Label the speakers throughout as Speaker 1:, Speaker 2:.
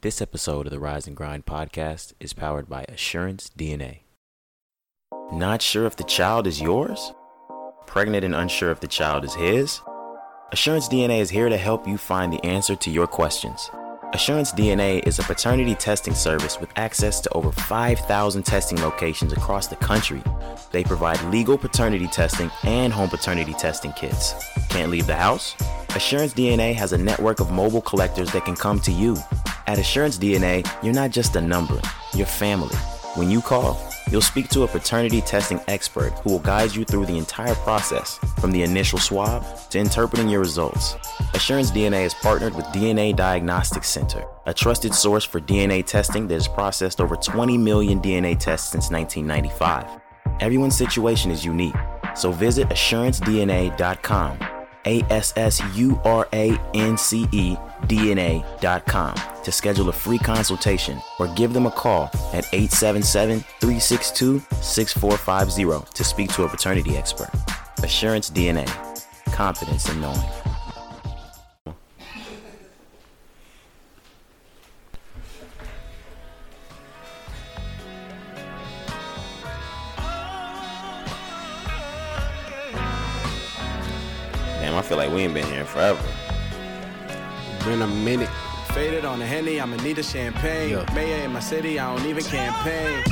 Speaker 1: This episode of the Rise and Grind podcast is powered by Assurance DNA. Not sure if the child is yours? Pregnant and unsure if the child is his? Assurance DNA is here to help you find the answer to your questions. Assurance DNA is a paternity testing service with access to over 5,000 testing locations across the country. They provide legal paternity testing and home paternity testing kits. Can't leave the house? Assurance DNA has a network of mobile collectors that can come to you. At Assurance DNA, you're not just a number, you're family. When you call, you'll speak to a paternity testing expert who will guide you through the entire process, from the initial swab to interpreting your results. Assurance DNA is partnered with DNA Diagnostics Center, a trusted source for DNA testing that has processed over 20 million DNA tests since 1995. Everyone's situation is unique, so visit assurancedna.com. A S S U R A N C E D N A dot com to schedule a free consultation or give them a call at 877 362 6450 to speak to a paternity expert. Assurance DNA, confidence in knowing. Damn, I feel like we ain't been here forever.
Speaker 2: Been a minute.
Speaker 3: Faded on a henny, I'ma need a champagne.
Speaker 2: Yeah.
Speaker 3: Mayor in my city, I don't even campaign.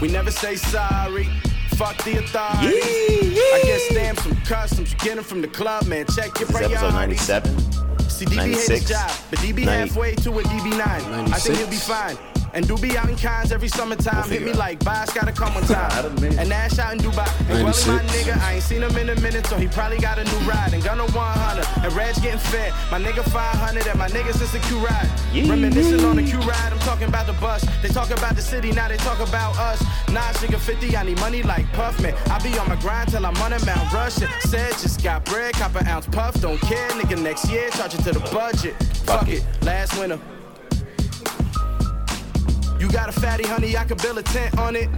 Speaker 3: We never say sorry. Fuck the authorities. I get stamps from customs, you get them from the club, man. Check your
Speaker 1: This is episode
Speaker 3: priorities.
Speaker 1: 97.
Speaker 3: See, DB
Speaker 1: 96,
Speaker 3: hates his job, but
Speaker 1: 90.
Speaker 3: DB halfway to a DB9. I think he'll be
Speaker 2: 96.
Speaker 3: fine. And do be out in kinds every summertime. Hit
Speaker 1: figure
Speaker 3: me
Speaker 1: it out.
Speaker 3: like Boss gotta come on time. and Ash out in Dubai. And Gwelly my
Speaker 2: 96.
Speaker 3: nigga, I ain't seen him in a minute, so he probably got a new ride. And Gunna 100, and Reg getting fed. My nigga 500, and my niggas is a Q ride. Reminiscing on the Q ride, I'm talking about the bus. They talk about the city, now they talk about us. Nah, nigga 50, I need money like Puff, man. I be on my grind till I'm on a Mount Rushmore. Said just got bread, cop an ounce Puff, don't care. Nigga next year, charge it to the budget. Fuck it, last winter. You got a fatty, honey, I could build a tent on it.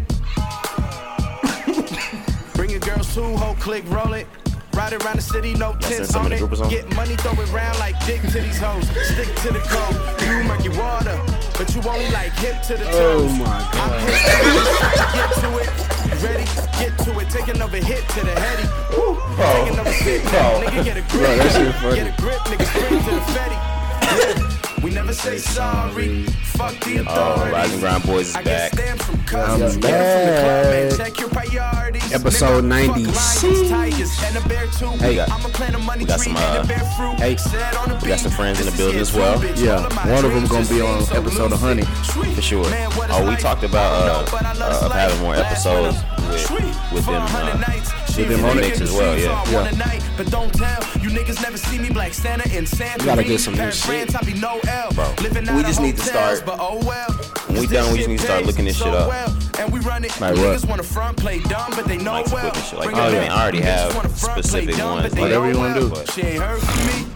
Speaker 3: Bring your girls too, whole click, roll it. Ride around the city, no tents
Speaker 1: some of
Speaker 3: on
Speaker 1: the
Speaker 3: it.
Speaker 1: groupers on?
Speaker 3: Get money, throw it round like dick to these hoes. Stick to the code, you murky water. But you only like hip to the toes.
Speaker 2: Oh my
Speaker 3: I'm pissed. get to it. Ready, get to it. Taking another hit to the heady. Woo. Taking another sip. Nigga, get a grip.
Speaker 2: Oh. Bro, that shit funny.
Speaker 3: Get a grip, nigga, spring to the fetty. We never say sorry. Fuck the
Speaker 1: Oh,
Speaker 3: authorities.
Speaker 1: Rising Ground Boys is
Speaker 3: I get
Speaker 1: back.
Speaker 3: stamps from cousins.
Speaker 2: I'm
Speaker 3: Get it from the club, man.
Speaker 2: back.
Speaker 3: Check your priorities.
Speaker 2: Episode
Speaker 3: Nigga, fuck
Speaker 2: 90.
Speaker 3: lions, tigers, and a bear too.
Speaker 1: Hey, we got-
Speaker 3: I'ma plant a money
Speaker 1: we got
Speaker 3: tree
Speaker 1: some,
Speaker 3: and
Speaker 1: uh,
Speaker 3: a bear fruit.
Speaker 2: hey,
Speaker 3: Said on the
Speaker 1: we got some
Speaker 3: beat,
Speaker 1: friends in the
Speaker 3: this is
Speaker 1: building
Speaker 3: it,
Speaker 1: as well.
Speaker 3: too, bitch.
Speaker 2: Yeah,
Speaker 3: All my
Speaker 2: one of them
Speaker 3: dreams
Speaker 2: gonna be
Speaker 3: just
Speaker 2: on
Speaker 3: seem so
Speaker 2: episode
Speaker 3: lucid.
Speaker 2: 100.
Speaker 3: Sweet.
Speaker 1: For sure.
Speaker 3: Man, what is
Speaker 1: Oh, we
Speaker 3: life?
Speaker 1: talked about,
Speaker 3: I
Speaker 1: uh,
Speaker 3: don't know, but I love
Speaker 1: uh,
Speaker 3: this
Speaker 1: having
Speaker 3: life.
Speaker 1: more
Speaker 3: Last
Speaker 1: episodes
Speaker 3: winter,
Speaker 1: with-
Speaker 3: sweet.
Speaker 1: with them,
Speaker 3: 400
Speaker 1: uh,
Speaker 3: nights. She
Speaker 2: them
Speaker 3: really
Speaker 2: on it.
Speaker 3: getting
Speaker 1: as well,
Speaker 3: sweet,
Speaker 1: yeah.
Speaker 3: so I want
Speaker 2: Yeah.
Speaker 3: a night, But don't tell. You niggas never see me black Santa in Santa.
Speaker 2: gotta get some new shit.
Speaker 3: I be no L.
Speaker 1: Bro,
Speaker 3: Living
Speaker 1: we
Speaker 3: out
Speaker 1: just
Speaker 3: of
Speaker 1: need to
Speaker 3: hotels,
Speaker 1: start-
Speaker 3: But oh well.
Speaker 1: When we done, we just need to start looking this shit up.
Speaker 3: And we run it.
Speaker 2: Like what?
Speaker 3: Niggas want to front play dumb, but they know
Speaker 1: Like
Speaker 3: well.
Speaker 1: flipping shit like
Speaker 3: Bring
Speaker 1: that.
Speaker 3: it
Speaker 1: I
Speaker 3: back.
Speaker 1: mean, I already
Speaker 3: Niggas
Speaker 1: have
Speaker 3: wanna front play
Speaker 1: specific
Speaker 3: dumb,
Speaker 1: ones,
Speaker 3: but they
Speaker 2: whatever
Speaker 3: know
Speaker 2: you wanna
Speaker 3: well.
Speaker 1: do.
Speaker 3: She ain't heard from me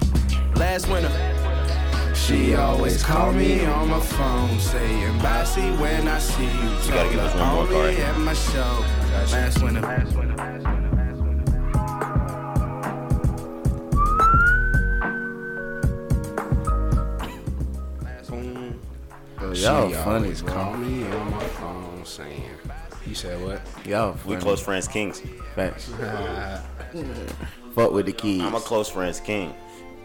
Speaker 3: last winter. She always call me on my phone, saying bye. See when I see you. You
Speaker 1: gotta give us one more card.
Speaker 3: At my show last winter. Last winter. Last winter. Last winter.
Speaker 2: Y'all funny.
Speaker 3: Call me on my phone saying,
Speaker 2: You said what? Y'all funny.
Speaker 1: We close friends kings.
Speaker 2: Facts. Fuck with the kids.
Speaker 1: I'm a close friends king.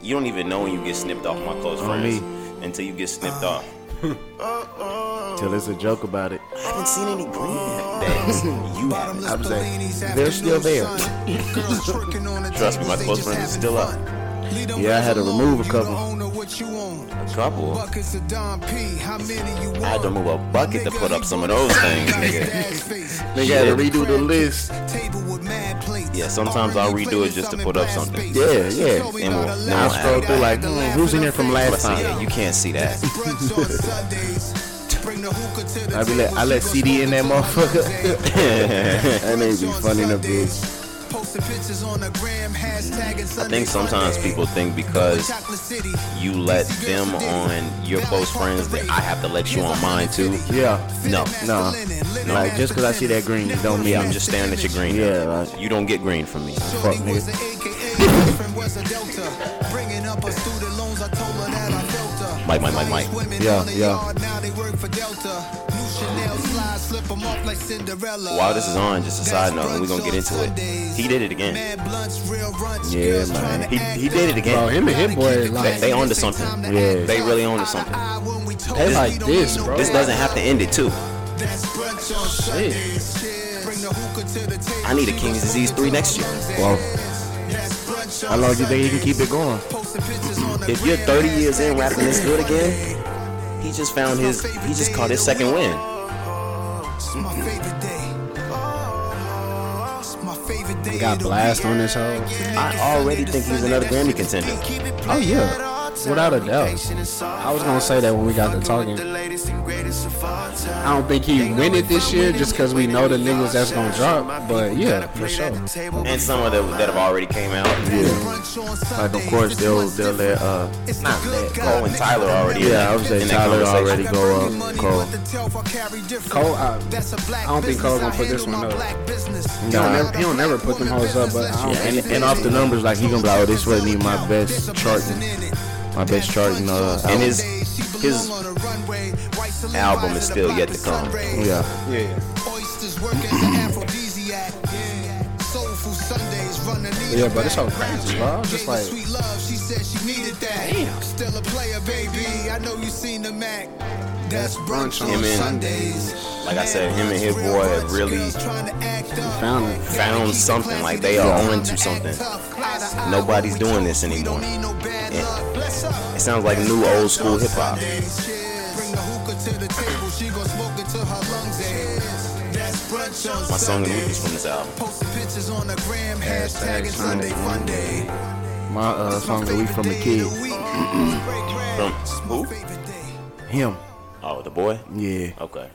Speaker 1: You don't even know when you get snipped off my close
Speaker 2: On
Speaker 1: friends until you get snipped off.
Speaker 2: Till it's a joke about it.
Speaker 1: I haven't seen any green bags. You haven't.
Speaker 2: I'm saying,
Speaker 4: Bellinis
Speaker 2: they're
Speaker 4: afternoon
Speaker 2: still there.
Speaker 4: sun. Girls twerking on the
Speaker 1: Trust me, my
Speaker 4: tables, they
Speaker 1: close
Speaker 4: just
Speaker 1: friends is
Speaker 4: having
Speaker 1: still up.
Speaker 4: fun. Leave them
Speaker 2: Yeah, I
Speaker 4: guys
Speaker 2: had to
Speaker 4: alone,
Speaker 2: remove a
Speaker 4: you
Speaker 2: couple.
Speaker 4: the owner, what you want?
Speaker 1: Couple.
Speaker 4: Buckets of Don P, how many you want?
Speaker 1: I had to move a bucket to
Speaker 4: Nigga,
Speaker 1: put up
Speaker 4: he
Speaker 1: some of
Speaker 4: bought
Speaker 1: those
Speaker 4: a
Speaker 1: things,
Speaker 4: nice
Speaker 1: nigga.
Speaker 4: dad's face.
Speaker 2: Nigga had to redo the list.
Speaker 4: Table with mad plates.
Speaker 1: Yeah, sometimes I'll
Speaker 4: R&B
Speaker 1: redo it
Speaker 4: playlist,
Speaker 1: just to
Speaker 4: I'm in
Speaker 1: put up
Speaker 4: blast
Speaker 1: something.
Speaker 4: space.
Speaker 2: Yeah,
Speaker 4: She
Speaker 2: yeah.
Speaker 4: told me
Speaker 1: And
Speaker 4: about
Speaker 1: we'll-
Speaker 4: her
Speaker 1: now
Speaker 4: last
Speaker 1: I
Speaker 4: night,
Speaker 2: scroll through
Speaker 4: I had
Speaker 2: like,
Speaker 4: to
Speaker 2: mm,
Speaker 4: laugh
Speaker 2: who's
Speaker 4: in her
Speaker 2: in there from
Speaker 4: face.
Speaker 2: last
Speaker 1: But
Speaker 2: time?
Speaker 1: yeah, you can't see that.
Speaker 4: Brunch on Sundays. Bring the hookah to the
Speaker 2: I be let-
Speaker 4: table,
Speaker 2: I let
Speaker 4: she gon'
Speaker 2: CD in that
Speaker 4: smoke till my
Speaker 2: motherfucker.
Speaker 4: Thursday.
Speaker 2: That nigga be
Speaker 4: on
Speaker 2: funny in the
Speaker 4: Sundays.
Speaker 2: bitch.
Speaker 4: Posting pictures on the gram, hashtag and
Speaker 1: I think sometimes people think because you let them on your close friends that I have to let you on mine too.
Speaker 2: Yeah.
Speaker 1: No.
Speaker 2: Nah. Like, just 'cause I see that green, it don't mean
Speaker 1: Yeah, I'm just staring at your green.
Speaker 2: Yeah, like-
Speaker 1: You don't get green from me.
Speaker 2: Fuck,
Speaker 4: Shorty
Speaker 2: nigga.
Speaker 4: was an AKA, boyfriend was a Delta. Bringing up her student loans, I told her that I felt her.
Speaker 1: Mike, Mike, Mike, Mike.
Speaker 4: Yeah,
Speaker 2: Yeah, yeah.
Speaker 4: yeah. Now they work for Delta. New Chanel slides, slip 'em off like Cinderella.
Speaker 1: While this is on, just a side note, and we're gonna get into it. He did it again.
Speaker 4: Yeah,
Speaker 1: He, he did it
Speaker 5: Bro,
Speaker 1: again.
Speaker 5: him and Hitboy,
Speaker 1: They,
Speaker 5: like,
Speaker 1: they onto something.
Speaker 5: Yeah.
Speaker 1: They really onto something.
Speaker 5: they like this, bro.
Speaker 1: This doesn't have to end it too.
Speaker 4: That's brunch on Sundays. Bring the hookah to the table.
Speaker 1: I need a King's Disease 3 next year.
Speaker 2: Well,
Speaker 4: That's brunch on
Speaker 2: how long do you think you can keep it going?
Speaker 4: Posting pictures on the
Speaker 1: If you're 30 years in rapping this good
Speaker 4: again,
Speaker 1: again, he just found his, he just caught his second win.
Speaker 4: It's my favorite day. It's my favorite day.
Speaker 5: He got
Speaker 4: of the
Speaker 5: blast
Speaker 4: week.
Speaker 5: on this hoe.
Speaker 1: I already think he's another Grammy contender.
Speaker 5: Oh yeah, without a doubt. I was gonna say that when we got to talking. I don't think he win it this year just because we know the niggas that's gonna drop. But yeah, for sure.
Speaker 1: And some of them that have already came out.
Speaker 4: Brunch on
Speaker 2: Like, of
Speaker 4: Sundays.
Speaker 2: course,
Speaker 4: This
Speaker 2: they'll
Speaker 4: one's
Speaker 2: they'll let uh,
Speaker 4: It's
Speaker 1: Nah,
Speaker 4: the
Speaker 1: man,
Speaker 4: good
Speaker 1: Cole and Tyler already. in
Speaker 2: yeah, I would
Speaker 1: that-
Speaker 2: say
Speaker 1: in that
Speaker 2: Tyler
Speaker 1: conversation.
Speaker 2: already go up. Cole,
Speaker 5: Cole, I- I don't think Cole gonna put this one up. He don't never, he don't never put them hoes up, but I don't
Speaker 2: Yeah, and, and off the numbers, like he gonna be like, oh, this wasn't even my best charting, my best charting. Uh,
Speaker 1: And
Speaker 2: album.
Speaker 1: his his album is still yet to come.
Speaker 2: yeah,
Speaker 5: yeah.
Speaker 4: Oysters work as an aphrodisiac. Soulful Sundays run the need
Speaker 5: Yeah, but it's so crazy, bro. I'm just
Speaker 4: Gave her
Speaker 5: like-
Speaker 4: sweet love, she said she needed that. Still a player, baby. I know you seen the Mac. That's brunch on
Speaker 1: Him and-
Speaker 4: Sundays.
Speaker 1: like I said, him and his boy have really
Speaker 5: Found it.
Speaker 1: found something. Like they are on to something. Nobody's doing this anymore. It sounds like new old school hip hop. My song and movies from this album.
Speaker 4: Hashtag Sunday fun day.
Speaker 2: my uh, song that we from a kid,
Speaker 1: From who?
Speaker 2: him.
Speaker 1: Oh, the boy.
Speaker 2: Yeah,
Speaker 1: Okay.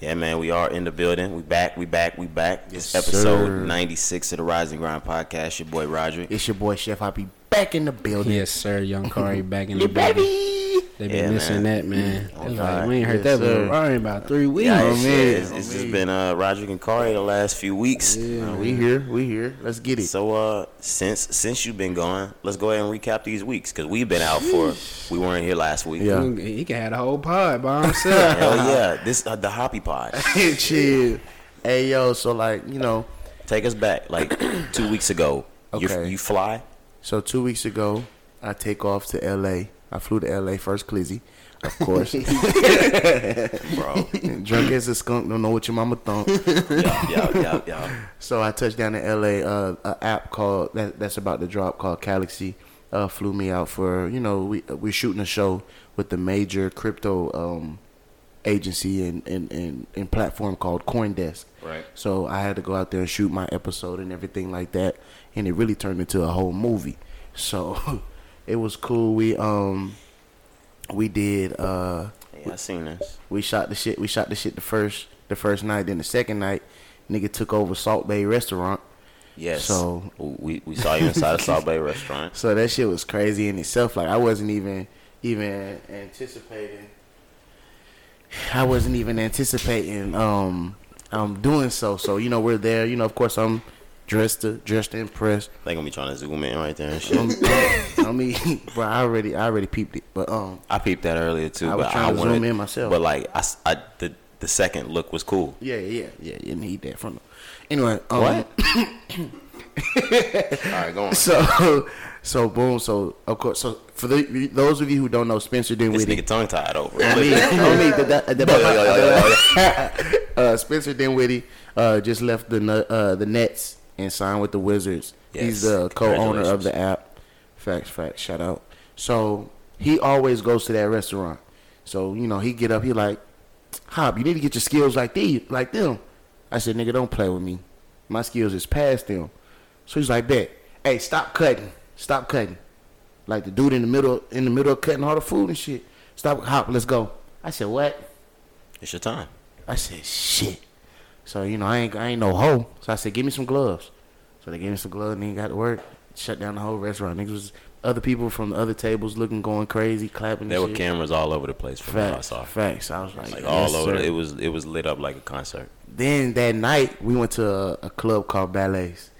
Speaker 1: Yeah, man, we are in the building. We back, we back, we back. This episode
Speaker 2: sir.
Speaker 1: 96 of the Rising Grind podcast. Your boy Roderick.
Speaker 2: it's your boy Chef. I be back in the building.
Speaker 5: Yes, sir. Young Kari back in the baby. They been
Speaker 1: Yeah,
Speaker 5: missing
Speaker 1: man.
Speaker 5: that, man.
Speaker 1: Oh,
Speaker 5: It's
Speaker 1: God.
Speaker 5: like, we ain't heard
Speaker 2: Mm,
Speaker 5: that
Speaker 2: Yes,
Speaker 5: before.
Speaker 2: sir.
Speaker 5: Probably in about three weeks.
Speaker 1: Yeah,
Speaker 2: Oh,
Speaker 1: it's,
Speaker 2: man.
Speaker 1: it's- it's just been uh, Roderick and Kari the last few weeks.
Speaker 2: Uh, we here, we here. Let's get it.
Speaker 1: So uh, since since you've been gone, let's go ahead and recap these weeks because we've been out for. We weren't here last week.
Speaker 2: Yeah.
Speaker 5: He can have a whole pod by himself.
Speaker 1: Hell yeah! This uh, the Hoppy Pod.
Speaker 2: Chill. Hey yo, so like you know,
Speaker 1: Take us back like two weeks ago. You,
Speaker 2: Okay.
Speaker 1: you fly.
Speaker 2: so two weeks ago, I take off to L.A. I flew to L.A. first, Clizzy, of course.
Speaker 1: Bro.
Speaker 2: Drunk as a skunk, don't know what your mama thunk.
Speaker 1: yeah, yeah, yeah, yeah.
Speaker 2: So I touched down in LA. Uh, an app called that, that's about to drop called Galaxy uh, flew me out for you know we we're shooting a show with the major crypto um, agency and, and, and, and platform called CoinDesk.
Speaker 1: Right.
Speaker 2: So I had to go out there and shoot my episode and everything like that, and it really turned into a whole movie. So it was cool. We um we did uh
Speaker 1: Yeah, I seen this.
Speaker 2: we shot the shit. We shot the shit the first the first night. Then the second night, nigga took over Salt Bay Restaurant.
Speaker 1: Yes.
Speaker 2: So-
Speaker 1: we we saw you inside a Salt Bay restaurant.
Speaker 2: So that shit was crazy in itself. Like I wasn't even even anticipating. I wasn't even anticipating um um doing so. So you know we're there. You know of course I'm dressed to dressed to impress.
Speaker 1: They gonna be trying to zoom in right there and
Speaker 2: I'm,
Speaker 1: shit.
Speaker 2: I mean, bro, I already I already peeped it, but um
Speaker 1: I peeped that earlier too.
Speaker 2: I was
Speaker 1: but
Speaker 2: trying
Speaker 1: I
Speaker 2: to zoom
Speaker 1: wanted,
Speaker 2: in myself.
Speaker 1: But like I, s- I- the the second look was cool.
Speaker 2: yeah yeah yeah you need that from. Anyway, um,
Speaker 1: What? All right, go on.
Speaker 2: So, so boom. So of course, so for the, those of you who don't know, Spencer
Speaker 1: This
Speaker 2: Dinwiddie.
Speaker 1: nigga tongue tied over.
Speaker 2: I mean, I mean, the, the, the,
Speaker 1: Yo, yo, yo, yo, yo.
Speaker 2: uh, Spencer Dinwiddie uh, just left the Nu- uh, the Nets and signed with the Wizards.
Speaker 1: Yes.
Speaker 2: He's the co-owner of the app. Facts, facts. Shout out. So he always goes to that restaurant. So you know he get up. He like, Hop, you need to get your skills like these, like them. I said, nigga, don't play with me. My skills is past them. So he's like, bet. Hey, stop cutting. Stop cutting. Like the dude in the middle, in the middle of cutting all the food and shit. Stop, hop, let's go. I said, what?
Speaker 1: It's your time.
Speaker 2: I said, shit. So, you know, I ain't I ain't no hoe. So I said, give me some gloves. So they gave me some gloves and then got to work. Shut down the whole restaurant. Niggas was other people from the other tables looking going crazy, clapping.
Speaker 1: There
Speaker 2: and
Speaker 1: were
Speaker 2: shit.
Speaker 1: cameras all over the place from what I
Speaker 2: Facts,
Speaker 1: saw.
Speaker 2: facts. I was like,
Speaker 1: Like
Speaker 2: yes,
Speaker 1: all over.
Speaker 2: sir.
Speaker 1: It was it was lit up like a concert.
Speaker 2: Then that night we went to a, a club called Ballets.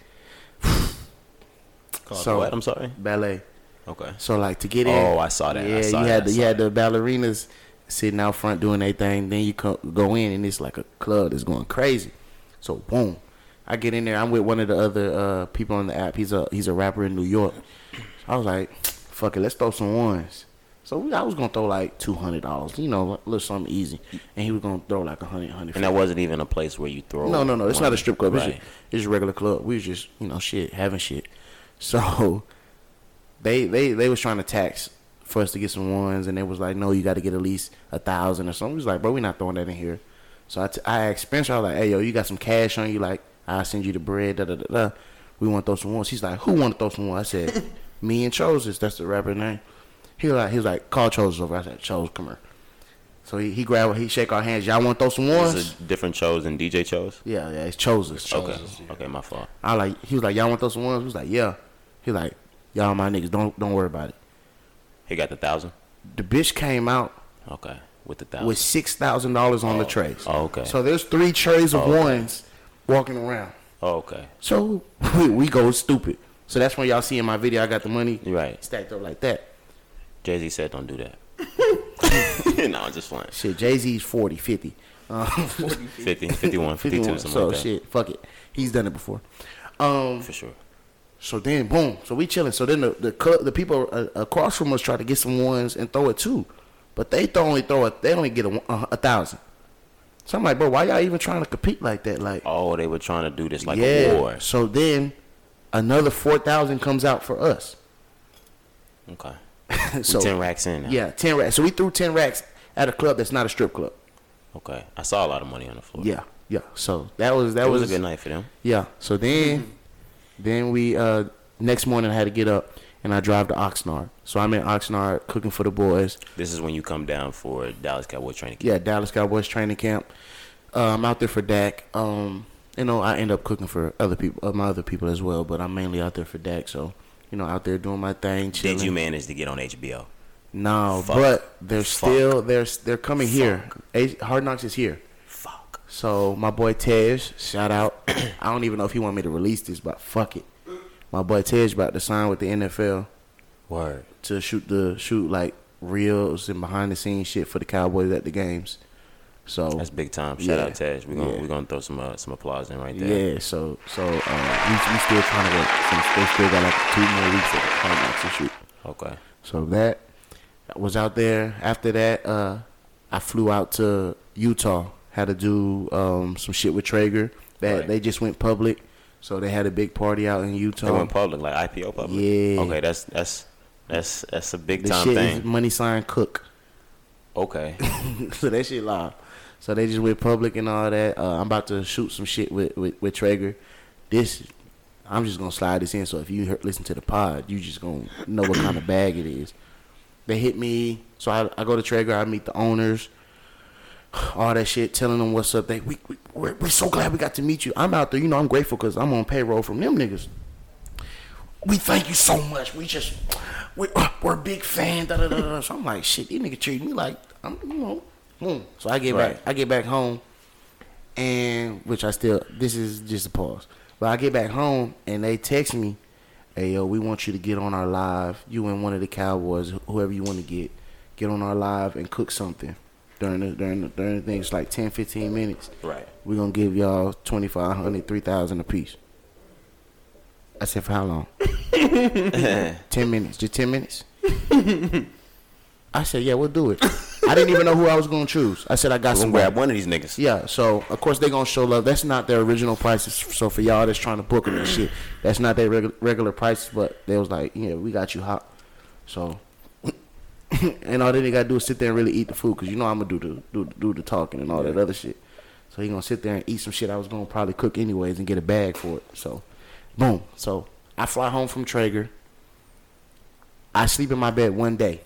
Speaker 1: Called
Speaker 2: So-
Speaker 1: what? I'm sorry.
Speaker 2: Ballet.
Speaker 1: Okay.
Speaker 2: So like to get in.
Speaker 1: Oh, I saw that. I
Speaker 2: Yeah,
Speaker 1: saw
Speaker 2: you
Speaker 1: that.
Speaker 2: had
Speaker 1: I
Speaker 2: the you
Speaker 1: saw
Speaker 2: had the ballerinas sitting out front doing their thing. Then you co- go in and it's like a club that's going crazy. So boom, I get in there. I'm with one of the other uh, people on the app. He's a he's a rapper in New York. I was like, fuck it, let's throw some ones. So we, I was gonna throw like two hundred dollars, you know, a little something easy, and he was gonna throw like a hundred, hundred.
Speaker 1: And that wasn't even a place where you throw.
Speaker 2: No, no, no. It's not a
Speaker 1: money.
Speaker 2: strip club. It's,
Speaker 1: Right.
Speaker 2: just, it's just a regular club. We was just, you know, shit, having shit. So they they they was trying to tax for us to get some ones, and they was like, no, you got to get at least a thousand or something. We was like, bro, we not throwing that in here. So I, t- I asked Spencer, I was like, hey, yo, you got some cash on you? Like, I'll send you the bread, da da da da. We want to throw some ones. He's like, who want to throw some ones? I said, me and Choses. That's the rapper name. He like, he was like, call Choses over. I said, Choses, come here. So he, he grabbed, he shake our hands. Y'all want to throw some ones?
Speaker 1: Is it different shows than DJ shows?
Speaker 2: Yeah, yeah, it's Choses.
Speaker 1: Okay. Okay, my fault.
Speaker 2: I like he was like, Y'all want those ones? We was like, Yeah. He like, Y'all my niggas, don't don't worry about it.
Speaker 1: He got the thousand.
Speaker 2: The bitch came out
Speaker 1: Okay, with the thousand.
Speaker 2: with six thousand dollars on the trays.
Speaker 1: oh, okay.
Speaker 2: So there's three trays of
Speaker 1: Oh, okay.
Speaker 2: ones walking around.
Speaker 1: Oh, okay.
Speaker 2: So we, we go stupid. So that's when y'all see in my video I got the money
Speaker 1: You're right.
Speaker 2: stacked up like that.
Speaker 1: Jay Z said, "Don't do that." no, I'm just fine.
Speaker 2: Shit, Jay Z's 40, 50. Um,
Speaker 1: 50, 51, 52,
Speaker 2: 51.
Speaker 1: something
Speaker 2: So
Speaker 1: like that.
Speaker 2: shit, fuck it. He's done it before. Um
Speaker 1: For sure.
Speaker 2: So then, boom. So we chilling. So then the the, club, the people uh, across from us try to get some ones and throw it too, but they th- only throw it. They only get a, one- a, a thousand. So I'm like, bro, why y'all even trying to compete like that? Like,
Speaker 1: Oh, they were trying to do this like
Speaker 2: yeah.
Speaker 1: a war.
Speaker 2: So then another four thousand comes out for us.
Speaker 1: Okay.
Speaker 2: so
Speaker 1: ten racks in. Now.
Speaker 2: yeah, ten racks. So we threw ten racks at a club that's not a strip club.
Speaker 1: Okay. I saw a lot of money on the floor.
Speaker 2: Yeah, yeah. So that was that
Speaker 1: It
Speaker 2: was,
Speaker 1: was a good night for them.
Speaker 2: Yeah. So then, then we uh next morning I had to get up and I drive to Oxnard. So I'm in Oxnard cooking for the boys.
Speaker 1: This is when you come down for Dallas Cowboy training camp.
Speaker 2: yeah, Dallas Cowboys training camp. Uh, I'm out there for Dak. Um, you know, I end up cooking for other people, uh, my other people as well, but I'm mainly out there for Dak. So, you know, out there doing my thing. Chilling.
Speaker 1: Did you manage to get on HBO?
Speaker 2: No,
Speaker 1: Fuck.
Speaker 2: but they're
Speaker 1: Fuck.
Speaker 2: still they're they're coming here. A- Hard Knocks is here.
Speaker 1: Fuck.
Speaker 2: So my boy Tej, shout out. I don't even know if he want me to release this, but fuck it. My boy Tej about to sign with the NFL
Speaker 1: Word.
Speaker 2: to shoot the shoot like reels and behind the scenes shit for the Cowboys at the games. So
Speaker 1: That's big time. Shout
Speaker 2: Yeah.
Speaker 1: out Taj. We're gonna
Speaker 2: Yeah.
Speaker 1: we're gonna throw some uh, some applause in right there.
Speaker 2: Yeah, so so uh, we, we still trying to work. Since they still got like two more weeks of climax to shoot.
Speaker 1: Okay.
Speaker 2: So that I was out there. After that, uh, I flew out to Utah. Had to do um, some shit with Traeger. That
Speaker 1: Right.
Speaker 2: they just went public, so they had a big party out in Utah.
Speaker 1: They went public, like IPO public.
Speaker 2: Yeah.
Speaker 1: Okay, that's that's that's that's a big
Speaker 2: the
Speaker 1: time
Speaker 2: shit
Speaker 1: thing.
Speaker 2: is money sign cook.
Speaker 1: okay.
Speaker 2: so that shit live. So they just went public and all that. Uh, I'm about to shoot some shit with with, with Traeger. This, I'm just gonna slide this in. So if you hear, listen to the pod, you just gonna know what kind of bag it is. They hit me, so I, I go to Traeger. I meet the owners, all that shit, telling them what's up. They we, we we're, we're so glad we got to meet you. I'm out there, you know. I'm grateful because I'm on payroll from them niggas we thank you so much. We just we, uh, we're big fan. Da, da, da, da. So I'm like, shit, these nigga treat me like I'm you know. mm. So I get
Speaker 1: Right.
Speaker 2: back I get back home and which I still this is just a pause. But I get back home and they text me, Hey yo, we want you to get on our live, you and one of the cowboys, wh- whoever you want to get, get on our live and cook something. During the during the during the thing, it's like 10, 15 minutes.
Speaker 1: Right.
Speaker 2: We're gonna give y'all 2,500, 3,000 a piece. I said, for how long? 10 minutes. Just 10 minutes? I said, yeah, we'll do it. I didn't even know who I was going to choose. I said, I got
Speaker 1: We're
Speaker 2: some
Speaker 1: gonna grab one of these niggas.
Speaker 2: Yeah, so of course they're going to show love. That's not their original prices. So for y'all that's trying to book 'em and shit, that's not their regu- regular prices, but they was like, yeah, we got you hot. So, and all they got to do is sit there and really eat the food because you know I'm going to do the, do, do the talking and all that other shit. So he going to sit there and eat some shit I was going to probably cook anyways and get a bag for it. So, boom. So I fly home from Traeger. I sleep in my bed one day,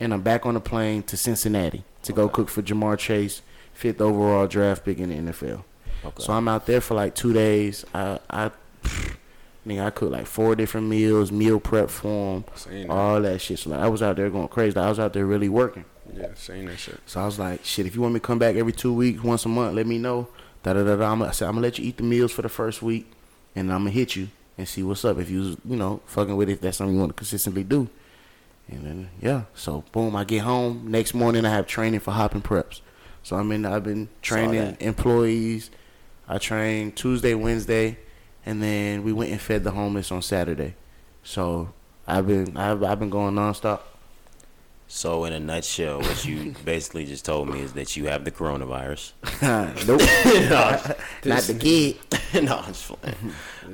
Speaker 2: and I'm back on the plane to Cincinnati to go cook for Jamar Chase, fifth overall draft pick in the NFL.
Speaker 1: Okay.
Speaker 2: So I'm out there for like two days. I, I, nigga, I cooked like four different meals, meal prep for 'em,
Speaker 5: Seen that.
Speaker 2: all that shit. So like, I was out there going crazy. I was out there really working.
Speaker 5: Yeah, seen that shit.
Speaker 2: So I was like, shit, if you want me to come back every two weeks, once a month, let me know. Da da da da. I'm, I said, I'm gonna let you eat the meals for the first week, and I'm gonna hit you and see what's up. If you was, you know fucking with it, if that's something you want to consistently do. And then yeah, so boom, I get home next morning. I have training for hopping preps. So I'm in. I've been training
Speaker 1: that.
Speaker 2: employees. I trained Tuesday, Wednesday, and then we went and fed the homeless on Saturday. So I've been I've I've been going nonstop.
Speaker 1: So, in a nutshell, what you basically just told me is that you have the coronavirus.
Speaker 2: nope, not the kid.
Speaker 1: no, I'm just playing.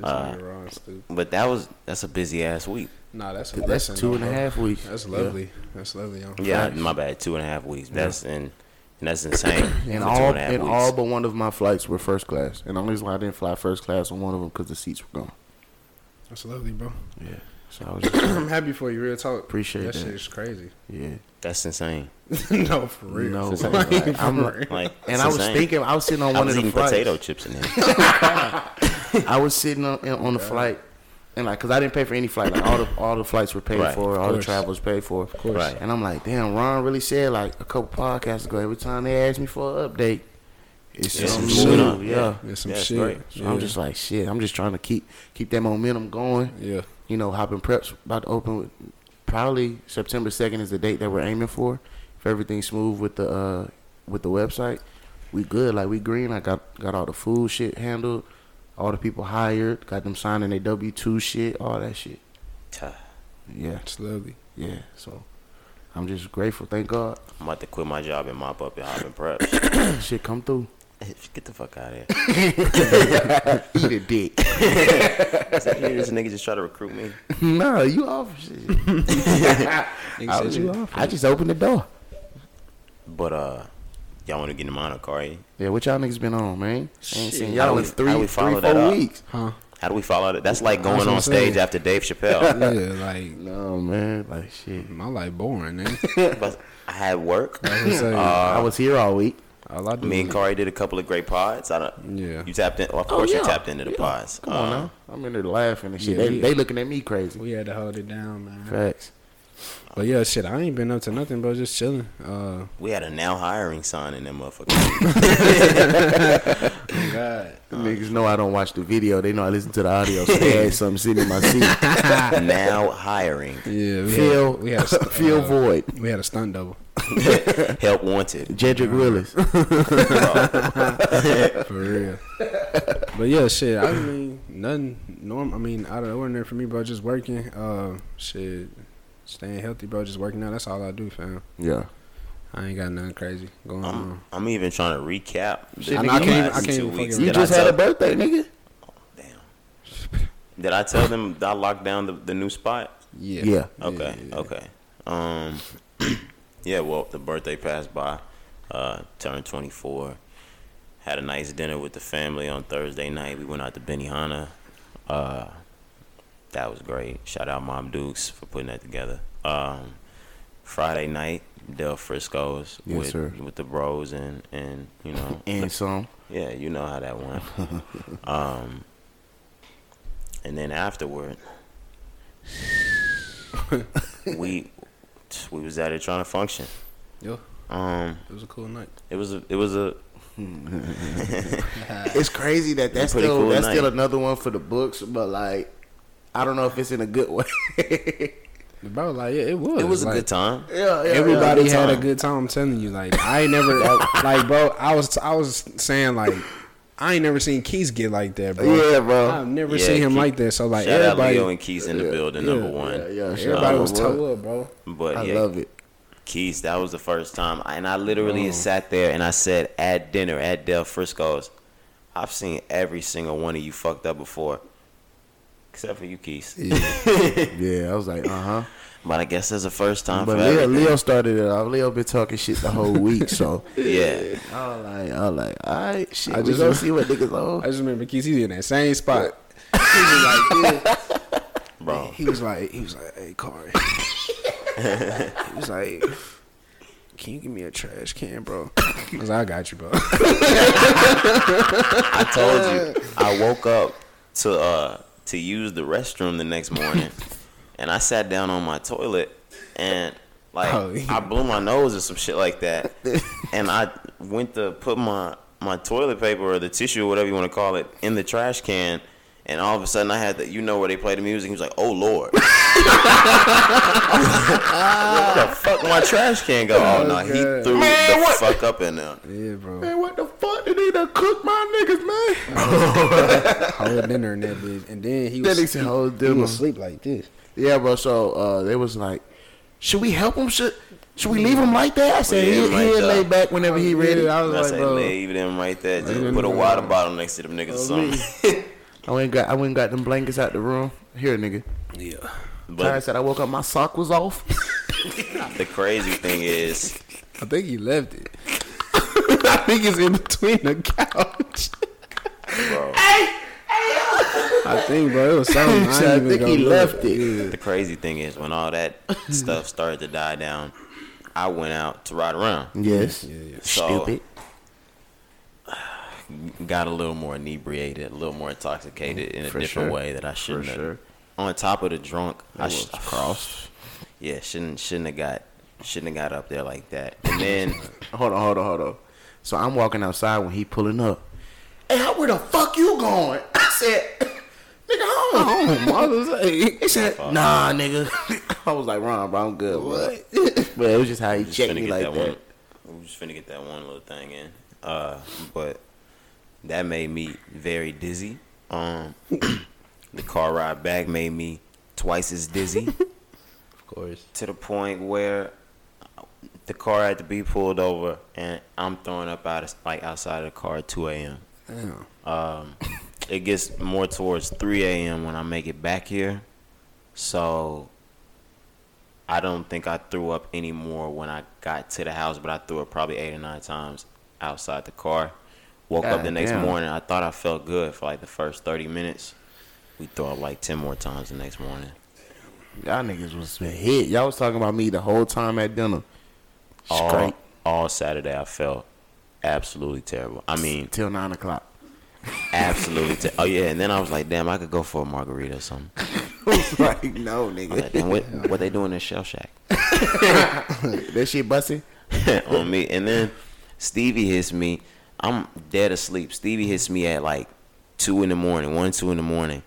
Speaker 1: Uh, But that was that's a busy ass week.
Speaker 5: Nah, that's
Speaker 2: That's two and a half weeks.
Speaker 5: That's
Speaker 2: Yeah.
Speaker 5: lovely. That's lovely. yo.
Speaker 1: Yeah,
Speaker 2: Facts.
Speaker 1: my bad. Two and a half weeks. That's and, and that's insane.
Speaker 2: And
Speaker 1: for two
Speaker 2: all
Speaker 1: and a half
Speaker 2: and
Speaker 1: weeks.
Speaker 2: all but one of my flights were first class. And the only reason why I didn't fly first class on one of them because the seats were gone.
Speaker 5: That's lovely, bro.
Speaker 2: Yeah. So I was just,
Speaker 5: I'm happy for you. Real talk.
Speaker 2: Appreciate
Speaker 5: that.
Speaker 2: that.
Speaker 5: shit's crazy.
Speaker 2: yeah.
Speaker 1: that's insane.
Speaker 5: no, for real.
Speaker 2: No,
Speaker 5: Like,
Speaker 2: like, I'm-
Speaker 5: for real.
Speaker 1: Like,
Speaker 2: And
Speaker 1: it's
Speaker 2: I was
Speaker 1: insane.
Speaker 2: thinking, I was sitting on
Speaker 1: I
Speaker 2: one
Speaker 1: was
Speaker 2: of the
Speaker 1: eating
Speaker 2: flights.
Speaker 1: potato chips in here.
Speaker 2: I was sitting on, on the flight, and like, cause I didn't pay for any flight. Like all the all the flights were paid
Speaker 1: Right,
Speaker 2: for,
Speaker 1: of
Speaker 2: all the
Speaker 5: course.
Speaker 2: travel was paid for. Of
Speaker 5: course. Right.
Speaker 2: And I'm like, damn, Ron really said like a couple podcasts ago. Every time they ask me for an update, it's
Speaker 1: It's
Speaker 2: some
Speaker 1: moving
Speaker 2: shit.
Speaker 1: up,
Speaker 2: Yeah.
Speaker 5: There's some
Speaker 1: Yeah, it's
Speaker 5: shit.
Speaker 1: great.
Speaker 2: So
Speaker 5: yeah.
Speaker 2: I'm just like, shit. I'm just trying to keep keep that momentum going.
Speaker 5: yeah.
Speaker 2: you know, Hopping Preps about to open. With, probably September second is the date that we're aiming for. If everything's smooth with the uh, with the website, we good. Like we green. I got got all the food shit handled. All the people hired. Got them signing their W two shit. All that shit.
Speaker 1: Ta.
Speaker 2: Yeah,
Speaker 5: It's lovely.
Speaker 2: yeah. So I'm just grateful. Thank God.
Speaker 1: I'm about to quit my job and mop up and hop and prep. Shit,
Speaker 2: shit come through.
Speaker 1: Get the fuck out of here.
Speaker 2: Eat a dick.
Speaker 1: Is that you? This nigga just try to recruit me.
Speaker 2: no, you off. Shit. I,
Speaker 5: Nigga said you off.
Speaker 2: I just opened the door.
Speaker 1: But uh, y'all want to get in mono car? eh?
Speaker 2: Yeah, what y'all niggas been on, man? I ain't
Speaker 1: Shit,
Speaker 2: seen
Speaker 1: how
Speaker 2: y'all
Speaker 1: we-
Speaker 2: in three,
Speaker 1: how we
Speaker 2: three,
Speaker 1: follow
Speaker 2: four
Speaker 1: that up?
Speaker 2: weeks.
Speaker 5: Huh?
Speaker 1: How do we follow that? That's like
Speaker 5: That's
Speaker 1: going
Speaker 5: what
Speaker 1: on
Speaker 5: I'm saying.
Speaker 1: stage after Dave Chappelle.
Speaker 5: Yeah, like
Speaker 2: No man, like shit.
Speaker 5: my life boring, man.
Speaker 1: but I had work.
Speaker 5: That's what I'm
Speaker 1: Uh,
Speaker 5: saying.
Speaker 2: I was here all week.
Speaker 5: All I do
Speaker 1: Me and
Speaker 5: is-
Speaker 1: Kari did a couple of great pods. I don't.
Speaker 5: Yeah.
Speaker 1: You tapped in. Well, of course, you tapped into the pods.
Speaker 2: Oh, Come on now, Uh, I'm in there laughing and shit.
Speaker 5: yeah,
Speaker 2: they,
Speaker 5: yeah.
Speaker 2: they looking at me crazy.
Speaker 5: We had to hold it down, man.
Speaker 2: Facts.
Speaker 5: But yeah, shit, I ain't been up to nothing, bro. Just chilling. Uh,
Speaker 1: We had a now hiring sign in that motherfucker.
Speaker 5: God,
Speaker 2: Niggas know I don't watch the video. They know I listen to the audio. So they had something sitting in my seat.
Speaker 1: now hiring.
Speaker 5: yeah, we
Speaker 2: Phil,
Speaker 5: had, we had a st-
Speaker 2: Phil
Speaker 5: uh,
Speaker 2: Void,
Speaker 5: We had a stunt double
Speaker 1: Help wanted.
Speaker 2: Jedrick Willis.
Speaker 5: for real. but yeah, shit, I mean nothing norm. I mean out of the ordinary for me, bro. Just working. Uh, shit, staying healthy, bro. Just working out. That's all I do, fam.
Speaker 2: Yeah,
Speaker 5: I ain't got nothing crazy going
Speaker 1: I'm,
Speaker 5: on.
Speaker 1: I'm even trying to recap. the
Speaker 5: Mm. Shit, nigga, I can't even- I
Speaker 1: last
Speaker 5: can't
Speaker 1: two
Speaker 5: even fucking
Speaker 1: weeks.
Speaker 5: remember.
Speaker 2: you
Speaker 1: Did I
Speaker 2: just had
Speaker 1: tell-
Speaker 2: a birthday, nigga.
Speaker 1: Damn. Did I tell them that I locked down the, the new spot?
Speaker 5: Yeah.
Speaker 2: Yeah.
Speaker 1: Okay, okay. Um, yeah. Well, the birthday passed by. Uh, turned 24. Had a nice dinner with the family on Thursday night. We went out to Benihana. Uh, that was great. Shout out Mom Dukes for putting that together. Um, Friday night, Del Frisco's
Speaker 2: Yes,
Speaker 1: with
Speaker 2: sir.
Speaker 1: with the bros and and you know
Speaker 2: And some.
Speaker 1: yeah, you know how that went. um, and then afterward, we we was out here trying to function.
Speaker 5: Yo,
Speaker 1: Um,
Speaker 5: it was a cool night.
Speaker 1: it was a, it was a
Speaker 2: It's crazy that that's
Speaker 1: pretty
Speaker 2: still
Speaker 1: cool
Speaker 2: that's
Speaker 1: night.
Speaker 2: still another one for the books, but like, I don't know if it's in a good way.
Speaker 5: Bro, like yeah, it was.
Speaker 1: it was a
Speaker 5: like,
Speaker 1: good time.
Speaker 2: yeah, yeah,
Speaker 5: Everybody
Speaker 1: good
Speaker 5: had a
Speaker 1: time.
Speaker 5: good time. I'm telling you, like I ain't never like, bro. I was I was saying like I ain't never seen Keys get like that, bro.
Speaker 2: Yeah, bro.
Speaker 5: I've never
Speaker 1: Yeah,
Speaker 5: seen him
Speaker 1: Keith-
Speaker 5: like that. So like
Speaker 1: Shout
Speaker 5: everybody,
Speaker 1: out Leo and Keys in the building, number one.
Speaker 2: Yeah, yeah, shout
Speaker 5: everybody
Speaker 2: out,
Speaker 5: was
Speaker 2: bro.
Speaker 5: toe up, bro.
Speaker 1: But
Speaker 2: I
Speaker 1: yeah,
Speaker 2: love it.
Speaker 1: Keys, that was the first time, and I literally
Speaker 5: Oh.
Speaker 1: sat there and I said at dinner at Del Frisco's, I've seen every single one of you fucked up before, except for you, Keys.
Speaker 2: Yeah, I was like, uh huh.
Speaker 1: But I guess there's a first time
Speaker 2: But
Speaker 1: for
Speaker 2: Leo,
Speaker 1: everything.
Speaker 2: Leo started it off. Leo been talking shit the whole week, so
Speaker 1: Yeah.
Speaker 2: I was like, I was like, all right, shit.
Speaker 5: I
Speaker 2: we
Speaker 5: just-
Speaker 2: gonna see what niggas
Speaker 5: I
Speaker 2: on.
Speaker 5: just remember Keys. He was in that same spot. He was like, yeah.
Speaker 1: bro.
Speaker 5: he was like, he was like, hey, Corey. he was like, can you give me a trash can, bro? I was like, I got you, bro.
Speaker 1: I told you I woke up to uh to use the restroom the next morning, and I sat down on my toilet and like
Speaker 5: Oh, yeah.
Speaker 1: I blew my nose or some shit like that, and I went to put my my toilet paper or the tissue or whatever you want to call it in the trash can, And all of a sudden, I had that. You know where they play the music? He was like, "Oh Lord, where the fuck my trash can go?" Oh no, he
Speaker 5: God.
Speaker 1: threw
Speaker 2: Man,
Speaker 1: the
Speaker 2: what-
Speaker 1: fuck up in there.
Speaker 5: Yeah, bro.
Speaker 2: Man, what the fuck? They need to cook my niggas, man.
Speaker 5: Whole dinner in that bitch, and then he
Speaker 2: That
Speaker 5: was
Speaker 2: nigga said whole
Speaker 5: he
Speaker 2: dinner.
Speaker 5: was asleep like this.
Speaker 2: Yeah, bro. So uh, they was like, should we help him? Should should we leave him like uh, that? I said
Speaker 1: Leave
Speaker 2: he
Speaker 1: him like
Speaker 2: he
Speaker 1: that.
Speaker 2: lay back whenever he read it. I was
Speaker 1: And I
Speaker 2: like,
Speaker 1: say,
Speaker 2: bro,
Speaker 1: leave them right there. Just put a water bottle next to them
Speaker 2: Oh,
Speaker 1: niggas or something.
Speaker 2: I went and got I went and got them blankets out the room. Here, nigga.
Speaker 5: Yeah.
Speaker 2: Tyra
Speaker 1: But
Speaker 2: said I woke up, my sock was off.
Speaker 1: the crazy thing is,
Speaker 5: I think he left it. I think it's in between the couch.
Speaker 1: bro,
Speaker 5: I think, bro, it was something.
Speaker 2: So I
Speaker 5: I, ain't even
Speaker 2: think he
Speaker 5: gonna look.
Speaker 2: left it.
Speaker 5: Yeah.
Speaker 1: the crazy thing is when all that stuff started to die down, I went out to ride around.
Speaker 2: yes.
Speaker 1: So-
Speaker 2: Stupid.
Speaker 1: got a little more inebriated, a little more intoxicated in a
Speaker 2: For
Speaker 1: different
Speaker 2: sure.
Speaker 1: way that I shouldn't have.
Speaker 2: sure.
Speaker 1: On top of the drunk, I sh-
Speaker 2: was crossed.
Speaker 1: Yeah, shouldn't shouldn't have got shouldn't have got up there like that. And then
Speaker 2: Hold on, hold on, hold on. So I'm walking outside when he pulling up. Hey, how- where the fuck you going? I said, nigga, home.
Speaker 5: Oh, I was like,
Speaker 2: He said, nah, nigga. I was like, Ron, bro, I'm good. What? but it was just how he
Speaker 1: just
Speaker 2: checked
Speaker 1: finna
Speaker 2: me
Speaker 1: get
Speaker 2: like
Speaker 1: that
Speaker 2: that.
Speaker 1: one. We just finna get that one little thing in. Uh, but that made me very dizzy. Um, the car ride back made me twice as dizzy.
Speaker 5: of course.
Speaker 1: to the point where the car had to be pulled over, and I'm throwing up out of, like outside of the car at 2 a.m.
Speaker 5: Damn.
Speaker 1: Um, It gets more towards 3 a.m. when I make it back here, so I don't think I threw up any more when I got to the house, but I threw up probably eight or nine times outside the car. Woke up
Speaker 2: God
Speaker 1: the next
Speaker 2: damn.
Speaker 1: morning, I thought I felt good for like the first 30 minutes. We throw up like 10 more times the next morning.
Speaker 2: Y'all niggas was a hit. Y'all was talking about me the whole time at dinner.
Speaker 1: all,
Speaker 2: Straight
Speaker 1: all Saturday I felt absolutely terrible. I mean,
Speaker 2: till nine o'clock.
Speaker 1: absolutely. Ter- oh yeah, and then I was like, damn, I could go for a margarita or something.
Speaker 2: like,
Speaker 1: I
Speaker 2: no,
Speaker 1: was like,
Speaker 2: nigga.
Speaker 1: damn, what what they doing in Shell Shack
Speaker 2: that shit busting.
Speaker 1: on me? And then Stevie hits me. I'm dead asleep. Stevie hits me at like two in the morning, one two in the morning,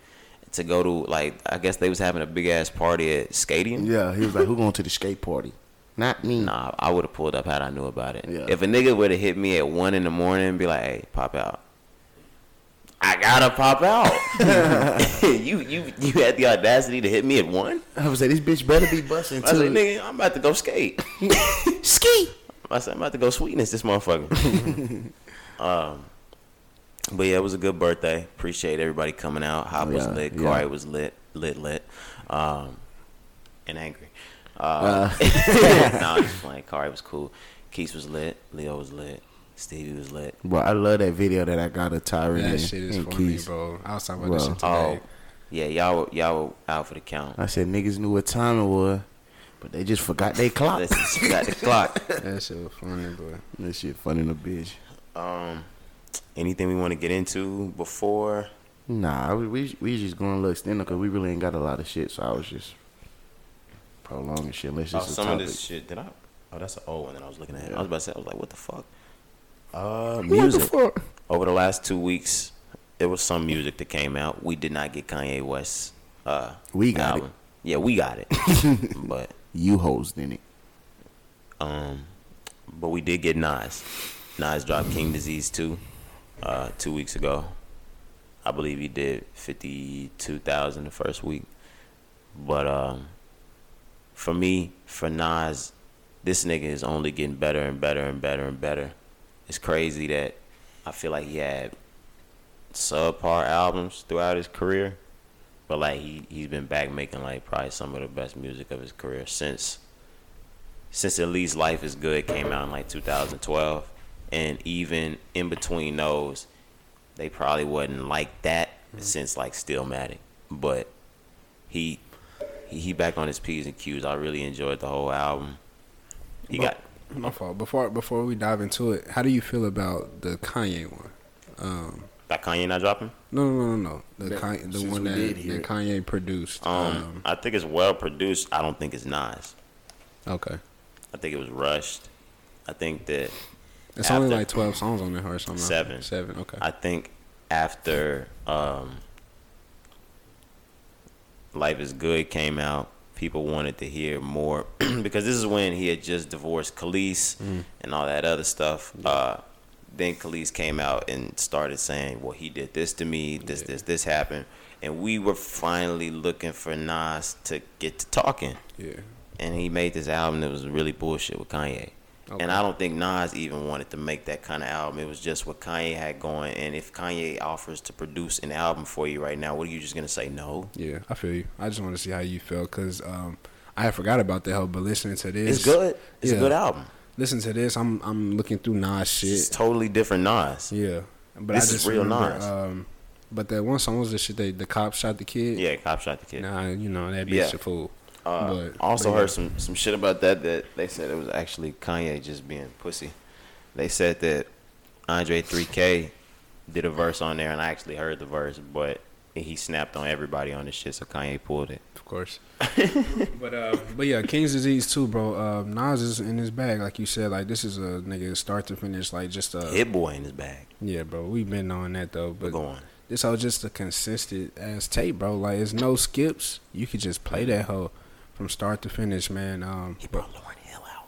Speaker 1: to go to like I guess they was having a big ass party at Skadium.
Speaker 2: Yeah, he was like, who going to the skate party? Not me.
Speaker 1: Nah, I would have pulled up had I knew about it.
Speaker 2: Yeah.
Speaker 1: If a nigga would have hit me at one in the morning and be like, "Hey, pop out," I gotta pop out. you you you had the audacity to hit me at one.
Speaker 2: I was like, this bitch better be busting
Speaker 1: I was like,
Speaker 2: too.
Speaker 1: "Nigga, I'm about to go skate."
Speaker 2: Ski.
Speaker 1: I said, "I'm about to go sweetness this motherfucker." um, but yeah, it was a good birthday. Appreciate everybody coming out. Hop was
Speaker 2: Yeah,
Speaker 1: lit.
Speaker 2: yeah.
Speaker 1: Corey was lit, lit, lit, um, and angry.
Speaker 2: Uh,
Speaker 1: nah, I'm just playing. Kari was cool. Keith was lit. Leo was lit. Stevie was lit.
Speaker 2: bro, I love that video that I got of Tyron
Speaker 5: That
Speaker 2: and,
Speaker 5: shit is
Speaker 2: and
Speaker 5: funny,
Speaker 2: Keys.
Speaker 5: bro. I was talking about
Speaker 2: Bro.
Speaker 5: this shit
Speaker 1: Oh,
Speaker 5: today.
Speaker 1: yeah, y'all were, y'all were out for the count.
Speaker 2: I said niggas knew what time it was, but they just forgot they clock.
Speaker 1: Let's just got the clock.
Speaker 5: That shit was funny, bro.
Speaker 2: that shit funny in a bitch.
Speaker 1: Um, anything we want to get into before?
Speaker 2: Nah, we we, we just going to look extended because we really ain't got a lot of shit. So I was just prolonging shit. Let's
Speaker 1: Oh,
Speaker 2: just
Speaker 1: some of
Speaker 2: topic.
Speaker 1: this shit. Did I? Oh, that's an old one that I was looking at. I was about to say. I was like, what the fuck? Uh,
Speaker 2: What the
Speaker 1: music.
Speaker 2: fuck?
Speaker 1: Over the last two weeks, there was some music that came out. We did not get Kanye West. Uh,
Speaker 2: We got it.
Speaker 1: Yeah, we got it. but
Speaker 2: You hoes in it.
Speaker 1: Um, but we did get Nas. Nas dropped King Disease 2 uh, two weeks ago. I believe he did 52,000 the first week. But um, for me, for Nas, this nigga is only getting better and better and better and better. It's crazy that I feel like he had subpar albums throughout his career. But like he he's been back making like probably some of the best music of his career since since at least Life is Good came out in like 2012, and even in between those, they probably wasn't like that since like Stillmatic. But he he he back on his p's and q's. I really enjoyed the whole album. He got
Speaker 5: My fault. Before before we dive into it, how do you feel about the Kanye one? Um,
Speaker 1: that Kanye not dropping.
Speaker 5: no, no, no, no, no. The Kanye, the
Speaker 2: since
Speaker 5: one
Speaker 2: we
Speaker 5: that,
Speaker 2: did hear
Speaker 5: that
Speaker 2: it.
Speaker 5: Kanye produced.
Speaker 1: Um,
Speaker 5: Um,
Speaker 1: I think it's well produced. I don't think it's Nas.
Speaker 5: okay.
Speaker 1: I think it was rushed. I think that
Speaker 5: It's only
Speaker 1: after-
Speaker 5: like twelve songs on there or something.
Speaker 1: Seven.
Speaker 5: Seven. Okay.
Speaker 1: I think after um, Life is Good came out, people wanted to hear more because this is when he had just divorced Khalees and all that other stuff. Uh, then Khalees came out and started saying, "Well, he did this to me. This, this, this happened." And we were finally looking for Nas to get to talking.
Speaker 5: Yeah.
Speaker 1: And he made this album that was really bullshit with Kanye. And I don't think Nas even wanted to make that kind of album. It was just what Kanye had going. And if Kanye offers to produce an album for you right now, what are you just gonna say no?
Speaker 5: Yeah, I feel you. I just want to see how you feel because um, I had forgot about the hell, but listening to this,
Speaker 1: It's, good. It's
Speaker 5: yeah.
Speaker 1: a good album.
Speaker 5: Listen to this. I'm I'm looking through Nas
Speaker 1: It's
Speaker 5: shit.
Speaker 1: totally different Nas.
Speaker 5: Yeah, but
Speaker 1: This
Speaker 5: I
Speaker 1: is
Speaker 5: just
Speaker 1: real
Speaker 5: remember,
Speaker 1: Nas.
Speaker 5: Um, but that one song was the shit. They the cop shot the kid.
Speaker 1: Yeah, cop shot the kid.
Speaker 5: Nah, you know that bitch
Speaker 1: Yeah.
Speaker 5: a fool.
Speaker 1: Uh,
Speaker 5: but
Speaker 1: also
Speaker 5: but yeah.
Speaker 1: heard some some shit about that that they said it was actually Kanye just being pussy. They said that Andre 3K did a verse on there, and I actually heard the verse, but he snapped on everybody on this shit, so Kanye pulled it.
Speaker 5: of course. but uh, but yeah, King's disease too, bro. Uh, Nas is in his bag, like you said. Like this is a nigga start to finish, like just a
Speaker 1: Hit boy in his bag.
Speaker 5: yeah, bro. We've been on that though, but
Speaker 1: Go on.
Speaker 5: this all just a consistent ass tape, bro. Like it's no skips. You could just play that hoe from start to finish, man. Um,
Speaker 1: He brought Lauren Hill out.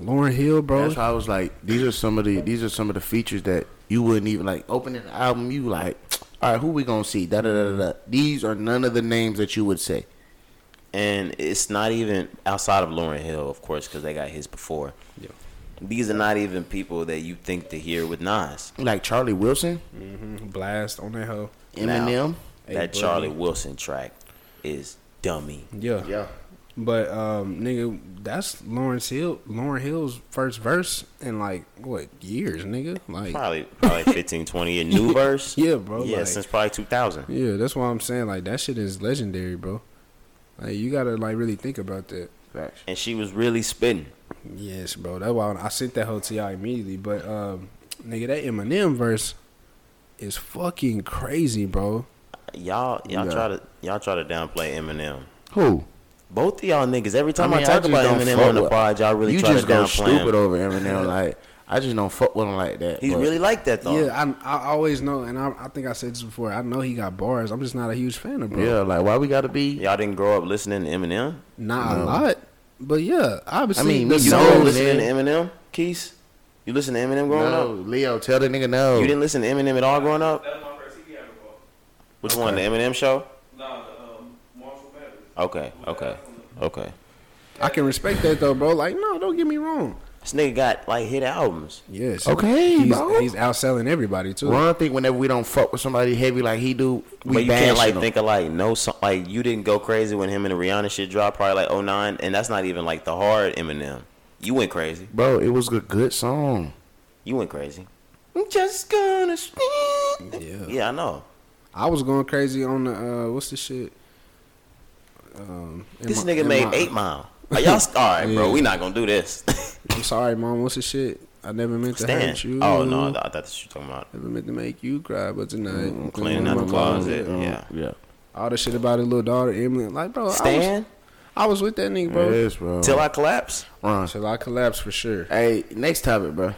Speaker 5: Lauren Hill, bro.
Speaker 2: That's why I was like, these are some of the these are some of the features that you wouldn't even like opening the album. You like, all right, who we gonna see? Da da da da. da. These are none of the names that you would say.
Speaker 1: And it's not even outside of Lauren Hill, of course, because they got his before.
Speaker 5: Yeah.
Speaker 1: These are not even people that you think to hear with Nas.
Speaker 2: Like Charlie Wilson,
Speaker 5: Mhm. Blast on that hoe.
Speaker 2: Eminem.
Speaker 5: Hey,
Speaker 1: that
Speaker 5: buddy.
Speaker 1: Charlie Wilson track is dummy.
Speaker 5: Yeah. But um, nigga, that's Lawrence Hill. Lauren Hill's first verse in like what years, nigga? Like
Speaker 1: Probably probably 15, 20 year new verse.
Speaker 5: Yeah, bro,
Speaker 1: Yeah,
Speaker 5: like-
Speaker 1: since probably 2000.
Speaker 5: yeah, that's why I'm saying like that shit is legendary, bro. Like you gotta like really think about that.
Speaker 2: Facts.
Speaker 1: And she was really spitting.
Speaker 5: Yes, bro. That's why I sent that whole to y'all immediately. But um, nigga, that Eminem verse is fucking crazy, bro.
Speaker 1: Y'all y'all
Speaker 2: Yeah.
Speaker 1: try to y'all try to downplay Eminem.
Speaker 2: Who?
Speaker 1: Both of y'all niggas, every time I,
Speaker 2: mean,
Speaker 1: talk
Speaker 2: just
Speaker 1: about
Speaker 2: don't
Speaker 1: Eminem
Speaker 2: fuck
Speaker 1: on the
Speaker 2: with-
Speaker 1: pod, y'all really
Speaker 2: you
Speaker 1: try
Speaker 2: just
Speaker 1: to
Speaker 2: go
Speaker 1: downplay him.
Speaker 2: stupid over Eminem. Like I just don't fuck with him like that.
Speaker 1: He's
Speaker 2: but
Speaker 1: really like that though.
Speaker 5: Yeah, I, I always know, and I, I think I said this before. I know he got bars. I'm just not a huge fan of bro.
Speaker 2: yeah. Like why we gotta be?
Speaker 1: Y'all didn't grow up listening to Eminem?
Speaker 5: not a lot. But yeah, obviously,
Speaker 2: I mean,
Speaker 5: the
Speaker 2: we
Speaker 1: You
Speaker 2: No,
Speaker 1: didn't
Speaker 5: songs-
Speaker 2: know
Speaker 1: listen to Eminem, Keys? You listen to Eminem growing
Speaker 2: No,
Speaker 1: up?
Speaker 2: Leo, tell the nigga no.
Speaker 1: You didn't listen to Eminem at all growing up?
Speaker 6: That was my first CD I ever bought.
Speaker 1: Which one? The Eminem show?
Speaker 6: Nah, the um, Marshall Mathers.
Speaker 1: Okay, okay, okay.
Speaker 5: I can respect that though, bro. Like, no, don't get me wrong.
Speaker 1: This nigga got like hit albums.
Speaker 5: Yes.
Speaker 2: Okay,
Speaker 5: he's,
Speaker 2: bro.
Speaker 5: He's outselling everybody too.
Speaker 2: Ron think whenever we don't fuck with somebody heavy like he do,
Speaker 1: but
Speaker 2: we
Speaker 1: you can't
Speaker 2: bash
Speaker 1: like
Speaker 2: him.
Speaker 1: think of like no song like you didn't go crazy when him and the Rihanna shit dropped probably like 09 and that's not even like the hard Eminem. You went crazy.
Speaker 2: Bro, it was a good song.
Speaker 1: You went crazy. I'm just gonna spin.
Speaker 5: Yeah.
Speaker 1: Yeah, I know.
Speaker 5: I was going crazy on the uh, what's the shit? Um, in
Speaker 1: This
Speaker 5: my-
Speaker 1: nigga
Speaker 5: in
Speaker 1: made
Speaker 5: my-
Speaker 1: Eight Mile. Are y'all all right, bro?
Speaker 5: Yeah.
Speaker 1: We not gonna do this.
Speaker 5: I'm sorry, mom. What's the shit? I never meant to
Speaker 1: Stan.
Speaker 5: hurt you.
Speaker 1: Oh no, I thought that's what you talking about.
Speaker 5: Never meant to make you cry, but tonight I'm
Speaker 1: Mm, Cleaning out the closet. Yeah.
Speaker 2: Yeah.
Speaker 5: All the shit about his little daughter Emily. Like, bro, I was, Oh.
Speaker 1: Stan.
Speaker 5: I was with that nigga, bro.
Speaker 2: Yes, bro.
Speaker 1: Till I collapse.
Speaker 2: Ron.
Speaker 5: Till I collapse for sure.
Speaker 2: Hey, next topic, bro.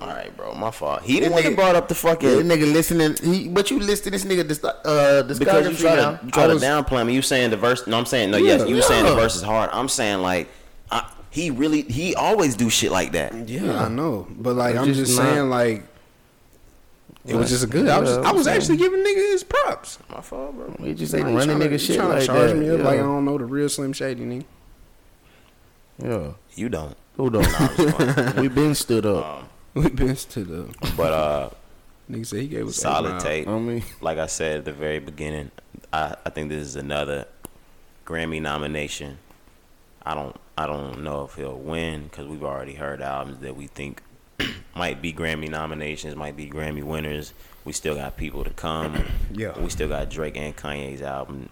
Speaker 1: All right, bro. My fault. He the
Speaker 2: This
Speaker 1: nigga
Speaker 2: nigga-
Speaker 1: brought up the
Speaker 2: Yeah,
Speaker 1: fucking.
Speaker 2: this nigga listening. He, but you listing this nigga dis- uh,
Speaker 1: Because you
Speaker 2: discography
Speaker 1: try
Speaker 2: now.
Speaker 1: to you try
Speaker 5: I was-
Speaker 1: to downplay me. You saying the verse? No, I'm saying no.
Speaker 5: Yeah,
Speaker 1: yes, you saying the
Speaker 2: yeah.
Speaker 1: verse is hard. I'm saying like, I, he really he always do shit like that.
Speaker 5: Yeah, I know, but like
Speaker 2: It's
Speaker 5: I'm
Speaker 2: just
Speaker 5: just
Speaker 2: not-
Speaker 5: saying, like it was just a good. I was,
Speaker 2: Yeah,
Speaker 5: I was
Speaker 2: I'm
Speaker 5: actually giving nigga his props.
Speaker 1: My fault, bro.
Speaker 2: We just ain't
Speaker 5: Like, you
Speaker 2: running
Speaker 5: tryna-
Speaker 2: nigga
Speaker 5: you
Speaker 2: shit
Speaker 5: tryna
Speaker 2: like
Speaker 5: charge
Speaker 2: that.
Speaker 5: me up
Speaker 2: yeah.
Speaker 5: like I don't know the real Slim Shady nigga.
Speaker 2: yeah.
Speaker 1: You don't.
Speaker 2: Hold on. we been stood up.
Speaker 5: We been to the
Speaker 1: But uh,
Speaker 5: nigga said he gave us eight
Speaker 1: solid
Speaker 5: mile.
Speaker 1: tape.
Speaker 2: I mean,
Speaker 1: Like I said at the very beginning, I, I think this is another Grammy nomination. I don't I don't know if he'll win because we've already heard albums that we think might be Grammy nominations, might be Grammy winners. We still got people to come.
Speaker 5: Yeah.
Speaker 1: We still got Drake and Kanye's album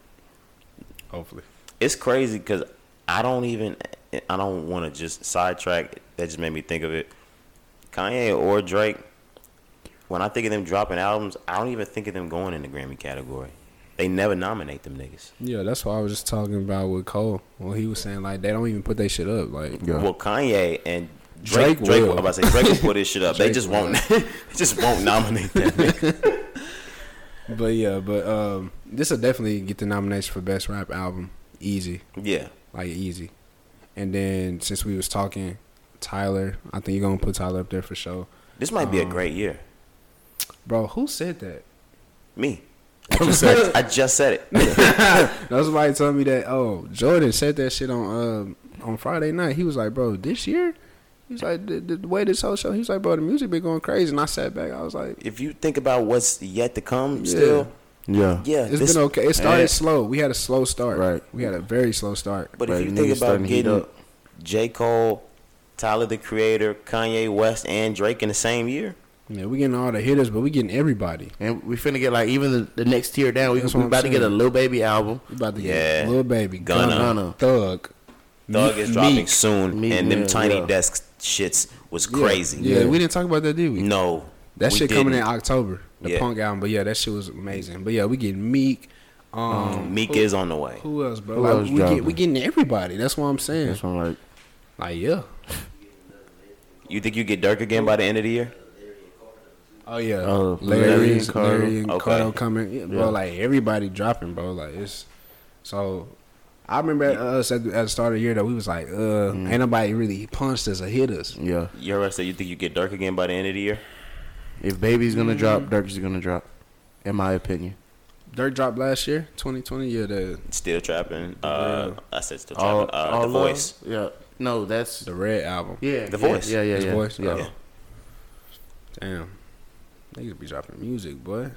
Speaker 5: Hopefully,
Speaker 1: it's crazy because I don't even I don't want to just sidetrack. That just made me think of it. Kanye or Drake. When I think of them dropping albums, I don't even think of them going in the Grammy category. They never nominate them niggas.
Speaker 5: yeah. That's what I was just talking about with Cole. Well, he was saying like they don't even put their shit up. Like
Speaker 2: Yeah.
Speaker 1: Well, Kanye and
Speaker 5: Drake
Speaker 1: Drake, Drake,
Speaker 5: will.
Speaker 1: I'm about to say Drake will put his shit up. they
Speaker 5: Drake
Speaker 1: just
Speaker 5: will.
Speaker 1: won't. they just won't nominate them. niggas.
Speaker 5: but yeah, but um, this will definitely get the nomination for best rap album. Easy,
Speaker 1: Yeah.
Speaker 5: like easy. And then since we was talking, Tyler, I think you're gonna put Tyler up there for sure,
Speaker 1: This might be a
Speaker 5: Um,
Speaker 1: great year.
Speaker 5: bro. Who said that?
Speaker 1: Me. I just said it. I just said it.
Speaker 5: No, somebody told me that. Oh, Jordan said that shit on um on Friday night. He was like, bro, this year. He was like, the, the way this whole show. He was like, bro, the music been going crazy. And I sat back. I was like,
Speaker 1: If you think about what's yet to come, still,
Speaker 2: Yeah.
Speaker 1: yeah,
Speaker 5: it's
Speaker 1: this-
Speaker 5: been okay. It started
Speaker 1: Yeah.
Speaker 5: slow. We had a slow start.
Speaker 2: Right.
Speaker 5: We had a very slow start.
Speaker 1: But
Speaker 2: Right,
Speaker 1: if you
Speaker 2: niggas
Speaker 1: think about
Speaker 2: starting to heat
Speaker 1: getting
Speaker 2: up.
Speaker 1: J. Cole, Tyler the Creator, Kanye West, and Drake in the same year,
Speaker 5: Yeah, we getting all the hitters, but we getting everybody.
Speaker 2: And we finna get like even the, the next tier down. We,
Speaker 5: That's
Speaker 2: we
Speaker 5: what I'm
Speaker 2: about to get a
Speaker 5: saying.
Speaker 2: little baby album.
Speaker 5: We about to
Speaker 1: Yeah.
Speaker 5: get little baby,
Speaker 1: Gunna.
Speaker 5: Gunna,
Speaker 2: Gunna.
Speaker 5: Thug,
Speaker 1: Thug is dropping
Speaker 5: Meek.
Speaker 1: soon,
Speaker 2: Meek,
Speaker 1: and them
Speaker 2: yeah,
Speaker 1: tiny
Speaker 2: yeah.
Speaker 1: desk shits was
Speaker 5: Yeah.
Speaker 1: crazy.
Speaker 5: Yeah. we didn't talk about that, did we?
Speaker 1: No,
Speaker 5: That
Speaker 1: we
Speaker 5: shit coming in
Speaker 1: didn't.
Speaker 5: October, the
Speaker 1: Yeah.
Speaker 5: Punk album. But yeah, that shit was amazing. But yeah, we getting Meek. Um,
Speaker 1: Meek
Speaker 5: who,
Speaker 1: is on the way.
Speaker 5: Who else, bro?
Speaker 2: Who
Speaker 5: like,
Speaker 2: else
Speaker 5: we get,
Speaker 2: dropping?
Speaker 5: we getting everybody. That's what I'm saying.
Speaker 2: That's what I'm like.
Speaker 5: Like yeah.
Speaker 1: You think you get Dirk again by the end of the year?
Speaker 5: Oh yeah,
Speaker 2: Oh, Larry
Speaker 5: Larry,
Speaker 2: and
Speaker 5: and
Speaker 2: Cardo.
Speaker 5: Larry and
Speaker 1: Okay.
Speaker 5: Cardo coming, yeah, bro.
Speaker 2: Yeah.
Speaker 5: Like everybody dropping, bro. Like it's so. I remember us at the, at the start of the year that we was like, uh,
Speaker 2: Mm.
Speaker 5: ain't nobody really punched us or hit us.
Speaker 2: Yeah.
Speaker 1: Your rest said you think you get Dirk again by the end of the year?
Speaker 2: If baby's gonna
Speaker 5: Mm.
Speaker 2: drop, Dirk's gonna drop. In my opinion.
Speaker 5: Dirt dropped last year, 2020. Yeah, the
Speaker 1: Still trapping. Uh, I said still trapping.
Speaker 2: All-
Speaker 1: uh,
Speaker 2: all
Speaker 1: the
Speaker 2: love.
Speaker 1: voice.
Speaker 2: Yeah. No, that's
Speaker 5: the red album.
Speaker 2: yeah.
Speaker 1: The
Speaker 2: yeah,
Speaker 1: Voice.
Speaker 2: Yeah, yeah, yeah.
Speaker 5: His voice?
Speaker 2: Yeah.
Speaker 5: Oh. Damn, niggas be dropping music, boy.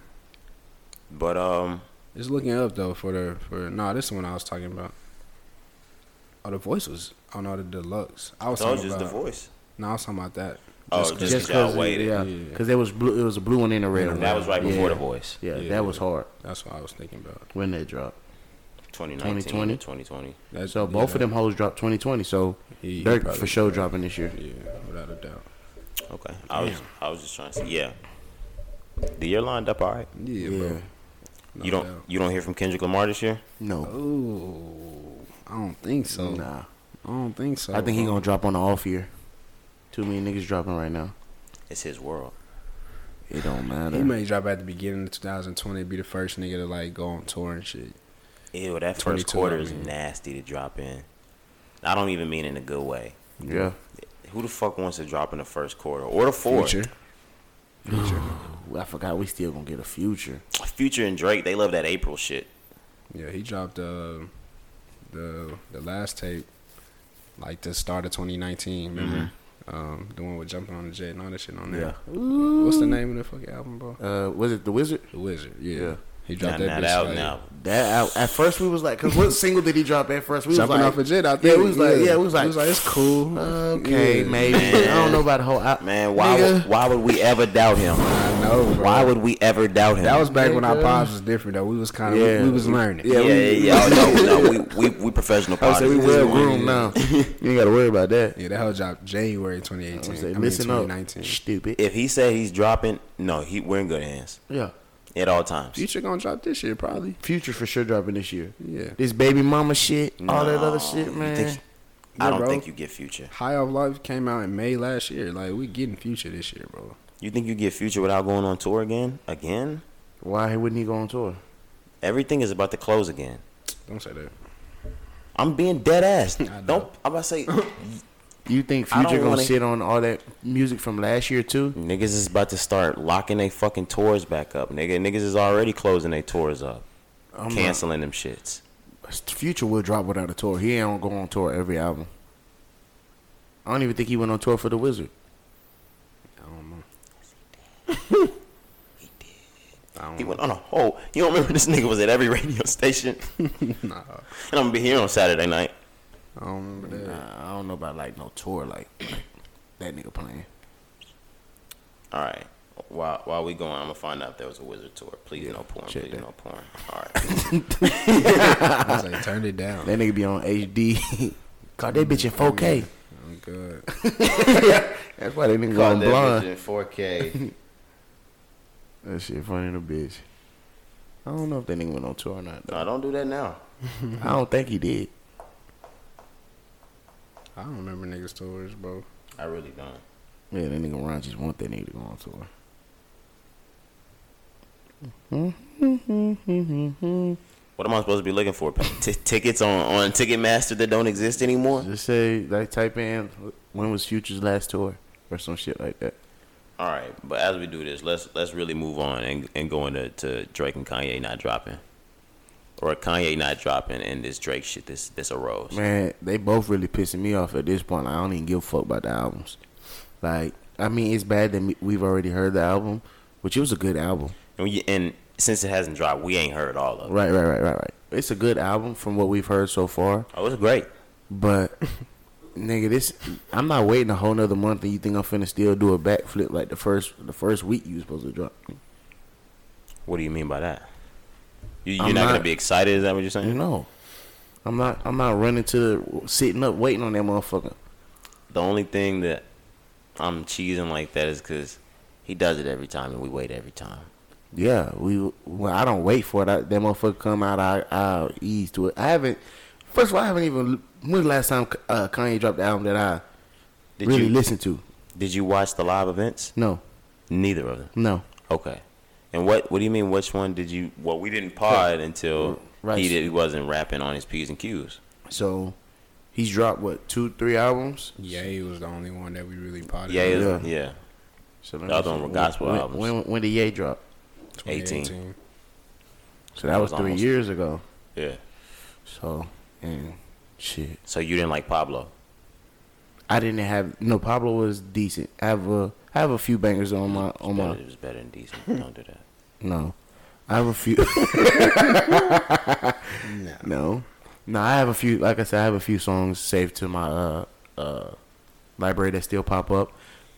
Speaker 1: But um,
Speaker 5: Just looking up though for the for nah, this is the one I was talking about. Oh, the voice was on all the deluxe. I was
Speaker 1: no,
Speaker 5: talking
Speaker 1: just
Speaker 5: about
Speaker 1: the voice.
Speaker 5: No, I was talking about that.
Speaker 1: Oh,
Speaker 5: Just 'cause-
Speaker 1: just
Speaker 2: Just
Speaker 1: because y'all
Speaker 2: cause
Speaker 1: waited.
Speaker 2: yeah,
Speaker 5: Yeah.
Speaker 2: cause there was blue. It was a blue one and a red one.
Speaker 1: That was right before
Speaker 2: yeah.
Speaker 1: the voice.
Speaker 2: Yeah,
Speaker 5: Yeah.
Speaker 2: that was hard
Speaker 5: that's what I was thinking about.
Speaker 2: when that dropped.
Speaker 1: 2019
Speaker 2: 2020?
Speaker 1: 2020.
Speaker 5: That's,
Speaker 2: So both of them hoes dropped 2020. So
Speaker 5: He- he
Speaker 2: Dirk
Speaker 5: probably-
Speaker 2: for sure dropping this year.
Speaker 5: Yeah, without a doubt.
Speaker 1: Okay. I was I was just trying to see. Yeah. The year lined up all right.
Speaker 5: Yeah, bro. No
Speaker 1: you don't
Speaker 5: doubt.
Speaker 1: you don't hear from Kendrick Lamar this year?
Speaker 2: No.
Speaker 5: Ooh, I don't think so.
Speaker 2: Nah.
Speaker 5: I don't think so.
Speaker 2: I think he
Speaker 5: bro.
Speaker 2: gonna drop on the off year. Too many niggas dropping right now.
Speaker 1: It's his world.
Speaker 2: It don't matter.
Speaker 5: He may drop at the beginning of 2020. Be the first nigga to like go on tour and shit.
Speaker 1: Ew, that first
Speaker 5: 22,
Speaker 1: quarter
Speaker 5: I
Speaker 1: is
Speaker 5: mean.
Speaker 1: nasty to drop in. I don't even mean in a good way.
Speaker 2: yeah.
Speaker 1: Who the fuck wants to drop in the first quarter or the fourth?
Speaker 5: Future.
Speaker 1: Future,
Speaker 2: I forgot we still gonna get a future.
Speaker 1: and Drake, they love that April shit.
Speaker 5: Yeah, he dropped uh, the the last tape, like the start of 2019. Remember, um, the one with jumping on the jet and all that shit on there. What's the name of the fucking album, bro?
Speaker 2: Uh, was it the Wizard?
Speaker 5: The Wizard. Yeah,
Speaker 2: Yeah.
Speaker 5: he dropped
Speaker 1: Not,
Speaker 5: that,
Speaker 1: not
Speaker 5: bitch,
Speaker 1: out
Speaker 5: like,
Speaker 1: now.
Speaker 2: That I, at first we was like, cause what single did he drop at first? We
Speaker 5: Jumping
Speaker 2: was like,
Speaker 5: off a jet out
Speaker 2: Yeah,
Speaker 5: there.
Speaker 2: we was like, yeah, we was like,
Speaker 5: we was like, it's cool.
Speaker 2: okay,
Speaker 5: Yeah.
Speaker 2: maybe. I don't know about the whole out,
Speaker 1: Man, why would, why would we ever doubt him?
Speaker 5: I know, bro.
Speaker 1: Why would we ever doubt him?
Speaker 5: That was back when our
Speaker 2: Nigga.
Speaker 5: pods was different though. We was kind of
Speaker 2: Yeah.
Speaker 5: we, we was learning.
Speaker 1: yeah, yeah, yeah. Oh, no, no, we we, we professional.
Speaker 2: I say we
Speaker 1: podcasters.
Speaker 2: well groomed now. you ain't gotta worry about that.
Speaker 5: Yeah, that whole dropped January 2018.
Speaker 2: I
Speaker 5: I,
Speaker 2: say,
Speaker 5: mean,
Speaker 2: listen up,
Speaker 5: 2019.
Speaker 2: stupid.
Speaker 1: If he said he's dropping, no, he we're in good hands
Speaker 2: Yeah,
Speaker 1: at all times.
Speaker 5: Future gonna drop this year probably.
Speaker 2: future for sure dropping this year.
Speaker 5: Yeah.
Speaker 2: This baby mama shit, all that
Speaker 1: No,
Speaker 2: other shit,
Speaker 1: you
Speaker 2: man.
Speaker 1: think- I
Speaker 5: Yeah,
Speaker 1: don't
Speaker 5: bro.
Speaker 1: think you get future.
Speaker 5: High off Life came out in May last year. Like we getting Future this year, bro.
Speaker 1: You think you get future without going on tour again? Again?
Speaker 2: Why wouldn't he go on tour?
Speaker 1: Everything is about to close again.
Speaker 5: Don't say that.
Speaker 1: I'm being dead ass.
Speaker 5: know.
Speaker 1: Don't. I'm about to say
Speaker 2: You think
Speaker 1: I don't
Speaker 2: Future gonna
Speaker 1: wanna-
Speaker 2: sit on all that music from last year too?
Speaker 1: niggas is about to start locking their fucking tours back up, nigga. Niggas is already closing their tours up,
Speaker 2: I'm
Speaker 1: canceling them shits.
Speaker 2: Future will drop without a tour. He ain't gonna go on tour every album. I don't even think he went on tour for the Wizard.
Speaker 5: I don't know. Mm.
Speaker 1: He went on a whole. You don't remember this nigga was at every radio station, and
Speaker 5: Nah,
Speaker 1: I'm gonna be here on Saturday night.
Speaker 5: I don't remember that.
Speaker 2: Nah, I don't know about like no tour like that nigga playing.
Speaker 1: All right. While while we going, I'm gonna find out if there was a wizard tour. Please no porn.
Speaker 2: check
Speaker 1: Please
Speaker 2: that.
Speaker 1: no porn. All right.
Speaker 5: I was like, turned it down.
Speaker 2: That nigga be on HD. Caught that bitch in 4K.
Speaker 5: I'm good.
Speaker 2: That's why that nigga
Speaker 1: Call
Speaker 2: going
Speaker 1: that bitch
Speaker 2: blind.
Speaker 1: in 4K.
Speaker 2: That shit funny to bitch. I don't know if that nigga went on tour or not. though.
Speaker 1: no, don't do that now.
Speaker 2: I don't think he did.
Speaker 5: I don't remember niggas tours, bro.
Speaker 1: I really don't.
Speaker 2: Yeah, that nigga Ron just want that nigga to go on tour.
Speaker 1: What am I supposed to be looking for? T- tickets on on Ticketmaster that don't exist anymore.
Speaker 2: Just say like type in when was Future's last tour or some shit like that.
Speaker 1: All right, but as we do this, let's let's really move on and, and go into to Drake and Kanye not dropping, or Kanye not dropping, and this Drake shit this this arose.
Speaker 2: Man, they both really pissing me off at this point. Like, I don't even give a fuck about the albums. Like, I mean, it's bad that we've already heard the album, which it was a good album.
Speaker 1: And, we, and since it hasn't dropped, we ain't heard all of it.
Speaker 2: Right, right, right, right, right. It's a good album from what we've heard so far.
Speaker 1: Oh, it's great.
Speaker 2: But nigga, this I'm not waiting a whole nother month and you think I'm finna still do a backflip like the first the first week you was supposed to drop.
Speaker 1: What do you mean by that? You, you're
Speaker 2: I'm
Speaker 1: not, gonna
Speaker 2: not-
Speaker 1: be excited? Is that what you're saying?
Speaker 2: No. I'm not I'm not running to sitting up waiting on that motherfucker.
Speaker 1: The only thing that I'm cheesing like that is because he does it every time, and we wait every time.
Speaker 2: Yeah, we well I don't wait for it. I, that motherfucker come out I I ease to it. I haven't first of all I haven't even when the last time uh, Kanye dropped the album that I
Speaker 1: Did
Speaker 2: really
Speaker 1: you
Speaker 2: listened to.
Speaker 1: Did you watch the live events?
Speaker 2: No.
Speaker 1: Neither of them.
Speaker 2: No.
Speaker 1: Okay. And what what do you mean? Which one did you? Well, we didn't pod until
Speaker 2: Right.
Speaker 1: he did, he wasn't rapping on his p's and q's.
Speaker 2: So he's dropped what, two, three albums?
Speaker 5: Ye was the only one that we really potted.
Speaker 1: Yeah,
Speaker 5: on.
Speaker 1: yeah,
Speaker 2: Yeah.
Speaker 1: yeah.
Speaker 2: So let
Speaker 1: The
Speaker 2: me
Speaker 1: other one
Speaker 2: see.
Speaker 1: were gospel
Speaker 2: when,
Speaker 1: albums.
Speaker 2: When, when did Ye drop?
Speaker 1: 18.
Speaker 5: 2018.
Speaker 2: So that was
Speaker 1: was
Speaker 2: three
Speaker 1: almost-
Speaker 2: years ago.
Speaker 1: yeah.
Speaker 2: So and shit,
Speaker 1: So you didn't like Pablo?
Speaker 2: I didn't have no. Pablo was decent. I have a I have a few bangers on my on
Speaker 1: Better-
Speaker 2: my
Speaker 1: It was better than decent. Don't do that.
Speaker 2: no. I have a few. no. no, I have a few. Like I said, I have a few songs saved to my uh uh library that still pop up,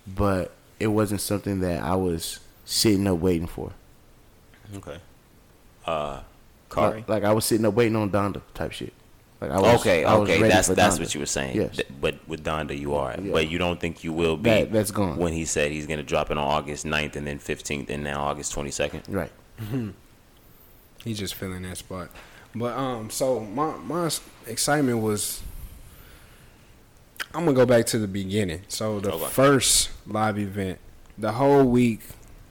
Speaker 2: but it wasn't something that I was sitting up waiting for.
Speaker 1: Okay. Uh,
Speaker 5: Uh,
Speaker 1: Kari.
Speaker 2: Like, like I was sitting up waiting on Donda type shit. Like I
Speaker 1: okay,
Speaker 2: I was
Speaker 1: okay,
Speaker 2: ready
Speaker 1: that's
Speaker 2: for
Speaker 1: that's
Speaker 2: Donda.
Speaker 1: what you were saying.
Speaker 2: Yes.
Speaker 1: Th- but with Donda, you are.
Speaker 2: Yeah.
Speaker 1: But you don't think you will be.
Speaker 2: That- that's gone.
Speaker 1: When he said he's going to drop it on August 9th and then 15th and now August 22nd.
Speaker 2: right.
Speaker 5: He's just filling that spot. But um, so my my s- excitement was. I'm gonna go back to the beginning. So the
Speaker 1: Okay.
Speaker 5: first live event, the whole week,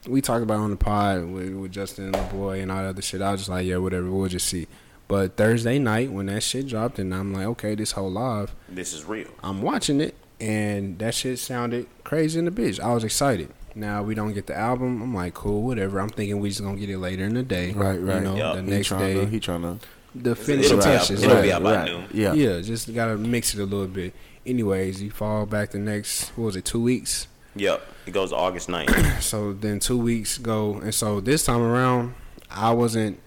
Speaker 5: we talked about it on the pod with, with Justin and the boy and all that other shit. I was just like, yeah, whatever, we'll just see. But Thursday night when that shit dropped, and I'm like, okay, this whole live,
Speaker 1: This is real.
Speaker 5: I'm watching it, and that shit sounded crazy in the bitch. I was excited. Now we don't get the album. I'm like, cool, whatever. I'm thinking we just gonna get it later in the day,
Speaker 2: Right, right.
Speaker 5: You know,
Speaker 1: Yup.
Speaker 5: the
Speaker 2: he
Speaker 5: next
Speaker 2: trying
Speaker 5: day,
Speaker 2: to, he trying to
Speaker 5: the
Speaker 1: it'll
Speaker 5: finishing
Speaker 1: be out-
Speaker 5: touches.
Speaker 1: it'll
Speaker 5: right.
Speaker 1: be out by noon.
Speaker 2: Yeah.
Speaker 5: Yeah, just gotta mix it a little bit. Anyways, you fall back the next what was it, two weeks?
Speaker 1: Yep. It goes August 9th.
Speaker 5: So then two weeks go and so this time around I wasn't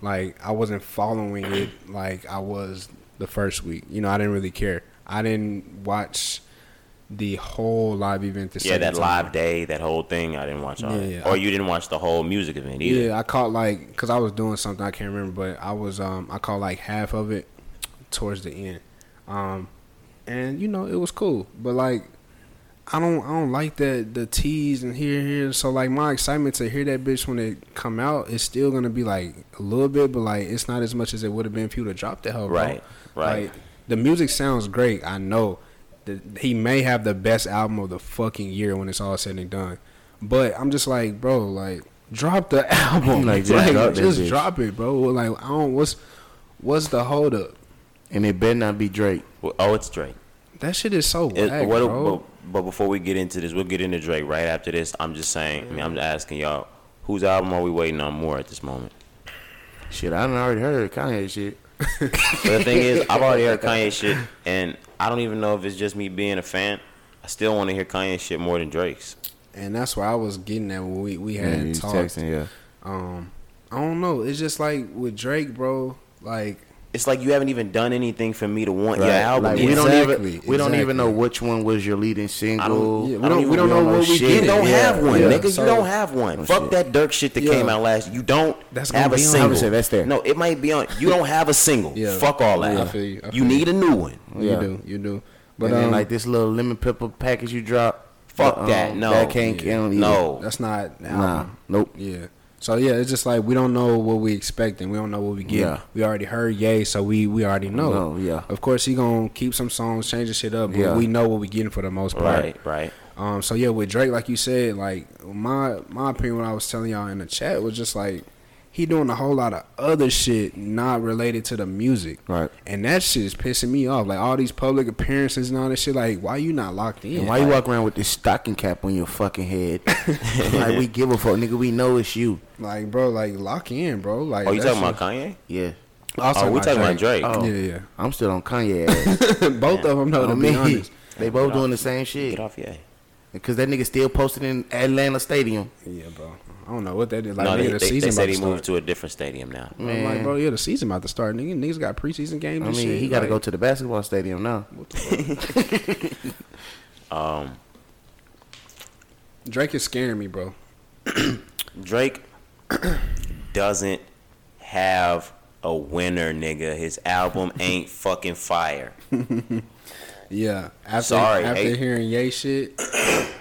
Speaker 5: like I wasn't following it like I was the first week. You know, I didn't really care. I didn't watch the whole live event the
Speaker 1: yeah,
Speaker 5: second
Speaker 1: that
Speaker 5: time.
Speaker 1: live day, that whole thing, I didn't watch all
Speaker 5: Yeah,
Speaker 1: that.
Speaker 5: yeah.
Speaker 1: Or you didn't watch the whole music event either.
Speaker 5: Yeah, I caught like because I was doing something I can't remember, but I was um I caught like half of it towards the end, um, and you know it was cool, but like I don't I don't like that the tease and here here so like my excitement to hear that bitch when it come out is still gonna be like a little bit, but like it's not as much as it would have been if you would have dropped the hell bro.
Speaker 1: Right, right.
Speaker 5: Like, the music sounds great, I know. The, he may have the best album of the fucking year when it's all said and done. But I'm just like, bro, like drop the album.
Speaker 2: Like,
Speaker 5: Like,
Speaker 2: just drop that
Speaker 5: just
Speaker 2: bitch.
Speaker 5: drop it, bro. Like I don't what's what's the hold up?
Speaker 2: and it better not be Drake.
Speaker 1: Well, Oh, it's Drake.
Speaker 5: That shit is so
Speaker 1: It-
Speaker 5: whack,
Speaker 1: what-
Speaker 5: bro.
Speaker 1: but, but before we get into this, we'll get into Drake right after this. I'm just saying, I mean, I'm asking y'all, whose album are we waiting on more at this moment?
Speaker 2: Shit, I done already heard Kanye shit.
Speaker 1: But the thing is, I've already heard Kanye shit, and I don't even know if it's just me being a fan. I still want to hear Kanye shit more than Drake's.
Speaker 5: and that's where I was getting at when we, we
Speaker 2: Yeah,
Speaker 5: had
Speaker 2: he's
Speaker 5: talked.
Speaker 2: texting. Yeah,
Speaker 5: Um I don't know. It's just like with Drake, bro, like
Speaker 1: It's like you haven't even done anything for me to want your
Speaker 2: Right,
Speaker 1: album.
Speaker 2: like,
Speaker 1: yet.
Speaker 2: we don't even we
Speaker 5: Exactly,
Speaker 2: don't even
Speaker 5: exactly.
Speaker 2: know which one was your leading single.
Speaker 5: yeah, we
Speaker 1: I don't
Speaker 5: don't,
Speaker 1: even
Speaker 5: we don't
Speaker 1: really
Speaker 5: know
Speaker 2: know
Speaker 5: what we
Speaker 2: shit.
Speaker 5: get.
Speaker 1: you don't
Speaker 2: Yeah, oh,
Speaker 1: have one,
Speaker 5: yeah.
Speaker 1: nigga.
Speaker 5: So-
Speaker 1: you don't have one. Fuck
Speaker 2: shit.
Speaker 1: that Dirk shit that
Speaker 5: Yeah.
Speaker 1: came out last. You don't
Speaker 5: That's gonna
Speaker 1: have a
Speaker 5: be on-
Speaker 1: single.
Speaker 2: I would say that's there.
Speaker 1: No, it might be on. You don't have a single.
Speaker 5: Yeah.
Speaker 1: Fuck all that.
Speaker 5: Yeah, I feel you. I
Speaker 1: you
Speaker 5: feel
Speaker 1: need a new one.
Speaker 5: You
Speaker 2: Yeah.
Speaker 5: do, you do. But
Speaker 2: and then
Speaker 5: um,
Speaker 2: like this little lemon pepper package you dropped.
Speaker 1: Fuck
Speaker 2: uh, um,
Speaker 1: that. No.
Speaker 2: that can't count. either.
Speaker 1: No.
Speaker 5: that's not an
Speaker 2: nah,
Speaker 5: album.
Speaker 2: nope.
Speaker 5: Yeah. So yeah, it's just like we don't know what we expecting. We don't know what we get.
Speaker 2: Yeah.
Speaker 5: We already heard Yay, so we we already know.
Speaker 2: No, yeah.
Speaker 5: Of course, he gonna keep some songs, changing shit up, but
Speaker 2: Yeah.
Speaker 5: we know what we getting for the most part.
Speaker 1: Right. Right.
Speaker 5: Um, so yeah, with Drake, like you said, like my my opinion, what I was telling y'all in the chat was just like he doing a whole lot of other shit not related to the music,
Speaker 2: Right.
Speaker 5: And that shit is pissing me off. Like all these public appearances and all that shit. Like why you not locked in?
Speaker 2: And why you walk around with this stocking cap on your fucking head? like we give a fuck, nigga. We know it's you.
Speaker 5: Like bro, like lock in, bro. Like
Speaker 1: Oh, you
Speaker 5: that
Speaker 1: talking
Speaker 5: shit-
Speaker 1: about Kanye?
Speaker 2: Yeah.
Speaker 5: I was
Speaker 1: Oh, we talking about Drake.
Speaker 2: Oh.
Speaker 5: Yeah,
Speaker 2: I'm still on Kanye. ass.
Speaker 5: yeah. Both of them, though. To
Speaker 2: on
Speaker 5: be
Speaker 2: me.
Speaker 5: honest.
Speaker 2: They both doing the same shit.
Speaker 1: Get off yeah.
Speaker 2: Because that nigga still posted in Atlanta Stadium.
Speaker 5: Yeah, bro. I don't know what that is. Like,
Speaker 1: No,
Speaker 5: nigga,
Speaker 1: they,
Speaker 5: the
Speaker 1: they, they
Speaker 5: season
Speaker 1: said
Speaker 5: about
Speaker 1: he
Speaker 5: to
Speaker 1: moved
Speaker 5: start.
Speaker 1: to a different stadium now.
Speaker 5: I'm like, bro, yeah, the season about to start. Nigga, niggas got preseason games.
Speaker 2: I
Speaker 5: and
Speaker 2: mean,
Speaker 5: shit.
Speaker 2: he got to
Speaker 5: like,
Speaker 2: go to the basketball stadium now.
Speaker 5: Drake is scaring me, bro.
Speaker 1: Drake doesn't have a winner, nigga. His album ain't fucking fire.
Speaker 5: Yeah. After,
Speaker 1: Sorry,
Speaker 5: After
Speaker 1: hey.
Speaker 5: hearing Ye shit,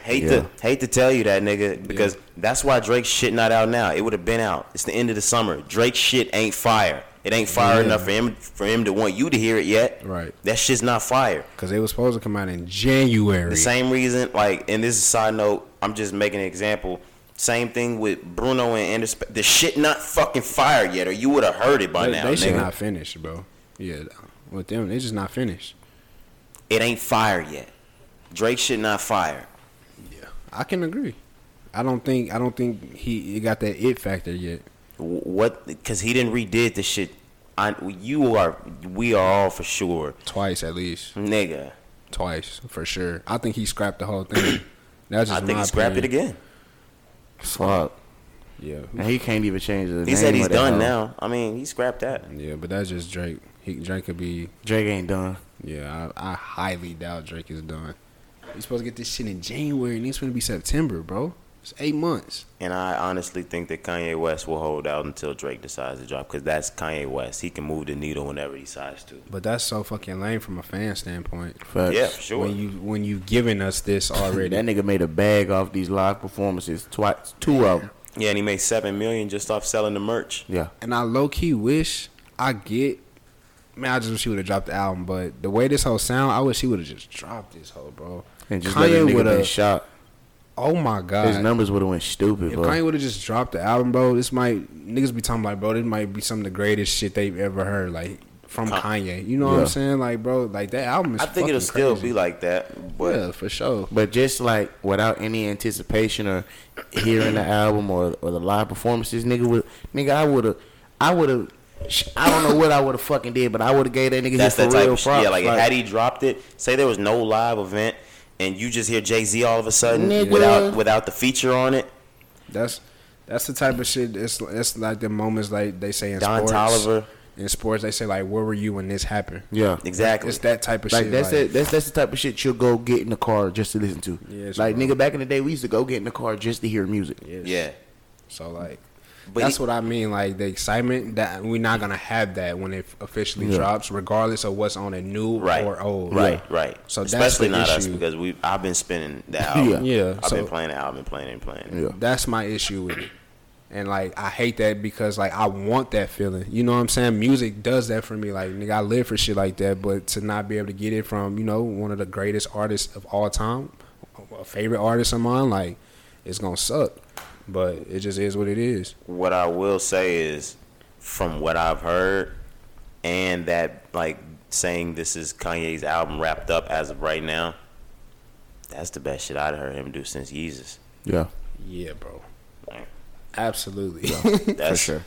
Speaker 1: Hate
Speaker 2: Yeah.
Speaker 1: to hate to tell you that, nigga, because
Speaker 5: Yeah.
Speaker 1: that's why Drake's shit not out now. It would have been out. It's the end of the summer. Drake's shit ain't fire. It ain't fire
Speaker 5: Yeah.
Speaker 1: enough for him for him to want you to hear it yet.
Speaker 5: Right.
Speaker 1: That shit's not fire.
Speaker 5: because they was supposed to come out in January.
Speaker 1: The same reason, like, and this is a side note. I'm just making an example. Same thing with Bruno and Anderson. The shit not fucking fire yet, or you would have heard it by
Speaker 5: They,
Speaker 1: now,
Speaker 5: they
Speaker 1: nigga.
Speaker 5: should not finish, bro. Yeah. With them, they just not finished.
Speaker 1: It ain't fire yet. Drake shit not fire.
Speaker 5: I can agree. I don't think I don't think he, he got that it factor yet.
Speaker 1: W- What? Because he didn't redid the shit. I, you are, we are all for sure,
Speaker 5: Twice at least.
Speaker 1: nigga.
Speaker 5: Twice for sure. I think he scrapped the whole thing. That's
Speaker 1: I
Speaker 5: just
Speaker 1: think
Speaker 5: my
Speaker 1: he scrapped it
Speaker 5: opinion.
Speaker 1: again.
Speaker 2: Fuck.
Speaker 5: Yeah.
Speaker 2: And he can't even change the
Speaker 1: He said he's done now. I mean, he scrapped that.
Speaker 5: Yeah, but that's just Drake. He, Drake could be.
Speaker 2: Drake ain't done.
Speaker 5: Yeah, I, I highly doubt Drake is done. He's supposed to get this shit in January, and it's going to be September, bro. It's eight months.
Speaker 1: And I honestly think that Kanye West will hold out until Drake decides to drop, because that's Kanye West. He can move the needle whenever he decides to.
Speaker 5: But that's so fucking lame from a fan standpoint.
Speaker 2: Fuck.
Speaker 1: Yeah, for sure.
Speaker 5: When you when you giving us this already,
Speaker 2: That nigga made a bag off these live performances. Twice, two of them.
Speaker 1: Yeah, and he made seven million just off selling the merch.
Speaker 2: Yeah.
Speaker 5: and I low key wish I get. Man, I just wish he would have dropped the album. But the way this whole sound, I wish he would have just dropped this whole, bro.
Speaker 2: And just let
Speaker 5: Kanye
Speaker 2: that nigga
Speaker 5: would
Speaker 2: been
Speaker 5: have.
Speaker 2: shot.
Speaker 5: Oh my god.
Speaker 2: His numbers would have went stupid,
Speaker 5: If
Speaker 2: bro.
Speaker 5: Kanye would have just dropped the album, bro, this might niggas be talking like, bro, this might be some of the greatest shit they've ever heard, like from Kanye. You know what
Speaker 2: Yeah.
Speaker 5: I'm saying? Like, bro, like that album is.
Speaker 1: I think it'll still be like that, but
Speaker 5: yeah, for sure.
Speaker 2: But just like without any anticipation or hearing the album or, or the live performances, nigga would nigga I would have I would have I don't know what I would have fucking did, but I would have gave that nigga
Speaker 1: that's
Speaker 2: his for
Speaker 1: that type
Speaker 2: real
Speaker 1: of shit.
Speaker 2: props.
Speaker 1: Yeah, like, had he dropped it, say there was no live event, and you just hear Jay Z all of a sudden
Speaker 2: Nigga.
Speaker 1: without without the feature on it.
Speaker 5: That's that's the type of shit. It's it's like the moments like they say in
Speaker 1: Don
Speaker 5: sports.
Speaker 1: Tolliver.
Speaker 5: In sports, they say like, where were you when this happened?
Speaker 2: yeah.
Speaker 1: Exactly.
Speaker 5: It's that type of
Speaker 2: Like
Speaker 5: shit.
Speaker 2: that's
Speaker 5: like,
Speaker 2: it. That's that's the type of shit you'll go get in the car just to listen to.
Speaker 5: Yes,
Speaker 2: like
Speaker 5: bro.
Speaker 2: nigga, back in the day, we used to go get in the car just to hear music.
Speaker 1: Yeah,
Speaker 5: So like.
Speaker 1: But
Speaker 5: That's
Speaker 1: he-
Speaker 5: what I mean, like the excitement that we're not gonna have that when it officially
Speaker 2: Yeah.
Speaker 5: drops, regardless of what's on it, new
Speaker 1: right.
Speaker 5: or old.
Speaker 1: Right,
Speaker 5: Yeah.
Speaker 1: right.
Speaker 5: So that's
Speaker 1: especially
Speaker 5: the
Speaker 1: not us
Speaker 5: issue.
Speaker 1: because we I've been spinning the album.
Speaker 5: Yeah. Yeah,
Speaker 1: I've been
Speaker 5: so-
Speaker 1: playing the album, playing and playing. it.
Speaker 2: Yeah.
Speaker 5: That's my issue with it. And like I hate that because like I want that feeling. You know what I'm saying? Music does that for me. Like nigga, I live for shit like that, but to not be able to get it from, you know, one of the greatest artists of all time, a favorite artist of mine, like it's going to suck. But it just is what it is.
Speaker 1: What I will say is, from what I've heard, and that like saying this is Kanye's album wrapped up as of right now. That's the best shit I'd heard him do since Yeezus.
Speaker 2: Yeah,
Speaker 5: Yeah, bro. Absolutely.
Speaker 1: That's
Speaker 2: sure.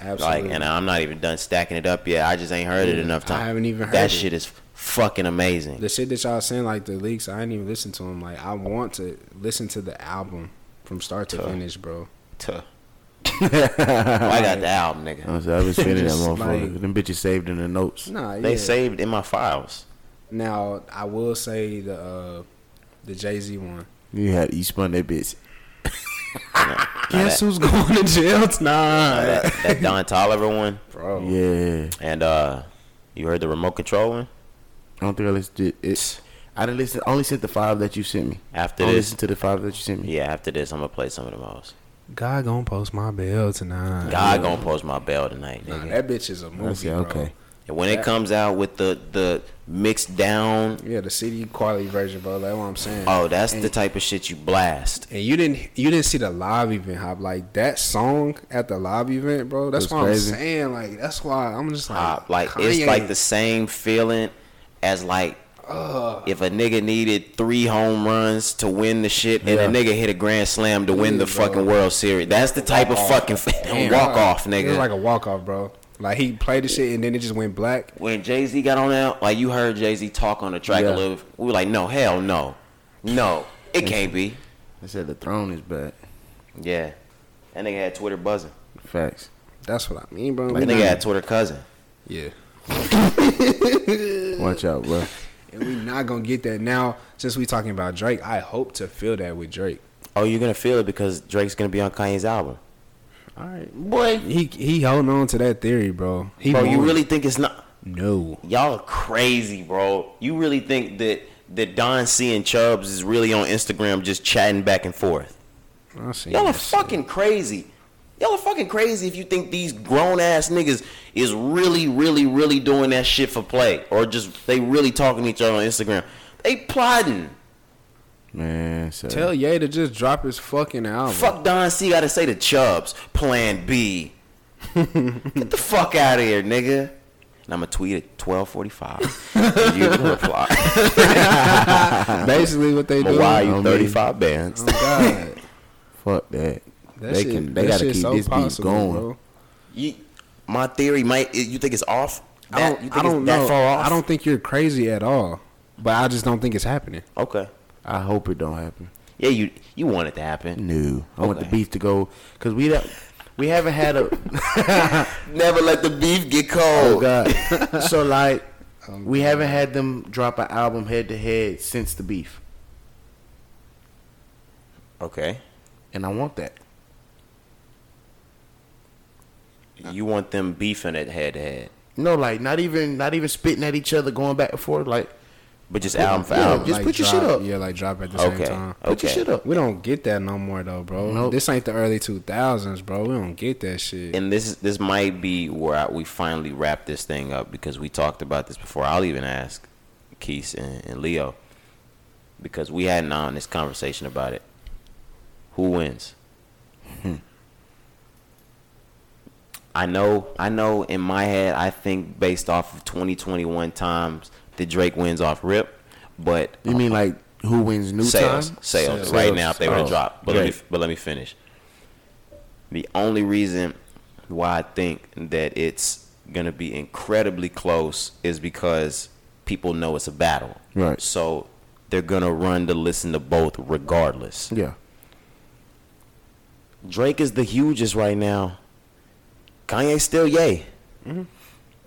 Speaker 5: Absolutely.
Speaker 1: Like, and I'm not even done stacking it up yet. I just ain't heard it
Speaker 5: Yeah,
Speaker 1: enough
Speaker 5: I
Speaker 1: times.
Speaker 5: haven't even heard
Speaker 1: that
Speaker 5: it.
Speaker 1: shit is fucking amazing.
Speaker 5: the shit that y'all saying, like the leaks, I didn't even listen to them. Like I want to listen to the album from start to
Speaker 1: Tough.
Speaker 5: finish, bro.
Speaker 1: Tuh. Oh, I got the album,
Speaker 5: Uh,
Speaker 1: nigga.
Speaker 2: I was, I was spinning that
Speaker 5: Just
Speaker 2: motherfucker.
Speaker 5: like-
Speaker 2: Them bitches saved in the notes.
Speaker 5: Nah,
Speaker 1: They
Speaker 5: yeah.
Speaker 1: saved in my files.
Speaker 5: Now I will say the uh, the Jay Z one.
Speaker 2: You had you spun that bitch.
Speaker 5: Guess who's going to jail tonight,
Speaker 1: That, that Don Tolliver one,
Speaker 5: bro?
Speaker 2: Yeah,
Speaker 1: and uh, you heard the remote control one.
Speaker 2: I don't think I listened. To it. it. I didn't listen. Only sent the five that you sent me.
Speaker 1: After
Speaker 2: only
Speaker 1: this-
Speaker 2: listened to the five that you sent me.
Speaker 1: Yeah, after this, I'm gonna play some of the most.
Speaker 5: God gonna post my bail tonight.
Speaker 1: God gonna post my bell tonight,
Speaker 5: Nah,
Speaker 1: nigga.
Speaker 5: that bitch is a movie,
Speaker 2: Okay,
Speaker 5: bro.
Speaker 2: okay.
Speaker 1: And when it comes out with the the mixed down,
Speaker 5: Yeah, the CD quality version, bro. That's what I'm saying.
Speaker 1: oh, that's the type of shit you blast.
Speaker 5: And you didn't you didn't see the live event hop like that song at the live event, bro. That's
Speaker 2: It's
Speaker 5: why
Speaker 2: crazy.
Speaker 5: I'm saying like that's why I'm just like
Speaker 1: Pop. Uh, Like it's
Speaker 5: Kanye.
Speaker 1: like the same feeling as like if a nigga needed three home runs to win the shit, and a
Speaker 2: Yeah.
Speaker 1: nigga hit a grand slam to win the
Speaker 5: Yeah, bro.
Speaker 1: fucking World Series. That's the type of fucking
Speaker 5: Damn.
Speaker 1: walk off, nigga.
Speaker 5: It was like a walk off, bro. Like he played the shit and then it just went black.
Speaker 1: when Jay Z got on there, like you heard Jay Z talk on the track
Speaker 2: Yeah.
Speaker 1: a little. We were like, no, hell no, no, it can't be.
Speaker 2: I said the throne is back.
Speaker 1: Yeah, that nigga had Twitter buzzing.
Speaker 2: Facts.
Speaker 5: That's what I mean, bro.
Speaker 1: That
Speaker 5: We
Speaker 1: nigga
Speaker 5: not-
Speaker 1: had Twitter cousin.
Speaker 5: yeah.
Speaker 2: Watch out, bro.
Speaker 5: And we not gonna get that now. Since we talking about Drake, I hope to feel that with Drake.
Speaker 1: Oh, you're gonna feel it because Drake's gonna be on Kanye's album.
Speaker 5: All right, boy. He he holding on to that theory, bro. He
Speaker 1: Bro, you
Speaker 5: won't.
Speaker 1: really think it's not?
Speaker 5: no.
Speaker 1: Y'all are crazy, bro. You really think that that Don C and Chubbs is really on Instagram just chatting back and forth?
Speaker 5: I see.
Speaker 1: Y'all are
Speaker 5: this.
Speaker 1: fucking crazy. Y'all are fucking crazy if you think these grown ass niggas is really, really, really doing that shit for play or just they really talking to each other on Instagram. They plotting.
Speaker 2: Man, so
Speaker 5: Tell Ye to just drop his fucking album.
Speaker 1: Fuck Don C. Got to say to Chubbs, Plan B. Get the fuck out of here, nigga. And I'm gonna tweet at 12:45. and you can reply.
Speaker 5: Basically, what they do.
Speaker 1: Why you
Speaker 2: on me.
Speaker 1: 35 bands?
Speaker 5: Oh, God.
Speaker 2: fuck that.
Speaker 5: That
Speaker 2: they
Speaker 5: shit-
Speaker 2: can. They
Speaker 5: that
Speaker 2: gotta
Speaker 5: shit's
Speaker 2: keep
Speaker 5: so
Speaker 2: this beat
Speaker 5: possible,
Speaker 2: going.
Speaker 5: bro.
Speaker 1: You, my theory might. You think it's off? That,
Speaker 5: I don't,
Speaker 1: you think
Speaker 5: I don't
Speaker 1: it's that
Speaker 5: know.
Speaker 1: far off?
Speaker 5: I don't think you're crazy at all, but I just don't think it's happening.
Speaker 1: Okay.
Speaker 2: I hope it don't happen.
Speaker 1: Yeah, you you want it to happen.
Speaker 2: No, I want the
Speaker 1: Okay.
Speaker 2: beef to go because we don't. We haven't had a.
Speaker 1: Never let the beef get cold.
Speaker 2: oh God. so like,
Speaker 5: Um,
Speaker 2: we haven't had them drop an album head to head since the beef,
Speaker 1: Okay.
Speaker 2: and I want that.
Speaker 1: You want them beefing it head to head,
Speaker 2: No, like not even not even spitting at each other, going back and forth. Like
Speaker 1: but just album for
Speaker 2: Yeah,
Speaker 1: album.
Speaker 2: Oh, just put your
Speaker 5: drop,
Speaker 2: shit up.
Speaker 5: Yeah, like drop at the
Speaker 1: okay.
Speaker 5: same time.
Speaker 2: put your
Speaker 1: Okay.
Speaker 2: shit up.
Speaker 5: We don't get that no more though, bro.
Speaker 2: Nope.
Speaker 5: This ain't the early two thousands, bro. We don't get that shit.
Speaker 1: and this this might be where I, we finally wrap this thing up because we talked about this before. I'll even ask Keith and, and Leo because we had an honest conversation about it. Who wins? I know. I know. In my head, I think based off of 2021 times that Drake wins off rip, but
Speaker 2: You mean like who wins new
Speaker 1: sales,
Speaker 2: time?
Speaker 1: sales,
Speaker 5: Sales.
Speaker 1: right now if they were
Speaker 2: Oh,
Speaker 1: to drop. But let, me,
Speaker 2: great.
Speaker 1: but let me finish. The only reason why I think that it's going to be incredibly close is because people know it's a battle.
Speaker 2: Right.
Speaker 1: So they're going to run to listen to both regardless.
Speaker 2: Yeah.
Speaker 1: Drake is the hugest right now. Kanye's still yay. And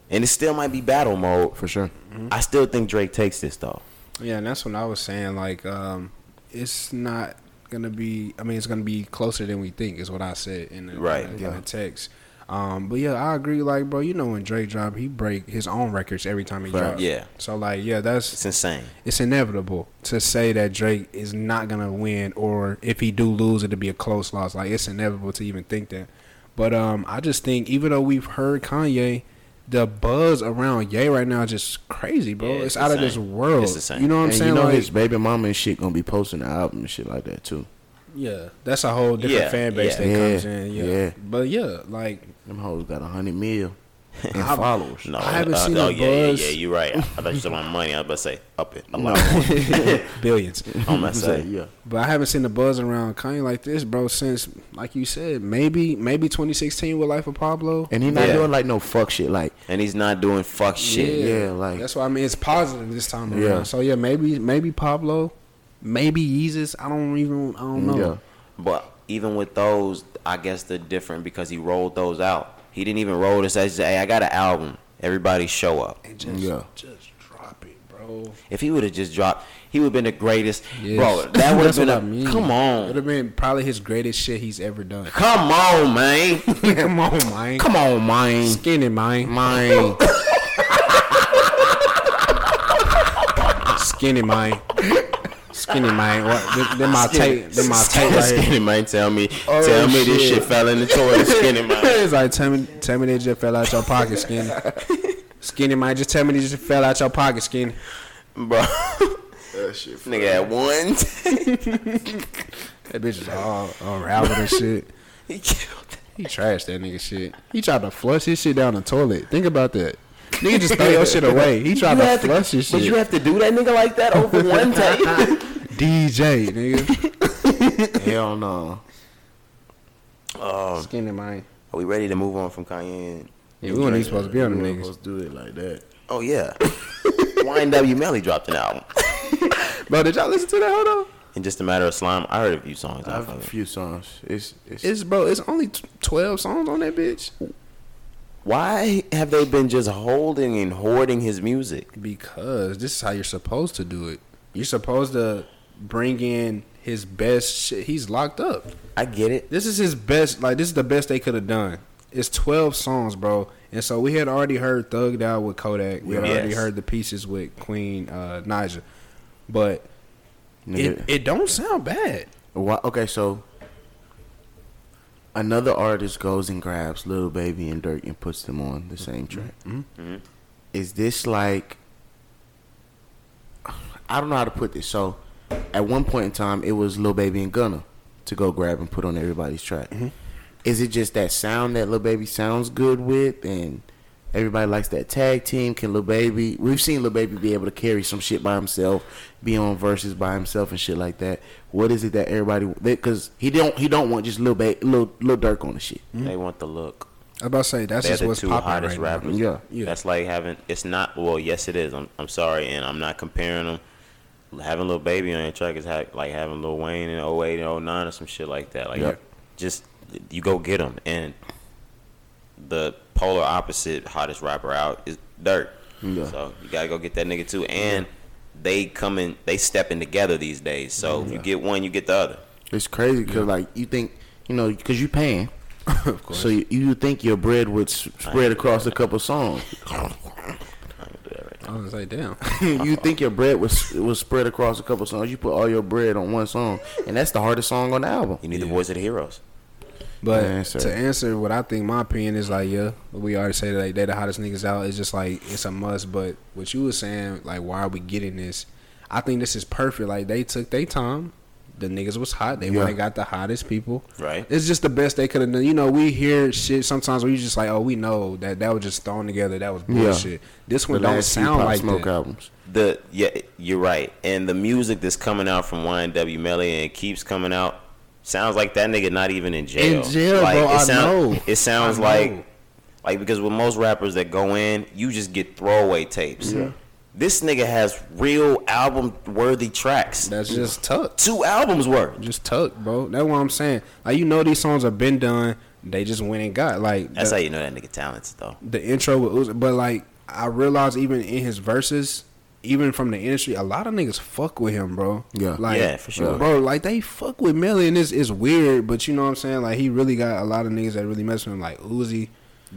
Speaker 1: it still might be battle mode.
Speaker 2: For sure.
Speaker 1: I still think Drake takes this though.
Speaker 5: Yeah, and that's what I was saying. Like, um, it's not gonna be. I mean, it's gonna be closer than we think. Is what I said in the,
Speaker 1: Right,
Speaker 5: in the-
Speaker 2: yeah.
Speaker 5: in the text. Um, but yeah, I agree. Like, bro, you know when Drake drop, he break his own records every time he
Speaker 2: Right.
Speaker 5: drops.
Speaker 1: Yeah.
Speaker 5: So like, yeah, that's
Speaker 1: It's insane.
Speaker 5: it's inevitable to say that Drake is not gonna win, or if he do lose, it'll be a close loss. Like it's inevitable to even think that. But um, I just think even though we've heard Kanye, the buzz around Ye right now is just crazy, bro.
Speaker 1: Yeah,
Speaker 5: it's,
Speaker 1: it's
Speaker 5: out of
Speaker 1: insane.
Speaker 5: this world.
Speaker 1: It's insane.
Speaker 5: You know what I'm
Speaker 2: and
Speaker 5: saying?
Speaker 2: you know
Speaker 5: like,
Speaker 2: his baby mama and shit gonna be posting the album and shit like that too.
Speaker 5: yeah, that's a whole different
Speaker 1: Yeah,
Speaker 5: fan base
Speaker 1: yeah.
Speaker 5: that
Speaker 2: Yeah,
Speaker 5: comes in. Yeah.
Speaker 2: yeah.
Speaker 5: but yeah, like
Speaker 2: Them hoes got a hundred mil and
Speaker 5: I-
Speaker 2: followers.
Speaker 1: No,
Speaker 5: I haven't
Speaker 1: uh,
Speaker 5: seen
Speaker 1: oh,
Speaker 5: a
Speaker 1: yeah, yeah,
Speaker 5: buzz.
Speaker 1: yeah, you're right. I thought you said my money. I was about to say up it a
Speaker 2: No.
Speaker 1: lot.
Speaker 5: billions.
Speaker 1: on that
Speaker 2: Say,
Speaker 1: side.
Speaker 2: yeah.
Speaker 5: But I haven't seen the buzz around Kanye like this, bro, since like you said, maybe maybe 2016 with Life of Pablo.
Speaker 2: And he not
Speaker 1: Yeah.
Speaker 2: doing like no fuck shit. Like
Speaker 1: And he's not doing fuck shit.
Speaker 2: yeah, like-
Speaker 5: that's why I mean it's positive this time around.
Speaker 2: Yeah.
Speaker 5: So yeah, maybe maybe Pablo, maybe Yeezus. I don't even I don't know.
Speaker 2: yeah,
Speaker 1: But even with those, I guess they're different because he rolled those out. He didn't even roll this. He said, hey, I got an album. Everybody show up.
Speaker 5: And just
Speaker 2: Yeah.
Speaker 5: just drop it, bro.
Speaker 1: If he would have just dropped, he would have been the greatest.
Speaker 5: Yes.
Speaker 1: Bro, that would have
Speaker 5: That's
Speaker 1: been
Speaker 5: what
Speaker 1: a.
Speaker 5: I mean.
Speaker 1: Come
Speaker 5: Would
Speaker 1: on.
Speaker 5: have been probably his greatest shit he's ever done.
Speaker 1: Come on, man.
Speaker 5: Come on, man.
Speaker 2: come on, mine,
Speaker 5: Skinny, man.
Speaker 2: mine.
Speaker 5: Skinny, man. Skinny, man. What? th- Then my tape. Then my tape right here.
Speaker 1: Skinny man, tell me. tell me this
Speaker 5: shit.
Speaker 1: shit fell in the toilet. Skinny man.
Speaker 5: It's like tell me, tell me that just fell out your pocket, Skinny. Skinny might just tell me this just fell out your pocket, Skinny.
Speaker 7: bro.
Speaker 2: That shit.
Speaker 7: Nigga had one.
Speaker 5: That bitch is all unraveled and shit.
Speaker 7: he killed. it.
Speaker 5: He trashed that nigga shit. He tried to flush his shit down the toilet. Think about that. Nigga just throw your shit away. He tried
Speaker 7: You
Speaker 5: to
Speaker 7: have
Speaker 5: flush his
Speaker 7: But
Speaker 5: shit.
Speaker 7: you have to do that nigga like that over one take.
Speaker 5: DJ, nigga.
Speaker 2: Hell no.
Speaker 7: Oh,
Speaker 5: Skinny mine.
Speaker 7: are we ready to move on from Kanye? and-
Speaker 5: Yeah, we weren't even supposed to be on them
Speaker 2: You ain't
Speaker 5: niggas.
Speaker 2: supposed to do it like that.
Speaker 7: Oh yeah. YNW Melly dropped an album.
Speaker 5: Bro, did y'all listen to that? Hold on.
Speaker 7: In just a matter of slime, I heard a few songs.
Speaker 2: I
Speaker 7: I
Speaker 2: have a
Speaker 7: fucking-
Speaker 2: few songs. It's it's,
Speaker 5: It's bro, it's only t- twelve songs on that bitch.
Speaker 7: Why have they been just holding and hoarding his music?
Speaker 5: Because this is how you're supposed to do it. You're supposed to bring in his best shit. He's locked up.
Speaker 7: I get it.
Speaker 5: This is his best. Like this is the best they could have done. It's twelve songs, bro. And so we had already heard Thugged Out with Kodak. We had
Speaker 7: Yes.
Speaker 5: already heard the pieces with Queen uh, Nija. But
Speaker 2: nigga.
Speaker 5: it, it don't sound bad.
Speaker 2: Why, okay, so another artist goes and grabs Little Baby and Dirk and puts them on the same track. Mm-hmm. Is this like I don't know how to put this. So at one point in time, it was Lil Baby and Gunna to go grab and put on everybody's track. Is it just that sound that Lil Baby sounds good with and everybody likes that tag team? Can Lil Baby we've seen Lil Baby be able to carry some shit by himself, be on verses by himself and shit like that. What is it that everybody because he don't he don't want just Lil Baby Lil, Lil Dirk on the shit.
Speaker 7: They want the look.
Speaker 5: I was about to say that's
Speaker 7: They're
Speaker 5: just
Speaker 7: the
Speaker 5: what's
Speaker 7: two
Speaker 5: popping
Speaker 7: hottest
Speaker 5: right now.
Speaker 7: rappers.
Speaker 2: Yeah.
Speaker 5: Yeah.
Speaker 7: That's like having. It's not. Well, yes, it is. I'm. I'm sorry, and I'm not comparing them. Having Lil Baby on your track is ha- like having Lil Wayne in 08 and 09 or some shit like that. Like,
Speaker 2: Yeah.
Speaker 7: just you go get them, and the polar opposite hottest rapper out is Dirt.
Speaker 2: Yeah.
Speaker 7: So you gotta go get that nigga too, and they coming, they stepping together these days. So if you get one, you get the other.
Speaker 2: It's crazy because like you think you know because you paying,
Speaker 5: of course.
Speaker 2: so you, you think your bread would s- spread across a couple songs.
Speaker 7: I ain't gonna do that right now.
Speaker 5: I was like, damn.
Speaker 2: you think your bread was was spread across a couple songs. You put all your bread on one song, and that's the hardest song on the album.
Speaker 7: You need the voice of the heroes.
Speaker 5: But
Speaker 2: Man, sir.
Speaker 5: to answer what I think, my opinion is like, yeah, we already say that like, they're the hottest niggas out. It's just like it's a must. But what you were saying, like, why are we getting this? I think this is perfect. Like they took their time. The niggas was hot. They
Speaker 2: Yeah.
Speaker 5: went and got the hottest people.
Speaker 7: Right.
Speaker 5: It's just the best they could have done. You know, we hear shit sometimes where you just like, oh, we know that that was just thrown together. That was
Speaker 2: Yeah.
Speaker 5: bullshit. This one
Speaker 2: The
Speaker 5: don't
Speaker 2: last few
Speaker 5: sound
Speaker 2: Pop
Speaker 5: like
Speaker 2: Smoke
Speaker 5: that.
Speaker 2: albums.
Speaker 7: The yeah, you're right. And the music that's coming out from YNW Melly and keeps coming out sounds like that nigga not even in jail.
Speaker 5: In jail,
Speaker 7: like,
Speaker 5: bro, I
Speaker 7: sound-
Speaker 5: know.
Speaker 7: It sounds
Speaker 5: I know.
Speaker 7: like like because with most rappers that go in, you just get throwaway tapes. This nigga has real album worthy tracks.
Speaker 5: That's just tough.
Speaker 7: Two albums worth.
Speaker 5: Just tuck, bro. That's what I'm saying. Like you know, these songs have been done. They just went and got like
Speaker 7: That's
Speaker 5: the-
Speaker 7: how you know that nigga talented though.
Speaker 5: the intro with Uzi, but like I realized even in his verses, even from the industry, a lot of niggas fuck with him, bro.
Speaker 2: Yeah.
Speaker 5: like,
Speaker 7: Yeah, for sure.
Speaker 5: bro. Like they fuck with Melly, and it's it's weird, but you know what I'm saying. Like he really got a lot of niggas that really mess with him, like Uzi.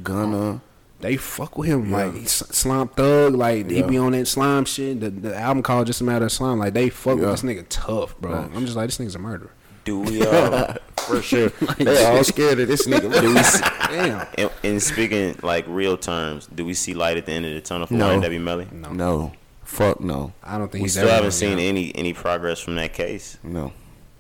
Speaker 2: Gunna.
Speaker 5: They fuck with him, like he s- slime thug, like he be on that slime shit. The, the album called just a matter of slime. Like they fuck
Speaker 2: Yeah.
Speaker 5: with this nigga tough, bro. I'm just like this nigga's a murderer.
Speaker 7: Do we uh
Speaker 2: For sure. they all scared of this nigga.
Speaker 7: do we see,
Speaker 5: Damn,
Speaker 7: and, and speaking like real terms, do we see light at the end of the tunnel for
Speaker 2: No.
Speaker 7: YNW Melly?
Speaker 2: No. Fuck no.
Speaker 5: I don't think
Speaker 7: We
Speaker 5: he's
Speaker 7: still
Speaker 5: ever
Speaker 7: haven't
Speaker 5: gonna
Speaker 7: seen
Speaker 5: get out.
Speaker 7: any any progress from that case.
Speaker 2: No.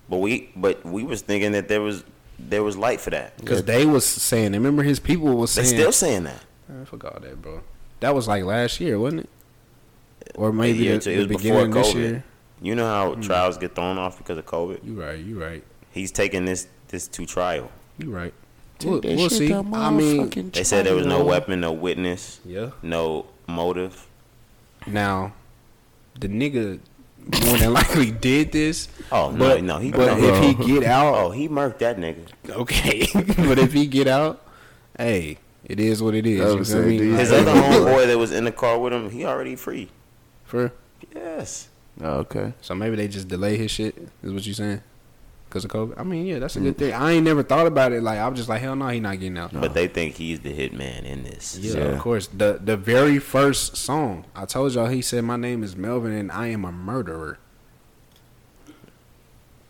Speaker 7: But we but we was thinking that there was there was light for that.
Speaker 5: because they was saying. Remember his people was
Speaker 7: They
Speaker 5: saying
Speaker 7: still saying that.
Speaker 5: I forgot that, bro. That was like last year, wasn't it? Or maybe
Speaker 7: year
Speaker 5: the,
Speaker 7: or two. It
Speaker 5: the
Speaker 7: was before
Speaker 5: beginning of this
Speaker 7: COVID.
Speaker 5: year.
Speaker 7: You know how trials get thrown off because of COVID.
Speaker 5: You right. You right.
Speaker 7: He's taking this this to trial.
Speaker 5: You right. We'll, we'll see. I mean,
Speaker 7: They said there was no weapon, no witness,
Speaker 5: yeah.
Speaker 7: no motive.
Speaker 5: Now, the nigga more than likely did this.
Speaker 7: Oh no,
Speaker 5: but,
Speaker 7: no, he
Speaker 5: But
Speaker 7: no.
Speaker 5: if he get
Speaker 7: oh
Speaker 5: out,
Speaker 7: he murked that nigga.
Speaker 5: okay. but if he get out, hey, it is what it is.
Speaker 2: I
Speaker 5: You
Speaker 2: was
Speaker 5: feel
Speaker 2: saying,
Speaker 5: me?
Speaker 2: dude.
Speaker 7: His other homeboy that was in the car with him, he already free.
Speaker 5: For
Speaker 7: Yes.
Speaker 2: Oh, okay.
Speaker 5: so maybe they just delay his shit. Is what you saying? Because of COVID. I mean, yeah, that's a good thing. I ain't never thought about it. Like I was just like, hell no, he not getting out.
Speaker 7: Mm.
Speaker 2: Oh.
Speaker 7: But they think he's the hitman in this.
Speaker 5: Yeah,
Speaker 2: Yeah.
Speaker 5: of course. The the very first song. I told y'all he said my name is Melvin and I am a murderer.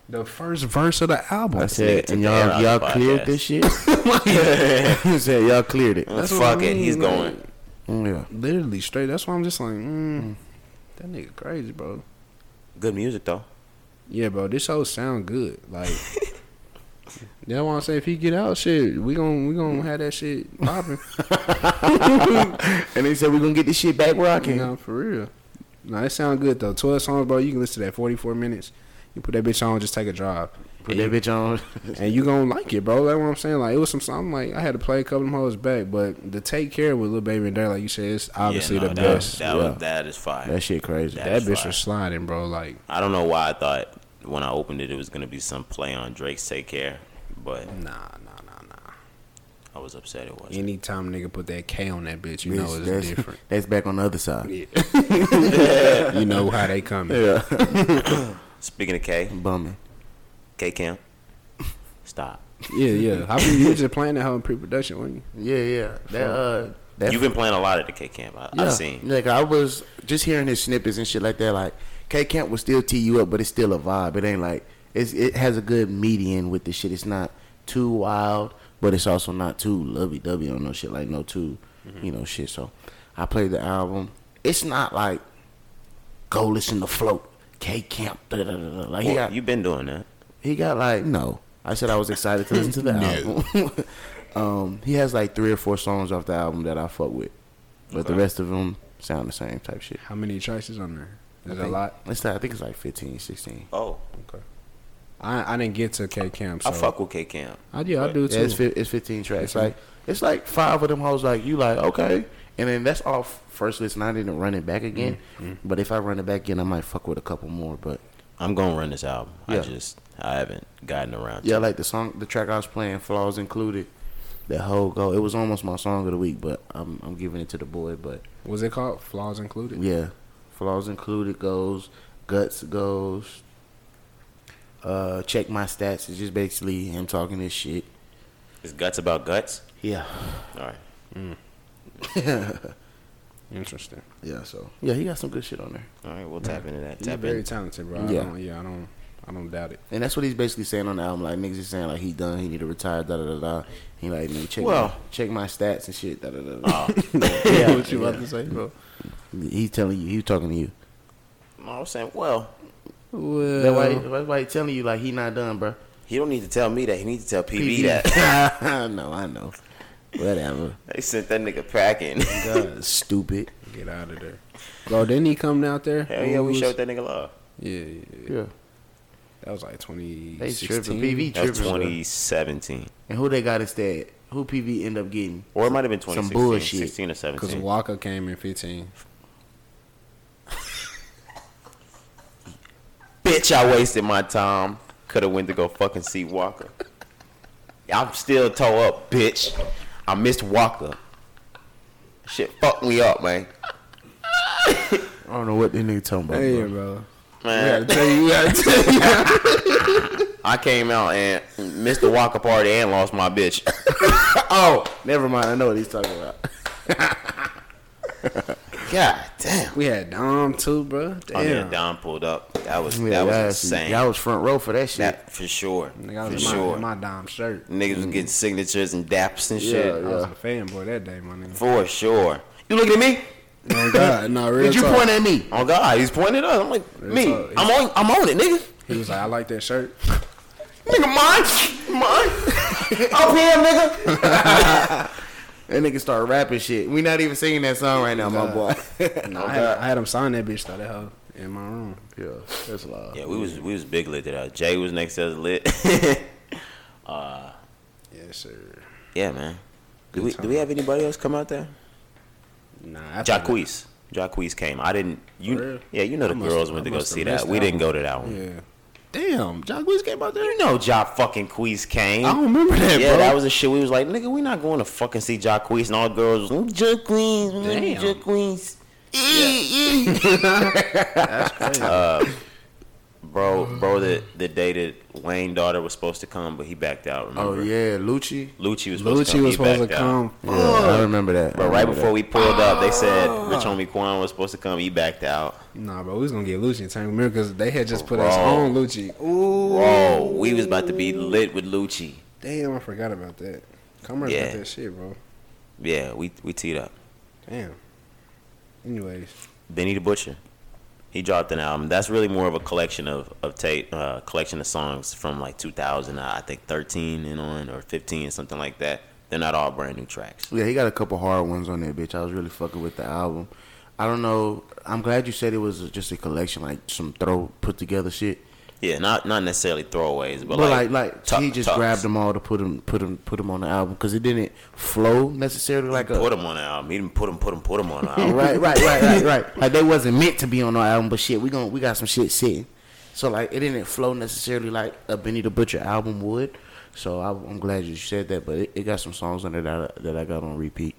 Speaker 5: The first verse of the album.
Speaker 2: I
Speaker 5: That's,
Speaker 7: nigga
Speaker 2: said,
Speaker 7: took
Speaker 2: and
Speaker 7: the air out
Speaker 2: y'all
Speaker 7: of
Speaker 2: y'all
Speaker 7: the
Speaker 2: cleared
Speaker 7: podcast.
Speaker 2: this shit. I said y'all cleared it.
Speaker 7: Fuck
Speaker 5: what I
Speaker 7: it, he's
Speaker 2: Mm,
Speaker 5: mean, like-
Speaker 7: going.
Speaker 2: Yeah.
Speaker 5: Literally straight. That's why I'm just like, mm, that nigga crazy, bro.
Speaker 7: Good music though.
Speaker 5: Yeah, bro. This show sound good. Like, that's why I say if he get out, shit, we gon' we gonna have that shit popping.
Speaker 2: And they said we're gonna get this shit back rocking.
Speaker 5: You know, for real. No, it sound good though. Twelve songs, bro. You can listen to that forty four minutes. You put that bitch on, just take a drive,
Speaker 2: Put that bitch on.
Speaker 5: and you gonna like it, bro. That's what I'm saying. Like it was some. I'm like, I had to play a couple of them hoes back, but the take care with little baby and there, like you said, it's obviously
Speaker 7: Yeah, no,
Speaker 5: the
Speaker 7: that
Speaker 5: best.
Speaker 7: Was, that,
Speaker 2: yeah.
Speaker 7: was, that is fire.
Speaker 2: that shit crazy.
Speaker 7: That-
Speaker 5: that
Speaker 7: That's
Speaker 5: bitch
Speaker 7: fire.
Speaker 5: was sliding, bro. Like
Speaker 7: I don't know why I thought when I opened it it was gonna be some play on Drake's Take Care, but
Speaker 5: nah, nah, nah, nah.
Speaker 7: I was upset it wasn't.
Speaker 5: Anytime nigga put that K on that bitch, you know
Speaker 2: Bitch,
Speaker 5: it's
Speaker 2: that's,
Speaker 5: different.
Speaker 2: that's back on the other side.
Speaker 5: you know how they coming.
Speaker 2: Yeah.
Speaker 7: Speaking of K,
Speaker 2: Bumming.
Speaker 7: K Camp, stop.
Speaker 5: Yeah, yeah. How you you just playing that hoe in pre production, weren't you?
Speaker 2: Yeah, yeah. That uh that
Speaker 7: You've been playing a lot at the K Camp. I,
Speaker 2: yeah.
Speaker 7: I've seen.
Speaker 2: Like I was just hearing his snippets and shit like that, like K Camp will still tee you up, but it's still a vibe. It ain't like it's it has a good median with the shit. It's not too wild, but it's also not too lovey dovey on no shit like no too
Speaker 7: Mm-hmm.
Speaker 2: you know, shit. So I played the album. It's not like go listen to float. K Camp, da, da, da, da. like he
Speaker 7: Well,
Speaker 2: got
Speaker 7: You've been doing that.
Speaker 2: He got like no. I said I was excited to listen to the album. um, he has like three or four songs off the album that I fuck with, but the rest of them sound the same type shit.
Speaker 5: How many choices on there? Is
Speaker 2: I
Speaker 5: that a
Speaker 2: think-
Speaker 5: lot?
Speaker 2: It's not, I think it's like 15, 16.
Speaker 7: Oh,
Speaker 5: I, I didn't get to K Camp. So
Speaker 7: I fuck with K Camp.
Speaker 5: I, yeah, I do
Speaker 2: Yeah,
Speaker 5: too.
Speaker 2: it's, fif- it's fifteen tracks. Like it's like five of them hoes. Like you like okay, and then that's off first listen. I didn't run it back again,
Speaker 5: Mm-hmm.
Speaker 2: but if I run it back again, I might fuck with a couple more. But
Speaker 7: I'm gonna run this album.
Speaker 2: Yeah.
Speaker 7: I just I haven't gotten around.
Speaker 2: Yeah,
Speaker 7: to it.
Speaker 2: like the song, the track I was playing, flaws included. That whole go, it was almost my song of the week, but I'm I'm giving it to the boy. But
Speaker 5: Was it called Flaws Included?
Speaker 2: yeah, flaws included goes, guts goes. Uh, check my stats. It's just basically him talking this shit.
Speaker 7: It's guts about guts.
Speaker 2: Yeah,
Speaker 7: All right.
Speaker 5: Interesting.
Speaker 2: yeah. So yeah, he got some good shit on there,
Speaker 7: All right, we'll tap into that.
Speaker 5: He's
Speaker 7: Tap
Speaker 5: very
Speaker 7: in.
Speaker 5: talented, bro. I
Speaker 2: Yeah.
Speaker 5: don't, yeah, I don't, I don't doubt it.
Speaker 2: and that's what he's basically saying on the album. Like niggas is saying like he done, he need to retire. Da da da da. He like man, check my,
Speaker 7: Well-
Speaker 2: check my stats and shit. Da da da. da.
Speaker 5: Yeah, what you
Speaker 2: Oh. yeah.
Speaker 5: about to say, bro?
Speaker 2: He's telling you, he talking to you.
Speaker 7: No, I was saying, well,
Speaker 5: Well,
Speaker 2: That's why, that's why he telling you like he not done, bro.
Speaker 7: he don't need to tell me that. He needs to tell PB that.
Speaker 2: I know, I know. Whatever.
Speaker 7: They sent that nigga packing.
Speaker 2: Stupid.
Speaker 5: get out of there, bro. Didn't he come out there?
Speaker 7: Hell yeah,
Speaker 5: When
Speaker 7: we
Speaker 5: was-
Speaker 7: showed that nigga love.
Speaker 5: Yeah, yeah, yeah.
Speaker 2: Yeah.
Speaker 5: That was like
Speaker 2: They
Speaker 5: 2016.
Speaker 2: tripping. PV
Speaker 7: That was
Speaker 2: tripping.
Speaker 7: 2017,
Speaker 2: And who they got instead? Who PV end up getting?
Speaker 7: or it might have been
Speaker 2: Some
Speaker 7: 2016,
Speaker 2: bullshit.
Speaker 7: 16 or
Speaker 5: Because
Speaker 7: 17.
Speaker 5: Walker came in 15.
Speaker 7: Bitch, I wasted my time. Could have went to go fucking see Walker. I'm still toe up, bitch. I missed Walker. Shit fucked me up, man.
Speaker 2: I don't know what they nigga talking about.
Speaker 5: Hey,
Speaker 2: bro.
Speaker 5: bro.
Speaker 7: Man, I came out and missed the Walker party and lost my bitch.
Speaker 2: Oh, never mind. I know what he's talking about.
Speaker 7: God damn.
Speaker 5: We had Dom too, bro. Damn.
Speaker 7: Oh yeah, Don pulled up. That was
Speaker 2: Yeah,
Speaker 7: that was
Speaker 2: y'all
Speaker 7: insane.
Speaker 2: Y'all was front row for that shit.
Speaker 7: that for sure.
Speaker 5: Nigga, I
Speaker 7: for
Speaker 5: was in, my,
Speaker 7: sure.
Speaker 5: in my Dom shirt.
Speaker 7: Niggas was getting signatures and daps and shit.
Speaker 5: I was a fanboy that day, my nigga.
Speaker 7: For sure. You looking at me?
Speaker 5: Oh, God. No, real
Speaker 2: Did you
Speaker 5: talk.
Speaker 2: point at me?
Speaker 7: Oh God, he's pointing up. I'm like, me.
Speaker 5: talk.
Speaker 7: I'm on. I'm on it, nigga.
Speaker 5: He was like, I like that shirt.
Speaker 7: Nigga, mine, mine. Up here, nigga.
Speaker 2: That nigga start rapping shit. We not even singing that song right now, my boy.
Speaker 5: No, I, had, I had him sign that bitch, though, that hoe, in my room.
Speaker 2: yeah, that's loud.
Speaker 7: Yeah, we was we was big lit that. Jay was next to us lit.
Speaker 5: Yes, sir.
Speaker 7: yeah, man. Do we do we have anybody else come out there?
Speaker 5: Nah, after that-
Speaker 7: Jacquees. Jacquees came. I didn't.
Speaker 5: For
Speaker 7: You
Speaker 5: real?
Speaker 7: yeah, you know the
Speaker 5: I must-
Speaker 7: girls
Speaker 5: I
Speaker 7: went to go
Speaker 5: must have
Speaker 7: see that.
Speaker 5: missed
Speaker 7: We
Speaker 5: that
Speaker 7: didn't go to that one.
Speaker 5: Yeah. Damn, Jacquees came out there?
Speaker 7: You know, Ja fucking Quees came.
Speaker 1: Mm.
Speaker 5: I don't remember that,
Speaker 7: yeah,
Speaker 5: bro.
Speaker 7: that was the shit. We was like, nigga, we not going to fucking see Jacquees, and all the girls was like, Jacquees, mm,
Speaker 5: Damn.
Speaker 7: Jacquees. Uh, bro, bro, the the day that Wayne daughter was supposed to come, but he backed out.
Speaker 2: Oh
Speaker 7: Remember?
Speaker 2: yeah, Lucci.
Speaker 7: Lucci was supposed
Speaker 5: Lucci
Speaker 7: to come.
Speaker 5: was
Speaker 7: he
Speaker 5: supposed to
Speaker 7: backed out.
Speaker 5: come.
Speaker 2: Yeah, I remember that. I
Speaker 7: But right
Speaker 2: remember
Speaker 7: before we pulled up, they said
Speaker 5: Ah.
Speaker 7: Rich Homie Quan was supposed to come. He backed out.
Speaker 5: Nah, bro, we was gonna get Lucci in time. Remember, because they had just put
Speaker 7: Bro.
Speaker 5: us on Lucci. Ooh.
Speaker 7: Bro, we was about to be lit with Lucci.
Speaker 5: Damn, I forgot about that. Commerce
Speaker 7: Yeah.
Speaker 5: got that shit, bro.
Speaker 7: Yeah, we we teed up.
Speaker 5: Damn. Anyways,
Speaker 1: Benny the Butcher. He dropped an album. That's really more of a collection of of tape, uh, collection of songs from like 2000, uh, I think 13 and on, or 15, something like that. They're not all brand new tracks.
Speaker 2: Yeah, he got a couple hard ones on there, bitch. I was really fucking with the album. I don't know. I'm glad you said it was just a collection, like some throw put together shit.
Speaker 1: Yeah, not not necessarily throwaways, but,
Speaker 2: But like, like,
Speaker 1: tuck-
Speaker 2: he just
Speaker 1: tucks.
Speaker 2: grabbed them all to put them, put them, put them on the album because it didn't flow necessarily like a
Speaker 1: Put him on an album. He didn't put him, put him, put him on an album.
Speaker 2: right, right, right, right, right. Like they wasn't meant to be on our album, but shit, we gon' we got some shit sitting. So like it didn't flow necessarily like a Benny the Butcher album would. So I, I'm glad you said that, but it, it got some songs on it that I, that I got on repeat.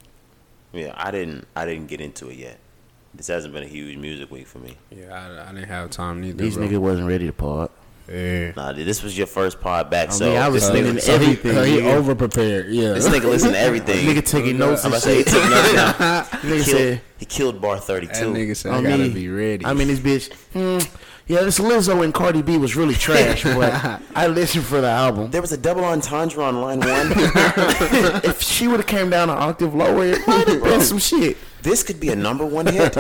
Speaker 1: Yeah, I didn't I didn't get into it yet. This hasn't been a huge music week for me.
Speaker 5: yeah, I, I didn't have time neither.
Speaker 2: These
Speaker 5: bro.
Speaker 2: niggas wasn't ready to pod.
Speaker 5: Yeah.
Speaker 1: Nah, dude, this was your first pod back,
Speaker 2: I
Speaker 1: so
Speaker 2: mean, I was
Speaker 1: this,
Speaker 5: Uh,
Speaker 2: thinking
Speaker 1: nigga,
Speaker 5: so he,
Speaker 2: everything.
Speaker 5: so he
Speaker 2: nigga.
Speaker 5: over prepared. Yeah.
Speaker 1: this nigga listened to everything.
Speaker 2: Nigga taking notes
Speaker 1: I'm about
Speaker 2: and
Speaker 1: to say he
Speaker 2: shit.
Speaker 1: took notes now.
Speaker 2: Nigga
Speaker 1: Killed-
Speaker 2: said,
Speaker 1: he killed bar 32.
Speaker 5: that nigga said, I
Speaker 2: "On
Speaker 5: gotta
Speaker 2: me."
Speaker 5: be ready.
Speaker 2: I mean, this bitch. Hmm, yeah, this Lizzo and Cardi B was really trash, but I listened for the album.
Speaker 1: There was a double entendre on line one.
Speaker 2: If she would have came down an octave lower, it might have been some shit.
Speaker 1: this could be a number one hit.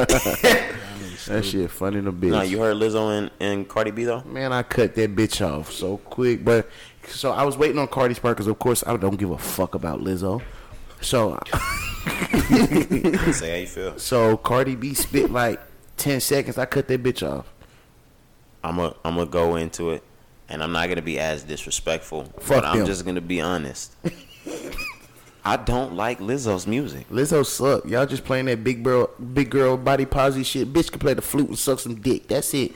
Speaker 2: That shit funny in a bitch.
Speaker 1: no, you heard Lizzo and, and Cardi B though.
Speaker 2: Man, I cut that bitch off so quick. But so I was waiting on Cardi Spark because, of course, I don't give a fuck about Lizzo. So,
Speaker 1: Say how you feel.
Speaker 2: so Cardi B spit like ten seconds. I cut that bitch off.
Speaker 1: I'm a I'm gonna go into it, and I'm not gonna be as disrespectful.
Speaker 2: Fuck
Speaker 1: but I'm
Speaker 2: them.
Speaker 1: just gonna be honest. I don't like Lizzo's music.
Speaker 2: Lizzo suck. Y'all just playing that big girl, big girl body posy shit. Bitch can play the flute and suck some dick. That's it.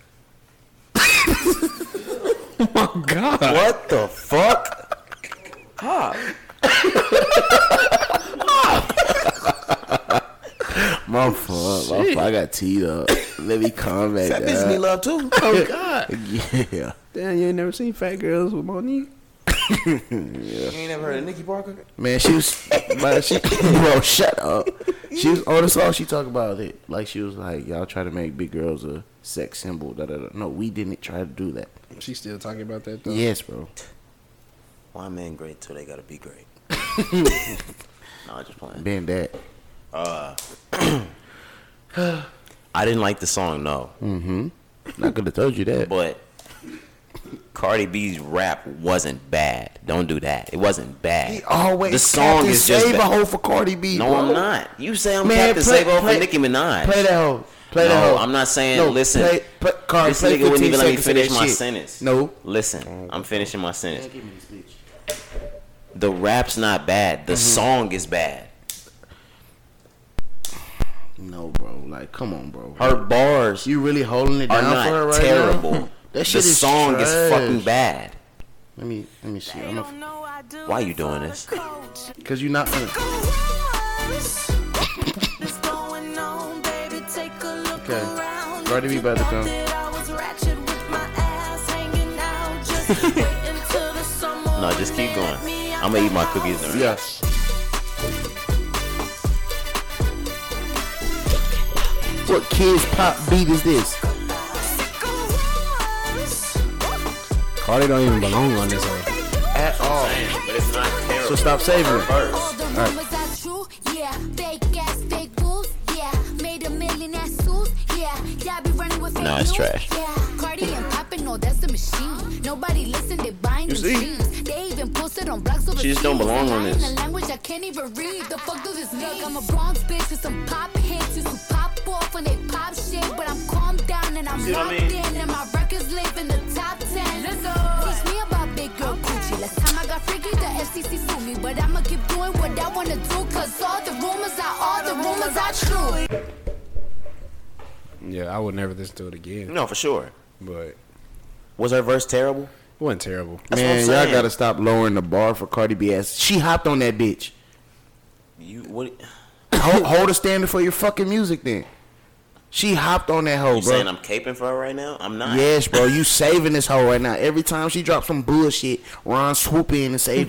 Speaker 5: oh God.
Speaker 1: What the fuck?
Speaker 2: Motherfucker, motherfucker, I got teed up. Let me calm back
Speaker 1: That bitch need
Speaker 2: down.
Speaker 1: love too.
Speaker 5: Oh God.
Speaker 2: Yeah,
Speaker 5: Damn, you ain't never seen fat girls with Monique.
Speaker 1: You ain't never heard of Nicki Parker?
Speaker 2: man, she was, but she, bro, shut up. She was on the song. She talked about it like she was like, y'all try to make big girls a sex symbol. Da, da, da. No, we didn't try to do that.
Speaker 5: She still talking about that though.
Speaker 2: Yes, bro.
Speaker 1: Why men great till they gotta be great? no, I'm just playing.
Speaker 2: Been that.
Speaker 1: I didn't like the song. No,
Speaker 2: Not gonna told you that.
Speaker 1: but Cardi B's rap wasn't bad. Don't do that. It wasn't bad.
Speaker 2: He always
Speaker 1: the song is just
Speaker 2: save a
Speaker 1: bad.
Speaker 2: hoe for Cardi B.
Speaker 1: No,
Speaker 2: bro.
Speaker 1: I'm not. You say I'm
Speaker 2: Man,
Speaker 1: Captain
Speaker 2: play-
Speaker 1: Sabo
Speaker 2: play-
Speaker 1: for Nicki Minaj.
Speaker 2: Play that hoe. Play that
Speaker 1: No,
Speaker 2: hoe.
Speaker 1: I'm not saying. listen,
Speaker 2: Play, play, Cardi,
Speaker 1: this
Speaker 2: play
Speaker 1: nigga wouldn't
Speaker 2: 15
Speaker 1: even let me
Speaker 2: seconds of
Speaker 1: finish
Speaker 2: that
Speaker 1: my
Speaker 2: shit.
Speaker 1: sentence.
Speaker 2: No.
Speaker 1: listen, I'm finishing my sentence. The rap's not bad.
Speaker 2: Mm-hmm.
Speaker 1: The song is bad.
Speaker 2: No, bro. Like, come on, bro.
Speaker 1: Her bars
Speaker 2: You really holding it
Speaker 1: are
Speaker 2: down
Speaker 1: not
Speaker 2: for her right
Speaker 1: terrible.
Speaker 2: now?
Speaker 1: the
Speaker 2: That shit is
Speaker 1: song is
Speaker 2: trash.
Speaker 1: fucking bad.
Speaker 2: Let me let me see. I'm a,
Speaker 1: Why you doing this?
Speaker 2: Cause you're not gonna.
Speaker 8: Okay.
Speaker 2: Cardi B about to come.
Speaker 8: no, just keep going. I'm
Speaker 1: I'ma
Speaker 8: gonna eat my cookies.
Speaker 1: during
Speaker 2: Yeah. What kids pop beat is this?
Speaker 5: Cardi don't even belong on this one.
Speaker 2: At all.
Speaker 1: But it's not terrible.
Speaker 2: So stop saving it.
Speaker 8: All the rumors are true, yeah. Fake ass, fake boobs, yeah. Made a million ass suits, yeah. Y'all be running with fake
Speaker 1: Nah, it's
Speaker 8: news,
Speaker 1: trash.
Speaker 8: Yeah. Cardi and Poppin', no, that's the machine. Nobody listen, they buying
Speaker 1: You
Speaker 8: them
Speaker 1: see?
Speaker 8: jeans. They even posted on blogs over
Speaker 1: She just don't belong on this.
Speaker 8: In a language I can't even read. The fuck do this mean? Look, I'm a Bronx bitch with some pop hits. Used to pop off when they pop shit, but I'm calmed down and I'm
Speaker 1: See what I
Speaker 8: locked
Speaker 1: mean?
Speaker 8: in and my records live in the top ten. Teach me about big girl coochie. Last time I got freaky, the FCC sued me, but I'ma keep doing what I wanna do. Cause all the rumors are all the rumors are true.
Speaker 5: Yeah, I would never listen to it again.
Speaker 1: No, for sure.
Speaker 5: But it
Speaker 1: Was her verse terrible?
Speaker 5: wasn't terrible.
Speaker 1: what I'm
Speaker 2: Man, y'all
Speaker 1: saying.
Speaker 2: gotta stop lowering the bar for Cardi B. ass. She hopped on that bitch.
Speaker 1: You what?
Speaker 2: hold, hold a standard for your fucking music then. She hopped on that hoe,
Speaker 1: You
Speaker 2: bro.
Speaker 1: saying I'm caping for her right now? I'm not.
Speaker 2: Yes, bro. You saving this hoe right now. Every time she drops some bullshit, Ron swoop in and save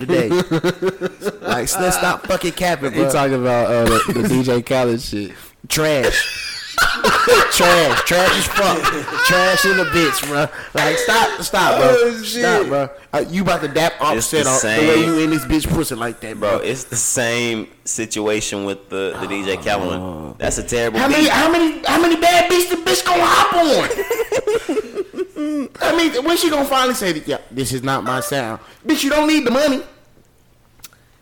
Speaker 2: the day. like, so let's stop fucking capping,
Speaker 5: You
Speaker 2: bro.
Speaker 5: talking about uh, the, the DJ Khaled shit?
Speaker 2: Trash. trash, trash as fuck, trash in the bitch, bro. Like stop, stop, bro,
Speaker 1: Oh, shit.
Speaker 2: stop, bro. Uh, you about to dap offset
Speaker 1: the
Speaker 2: on the way
Speaker 1: same.
Speaker 2: you in this bitch pussy like that,
Speaker 1: Bro,
Speaker 2: bro.
Speaker 1: it's the same situation with the, the
Speaker 7: Ah,
Speaker 1: DJ Calvin. That's a terrible
Speaker 2: How
Speaker 1: beat.
Speaker 2: many, how many, how many bad bitches the bitch gonna hop on? I mean, when she gonna finally say, that, "Yeah, this is not my sound," bitch. You don't need the money.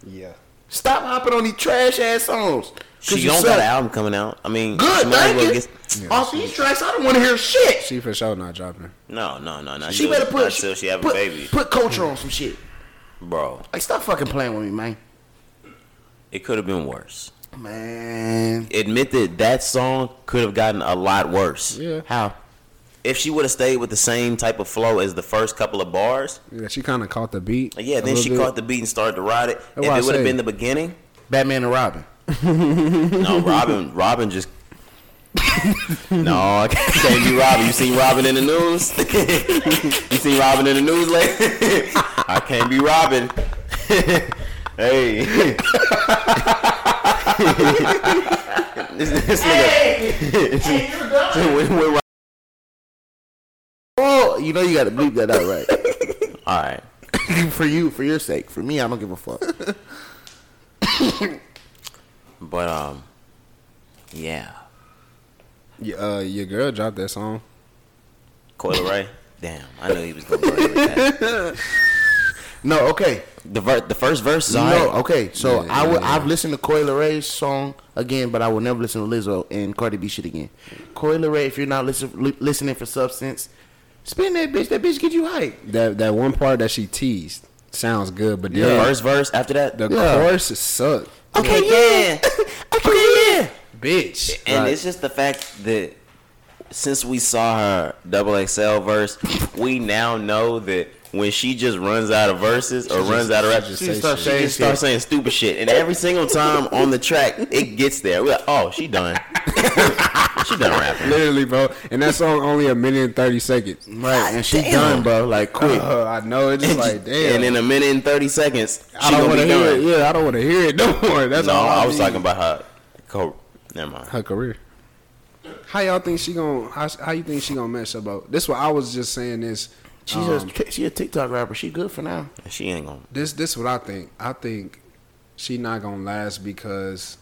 Speaker 5: Yeah.
Speaker 2: Stop hopping on these trash ass songs. 'Cause
Speaker 1: She
Speaker 2: you
Speaker 1: don't
Speaker 2: suck.
Speaker 1: got an album coming out. I mean, she
Speaker 2: Good,
Speaker 1: might as
Speaker 2: thank
Speaker 1: well
Speaker 2: you.
Speaker 1: get-
Speaker 2: Off these tracks, I don't want to hear shit.
Speaker 5: She for sure not dropping.
Speaker 1: no, no, no, no.
Speaker 2: She better put
Speaker 1: until she have
Speaker 2: put,
Speaker 1: a baby,
Speaker 2: Put culture on some shit.
Speaker 1: bro.
Speaker 2: Like stop fucking playing with me, man.
Speaker 1: It could have been worse.
Speaker 2: Man,
Speaker 1: Admit that that song could have gotten a lot worse.
Speaker 5: Yeah.
Speaker 2: how?
Speaker 1: If she would have stayed with the same type of flow as the first couple of bars,
Speaker 5: Yeah, she kind of caught the beat.
Speaker 1: yeah, then she caught the beat and started to ride it. If
Speaker 5: what I
Speaker 1: it would
Speaker 5: say.
Speaker 1: have been the beginning,
Speaker 2: Batman and Robin.
Speaker 1: no, Robin, Robin just. no, I can't- can't be Robin. You seen Robin in the news? you seen Robin in the news lately? I can't be Robin. hey. this, this nigga. When- when Rob-
Speaker 2: Oh, you know you got to bleep that out, right?
Speaker 1: All right.
Speaker 2: for you, for your sake. For me, I don't give a fuck.
Speaker 1: But, um, yeah.
Speaker 5: the. Uh, your girl dropped that song.
Speaker 1: Coil Ray. Damn, I knew he was going to go with that.
Speaker 2: No, okay.
Speaker 1: The, ver- the first verse is all
Speaker 2: No,
Speaker 1: right.
Speaker 2: okay. So
Speaker 5: Yeah,
Speaker 2: I would.
Speaker 5: yeah, yeah.
Speaker 2: I've listened to Coil Ray's song again, but I will never listen to Lizzo and Cardi B shit again. Coil Ray, if you're not listen, li- listening for substance, spin that bitch. That bitch get you hype.
Speaker 5: That that one part that she teased sounds good, but
Speaker 1: The
Speaker 5: then
Speaker 1: first verse after that,
Speaker 5: the
Speaker 2: Yeah.
Speaker 5: chorus sucked.
Speaker 1: Okay, yeah. okay, yeah.
Speaker 5: bitch.
Speaker 1: And
Speaker 5: Like,
Speaker 1: it's just the fact that since we saw her double XL verse, we now know that when she just runs out of verses or runs out of rap,
Speaker 5: just
Speaker 1: she
Speaker 5: say
Speaker 1: just starts
Speaker 5: shit.
Speaker 1: saying, start saying stupid shit. And every single time on the track, it gets there. We're like, oh, she done. she done rapping.
Speaker 5: literally, bro. And that song only a minute and thirty seconds.
Speaker 2: Right, and she done, bro. Like quick.
Speaker 5: Uh, I know it's just like damn.
Speaker 1: And in a minute and 30 seconds, she
Speaker 5: I don't
Speaker 1: gonna
Speaker 5: want to
Speaker 1: be
Speaker 5: hear
Speaker 1: done.
Speaker 5: it. Yeah, I don't want to hear it no more. That's
Speaker 1: No,
Speaker 5: all
Speaker 1: I was
Speaker 5: need.
Speaker 1: talking about her. Co- Never mind.
Speaker 5: her career. How y'all think she gonna? How, how you think she gonna mess up? About this? What I was just saying this.
Speaker 2: She's
Speaker 1: Um,
Speaker 2: a t- she a TikTok rapper. She good for now.
Speaker 1: She ain't gonna.
Speaker 5: This this what I think. I think she not gonna last because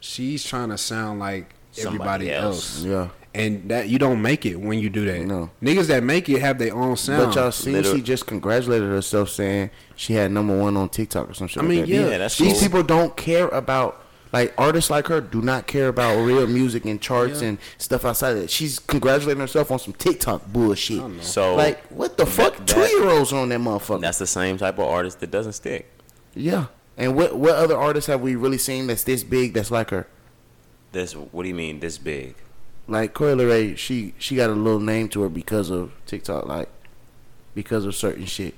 Speaker 5: she's trying to sound like
Speaker 1: Somebody
Speaker 5: everybody
Speaker 1: else.
Speaker 5: else.
Speaker 2: Yeah.
Speaker 5: And that you don't make it when you do that.
Speaker 2: No.
Speaker 5: Niggas that make it have their own sound.
Speaker 2: But y'all seen
Speaker 1: Literal-
Speaker 2: she just congratulated herself saying she had number one on TikTok or some shit.
Speaker 5: I
Speaker 2: like
Speaker 5: mean,
Speaker 2: that.
Speaker 5: yeah,
Speaker 1: Yeah, that's
Speaker 2: these
Speaker 1: cool.
Speaker 2: people don't care about like artists like her do not care about real music and charts
Speaker 5: Yeah.
Speaker 2: and stuff outside of that. She's congratulating herself on some TikTok bullshit.
Speaker 1: So-
Speaker 2: like, what the fuck?
Speaker 1: that-
Speaker 2: Two year olds on that motherfucker.
Speaker 1: That's the same type of artist that doesn't stick.
Speaker 2: yeah. And what what other artists have we really seen that's this big that's like her?
Speaker 1: This. What do you mean? This big?
Speaker 2: like Coyle Ray, she she got a little name to her because of TikTok, like because of certain shit.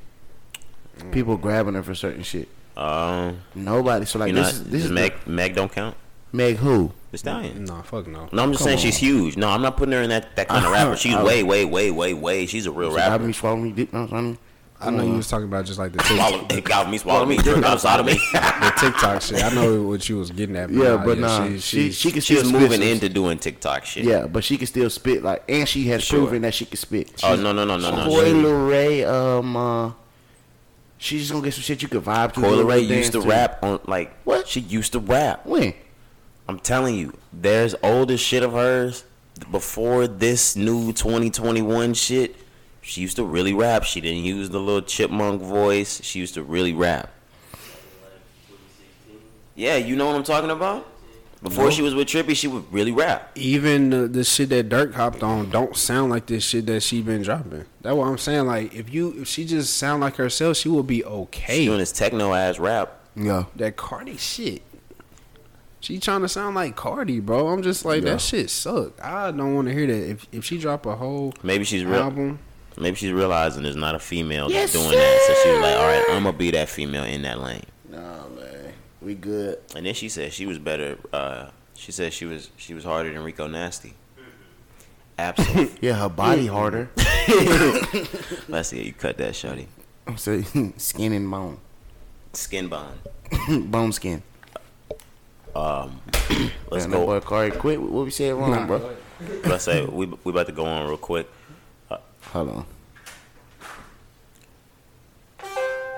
Speaker 2: People grabbing her for certain shit.
Speaker 1: Mm. Um.
Speaker 2: Nobody. So like
Speaker 1: you know,
Speaker 2: this is this is
Speaker 1: Meg.
Speaker 2: Meg.
Speaker 1: Meg don't count.
Speaker 2: Meg who?
Speaker 1: The stallion.
Speaker 5: No, fuck no.
Speaker 1: No, I'm just saying she's huge. No, I'm not putting her in that, that kind of rapper. She's way, way, way, way, way. She's a real
Speaker 2: Grab
Speaker 1: rapper.
Speaker 2: me, swallow me, dick. know what I'm saying?
Speaker 5: I know you was talking about just like the
Speaker 1: Swallow
Speaker 5: TikTok,
Speaker 1: me, got me, swallow me, drink outside of me.
Speaker 5: the TikTok shit. I know what you was getting at.
Speaker 2: Yeah, but nah,
Speaker 5: she-
Speaker 2: she
Speaker 5: she's-
Speaker 2: she can still
Speaker 1: She's
Speaker 2: spit
Speaker 1: moving
Speaker 2: some-
Speaker 1: into doing TikTok shit.
Speaker 2: Yeah, but she can still spit like, and she has
Speaker 1: Sure.
Speaker 2: proven that she can spit.
Speaker 1: Oh no no no no no. She-
Speaker 2: Coyle Ray, um, uh, she's just gonna get some shit you could vibe to.
Speaker 1: Coyle
Speaker 2: little
Speaker 1: Ray used
Speaker 2: dance
Speaker 1: to rap on like
Speaker 2: What?
Speaker 1: She used to rap.
Speaker 2: When?
Speaker 1: I'm telling you, there's older shit of hers before this new 2021 shit. She used to really rap. She didn't use the little chipmunk voice. She used to really rap. Yeah, you know what I'm talking about? Before she was with Trippy, she would really rap.
Speaker 5: even the, the shit that Dirk hopped on don't sound like this shit that she been dropping. That's what I'm saying. Like if you if she just sound like herself, she will be
Speaker 1: She doing
Speaker 5: okay.
Speaker 1: this techno ass rap.
Speaker 2: Yeah.
Speaker 5: That Cardi shit. She trying to sound like Cardi, bro. I'm just like
Speaker 2: Yeah.
Speaker 5: that shit suck. I don't want to hear that. If if she drop a whole
Speaker 1: Maybe she's real.
Speaker 5: album,
Speaker 1: Maybe she's realizing there's not a female that's doing that. So she was like, all right, I'm going to be that female in that lane.
Speaker 2: Nah, man, we good.
Speaker 1: And then she said she was better. Uh, she said she was she was harder than Rico Nasty. Absolutely.
Speaker 2: Yeah, her body harder.
Speaker 1: Let's see, you cut that, Shotty.
Speaker 2: I'm saying skin and bone,
Speaker 1: Skin bond.
Speaker 2: bone skin.
Speaker 1: Let's
Speaker 2: Man, that
Speaker 1: go.
Speaker 2: boy Corey quit. What we said wrong, bro?
Speaker 7: But I say we we about to go on real quick.
Speaker 2: Hold on.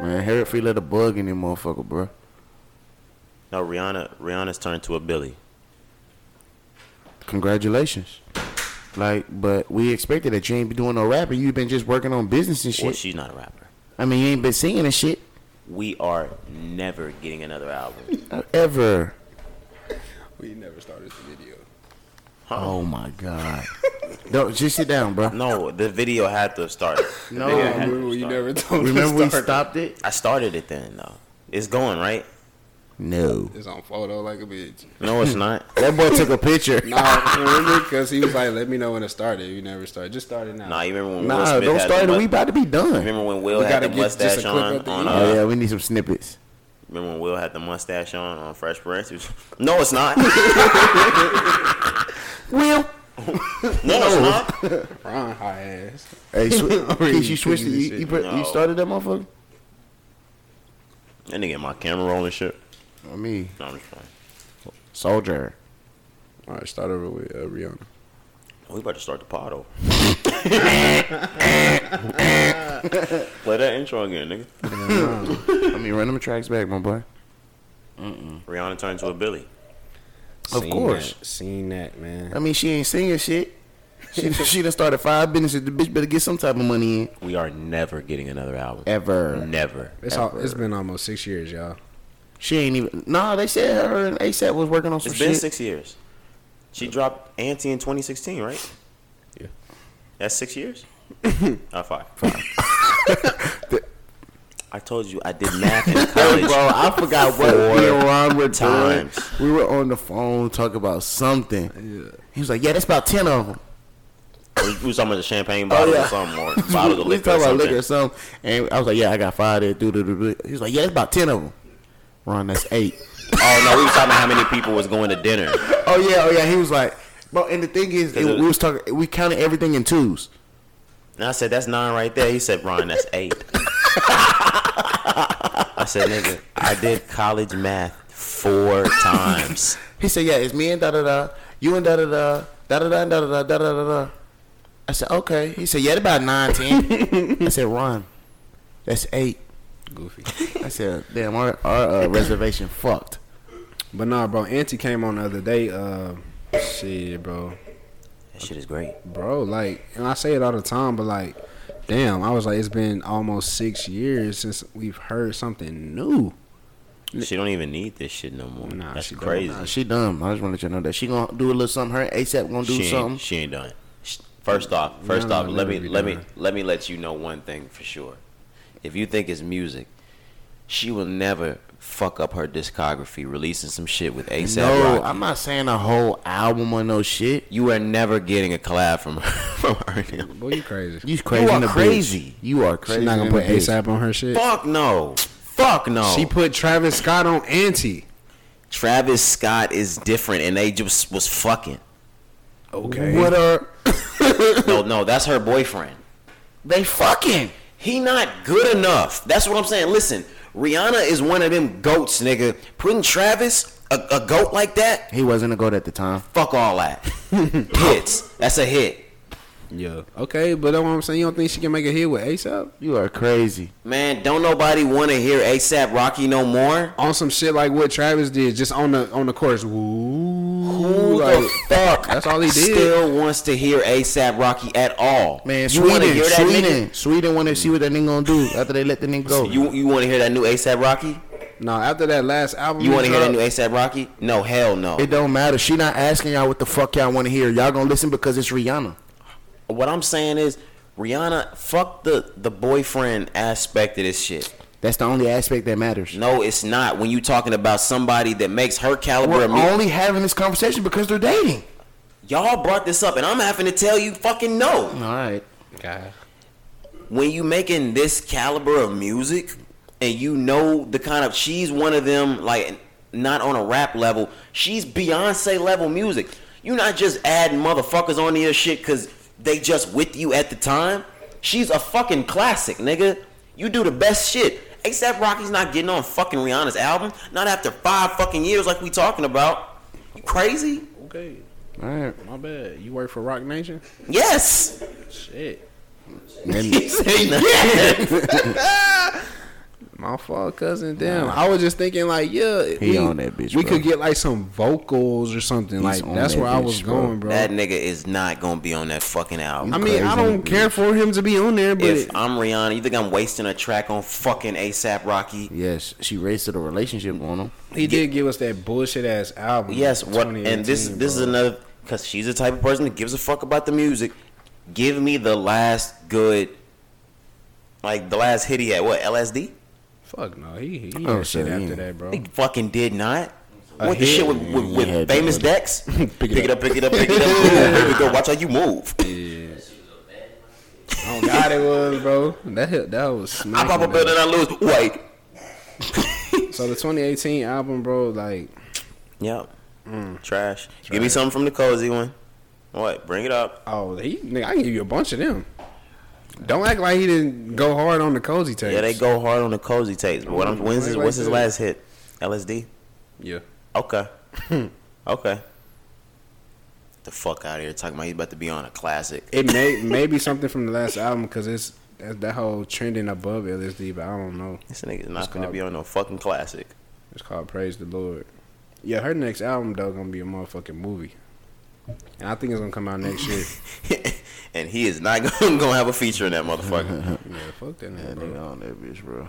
Speaker 2: Man, Harriet Free let a bug in that motherfucker, bro.
Speaker 7: No, Rihanna Rihanna's turned to a Billy.
Speaker 2: Congratulations. Like, but we expected that you ain't been doing no rapping. You've been just working on business and
Speaker 7: Well,
Speaker 2: shit.
Speaker 7: she's not a rapper.
Speaker 2: I mean, you ain't been singing and shit
Speaker 7: We are never getting another album.
Speaker 2: uh, ever.
Speaker 5: We never started the video.
Speaker 2: Oh my god. no, just sit down, bro.
Speaker 7: No, the video had to start. The
Speaker 1: Oh,
Speaker 2: No,
Speaker 7: video
Speaker 2: I
Speaker 7: had to
Speaker 5: Remember, you
Speaker 7: start.
Speaker 5: never told us
Speaker 2: Remember we
Speaker 5: to start.
Speaker 2: stopped it?
Speaker 7: I started it then though. It's going right.
Speaker 2: No.
Speaker 5: It's on photo like a bitch.
Speaker 7: No, it's not.
Speaker 2: That boy took a picture.
Speaker 5: Nah, remember? Because he was like, let me know when it started. You never started. Just start it now.
Speaker 7: Nah, you remember when Will
Speaker 2: Nah,
Speaker 7: Smith
Speaker 2: don't
Speaker 7: had
Speaker 2: start it.
Speaker 7: the mu-
Speaker 2: We about to be done.
Speaker 7: Remember when Will
Speaker 5: We
Speaker 7: had
Speaker 5: gotta
Speaker 7: the
Speaker 5: get just a
Speaker 7: mustache
Speaker 5: clip
Speaker 7: on?
Speaker 5: of the E.
Speaker 7: on
Speaker 5: email.
Speaker 7: uh,
Speaker 2: Oh yeah, we need some snippets.
Speaker 7: Remember when Will had the mustache on on Fresh Prince? He was- no, it's not.
Speaker 2: Will.
Speaker 7: No, it's not.
Speaker 5: Ron, high ass.
Speaker 2: Hey, sw-
Speaker 5: really
Speaker 2: Keith, you
Speaker 5: thinking this
Speaker 2: switched it. You,
Speaker 5: shit.
Speaker 2: you, put,
Speaker 7: No.
Speaker 2: you started that motherfucker?
Speaker 7: That nigga in my camera rolling shit.
Speaker 2: I mean,
Speaker 7: No, I'm just playing.
Speaker 2: soldier.
Speaker 5: All right, start over with uh, Rihanna.
Speaker 7: We about to start the pod over. Play that intro again, nigga.
Speaker 2: I mean, run them tracks back, my boy.
Speaker 7: Rihanna turned to a Billy.
Speaker 2: Of
Speaker 5: Seen
Speaker 2: course.
Speaker 5: that, seen that man.
Speaker 2: I mean, she ain't singing shit. She she done started five businesses. The bitch better get some type of money in.
Speaker 7: We are never getting another album.
Speaker 2: Ever.
Speaker 7: Never.
Speaker 5: It's all, it's been almost six years, y'all.
Speaker 2: She ain't even. Nah, they said her and ASAP was working on some
Speaker 7: It's
Speaker 2: shit.
Speaker 7: been six years. She dropped Auntie in 2016, right?
Speaker 5: Yeah.
Speaker 7: That's six years? uh, five. I told you I did math in college.
Speaker 2: Bro, I forgot what
Speaker 7: Four
Speaker 2: me and Ron were doing.
Speaker 7: times.
Speaker 2: We were on the phone talking about something.
Speaker 5: Yeah.
Speaker 2: He was like, "Yeah, that's about ten of them."
Speaker 7: We we was talking about the champagne bottle
Speaker 2: Oh, yeah.
Speaker 7: or something, or bottle of
Speaker 2: we was
Speaker 7: liquor
Speaker 2: talking about
Speaker 7: or something.
Speaker 2: liquor or something, and I was like, "Yeah, I got five." There, do do do. do." He was like, "Yeah, that's about ten of them." Ron, that's eight.
Speaker 7: Oh no, we was talking about how many people was going to dinner.
Speaker 2: Oh yeah, oh yeah. He was like, "Bro," and the thing is, it,
Speaker 7: it-
Speaker 2: we was talking. We counted everything in twos.
Speaker 7: And I said, "That's nine right there." He said, "Ron, that's eight. I said, "Nigga, I did college math four times."
Speaker 2: He said, "Yeah, it's me and da da da, you and da da da, da da da and da da da da da da." da." I said, "Okay." He said, "Yeah, that's about nine, ten. I said, "Ron, that's eight.
Speaker 5: Goofy.
Speaker 2: I said, "Damn, our, our uh, reservation fucked."
Speaker 5: But nah, bro. Auntie came on the other day. Uh, shit, bro.
Speaker 7: That shit is great.
Speaker 5: bro like and i say it all the time but like damn i was like it's been almost six years since we've heard something new
Speaker 7: She don't even need this shit no more.
Speaker 5: Nah,
Speaker 7: that's
Speaker 5: she don't.
Speaker 7: crazy.
Speaker 2: Nah, she dumb. I just want to let you know that she gonna do a little something. Her and ASAP gonna do
Speaker 7: she
Speaker 2: something.
Speaker 7: ain't, she ain't done. Sh- First off, first
Speaker 5: No,
Speaker 7: off,
Speaker 5: no,
Speaker 7: let
Speaker 5: never
Speaker 7: me
Speaker 5: be
Speaker 7: let me
Speaker 5: done.
Speaker 7: let me let you know one thing for sure. If you think it's music, she will never fuck up her discography releasing some shit with ASAP.
Speaker 2: no,
Speaker 7: Rocky.
Speaker 2: I'm not saying a whole album or no shit.
Speaker 7: You are never getting a collab from from her. now.
Speaker 5: boy you crazy
Speaker 2: You crazy.
Speaker 7: You are
Speaker 2: in the bitch.
Speaker 7: crazy.
Speaker 2: You are crazy.
Speaker 5: she not
Speaker 2: in
Speaker 5: gonna
Speaker 2: the
Speaker 5: put
Speaker 2: bitch.
Speaker 5: asap on her shit
Speaker 7: Fuck no. Fuck no.
Speaker 5: she put travis scott on auntie
Speaker 7: Travis Scott is different, and they just was fucking.
Speaker 5: okay
Speaker 2: What are
Speaker 7: No, no, that's her boyfriend.
Speaker 2: they fucking?
Speaker 7: He not good enough. That's what I'm saying. Listen, Rihanna is one of them goats, nigga. Putting Travis a, a goat like that,
Speaker 2: He wasn't a goat at the time.
Speaker 7: fuck all that. Hits. That's a hit,
Speaker 5: yeah okay but that's what i'm saying you don't think she can make a hit with asap
Speaker 2: You are crazy.
Speaker 7: man. Don't nobody want to hear ASAP Rocky no more.
Speaker 5: on some shit like what travis did just on the on the chorus who
Speaker 7: Who the fuck?
Speaker 5: that's all he did
Speaker 7: Still wants to hear ASAP Rocky at all,
Speaker 2: Man,
Speaker 7: You
Speaker 2: Sweden,
Speaker 7: want to hear that
Speaker 2: Sweden, Sweden want to see what that nigga gonna do after they let the nigga go.
Speaker 7: nigga? You you want to hear that new ASAP Rocky?
Speaker 5: no after that last album
Speaker 7: You
Speaker 5: he
Speaker 7: want to hear that
Speaker 5: dropped-
Speaker 7: new ASAP Rocky? No, hell no.
Speaker 2: it don't matter. She not asking y'all what the fuck y'all want to hear. Y'all gonna listen because it's Rihanna.
Speaker 7: What I'm saying is, Rihanna, fuck the the boyfriend aspect of this shit.
Speaker 2: That's the only aspect that matters.
Speaker 7: No, it's not. When you talking about somebody that makes her caliber
Speaker 2: We're
Speaker 7: of music,
Speaker 2: only having this conversation because they're dating.
Speaker 7: y'all brought this up, and I'm having to tell you fucking no.
Speaker 2: All right.
Speaker 7: When you making this caliber of music, and you know the kind of she's one of them, like not on a rap level, she's Beyonce level music. You not just adding motherfuckers on to your shit because they just with you at the time. She's a fucking classic, nigga. You do the best shit. ASAP Rocky's not getting on fucking Rihanna's album, not after five fucking years like we talking about. You crazy?
Speaker 5: okay
Speaker 2: All right.
Speaker 5: My bad. You work for Rock Nation?
Speaker 1: Yes.
Speaker 5: Shit.
Speaker 1: He say yes.
Speaker 5: My fault, cousin. Damn. I was just thinking like, yeah,
Speaker 2: He
Speaker 5: we,
Speaker 2: on that bitch,
Speaker 5: We
Speaker 2: bro.
Speaker 5: could get like some vocals or something. like
Speaker 2: on
Speaker 5: that's
Speaker 2: that
Speaker 5: where I
Speaker 2: bitch,
Speaker 5: was
Speaker 2: bro.
Speaker 5: going, bro.
Speaker 1: That nigga is not gonna be on that fucking album.
Speaker 5: I mean, I
Speaker 2: crazy,
Speaker 5: don't
Speaker 2: bitch.
Speaker 5: care for him to be on there, but
Speaker 1: if I'm Rihanna, you think I'm wasting a track on fucking ASAP Rocky?
Speaker 2: Yes, she wasted a relationship on him.
Speaker 5: he did give us that bullshit ass album.
Speaker 1: Yes, what? And this
Speaker 5: 2018,
Speaker 1: this is
Speaker 5: bro.
Speaker 1: another because she's the type of person that gives a fuck about the music. Give me the last good, like the last hit he had. What LSD?
Speaker 5: fuck no. He he had
Speaker 2: Oh,
Speaker 5: shit
Speaker 2: shit,
Speaker 5: after
Speaker 2: yeah.
Speaker 5: that, bro.
Speaker 1: He fucking did not.
Speaker 5: Mm. A
Speaker 1: What the
Speaker 5: hit?
Speaker 1: shit with, with,
Speaker 2: Yeah,
Speaker 1: with
Speaker 2: he had that
Speaker 1: famous
Speaker 2: one.
Speaker 1: Dex? pick,
Speaker 2: it
Speaker 1: it up, pick it up, pick it up. boom, Here we go. Watch how you move.
Speaker 5: Oh God, it was, bro. That hit, that was
Speaker 1: I
Speaker 5: smacking.
Speaker 1: pop a
Speaker 5: though.
Speaker 1: pill and I lose. Wait.
Speaker 5: So the 2018 album, bro, like
Speaker 1: Yep. Trash. Give me something from the cozy one. What? Bring it up.
Speaker 5: Oh, he nigga, I can give you a bunch of them. Don't act like he didn't go hard on the cozy tapes.
Speaker 1: Yeah, they go hard on the cozy tapes. But what I'm, when's his,
Speaker 5: Like
Speaker 1: what's his
Speaker 5: that.
Speaker 1: last hit? LSD.
Speaker 5: Yeah.
Speaker 1: Okay. okay. The fuck out of here talking about he's about to be on a classic.
Speaker 5: It may maybe something from the last album because it's that, that whole trending above LSD, but I don't know.
Speaker 1: This nigga's not
Speaker 5: It's
Speaker 1: gonna be on no fucking classic.
Speaker 5: It's called Praise the Lord. Yeah, her next album though gonna be a motherfucking movie, and I think it's gonna come out next year.
Speaker 1: and he is not gonna, gonna have a feature in that motherfucker.
Speaker 5: Yeah, fuck that nigga,
Speaker 2: That
Speaker 5: bro.
Speaker 2: nigga on that bitch, bro.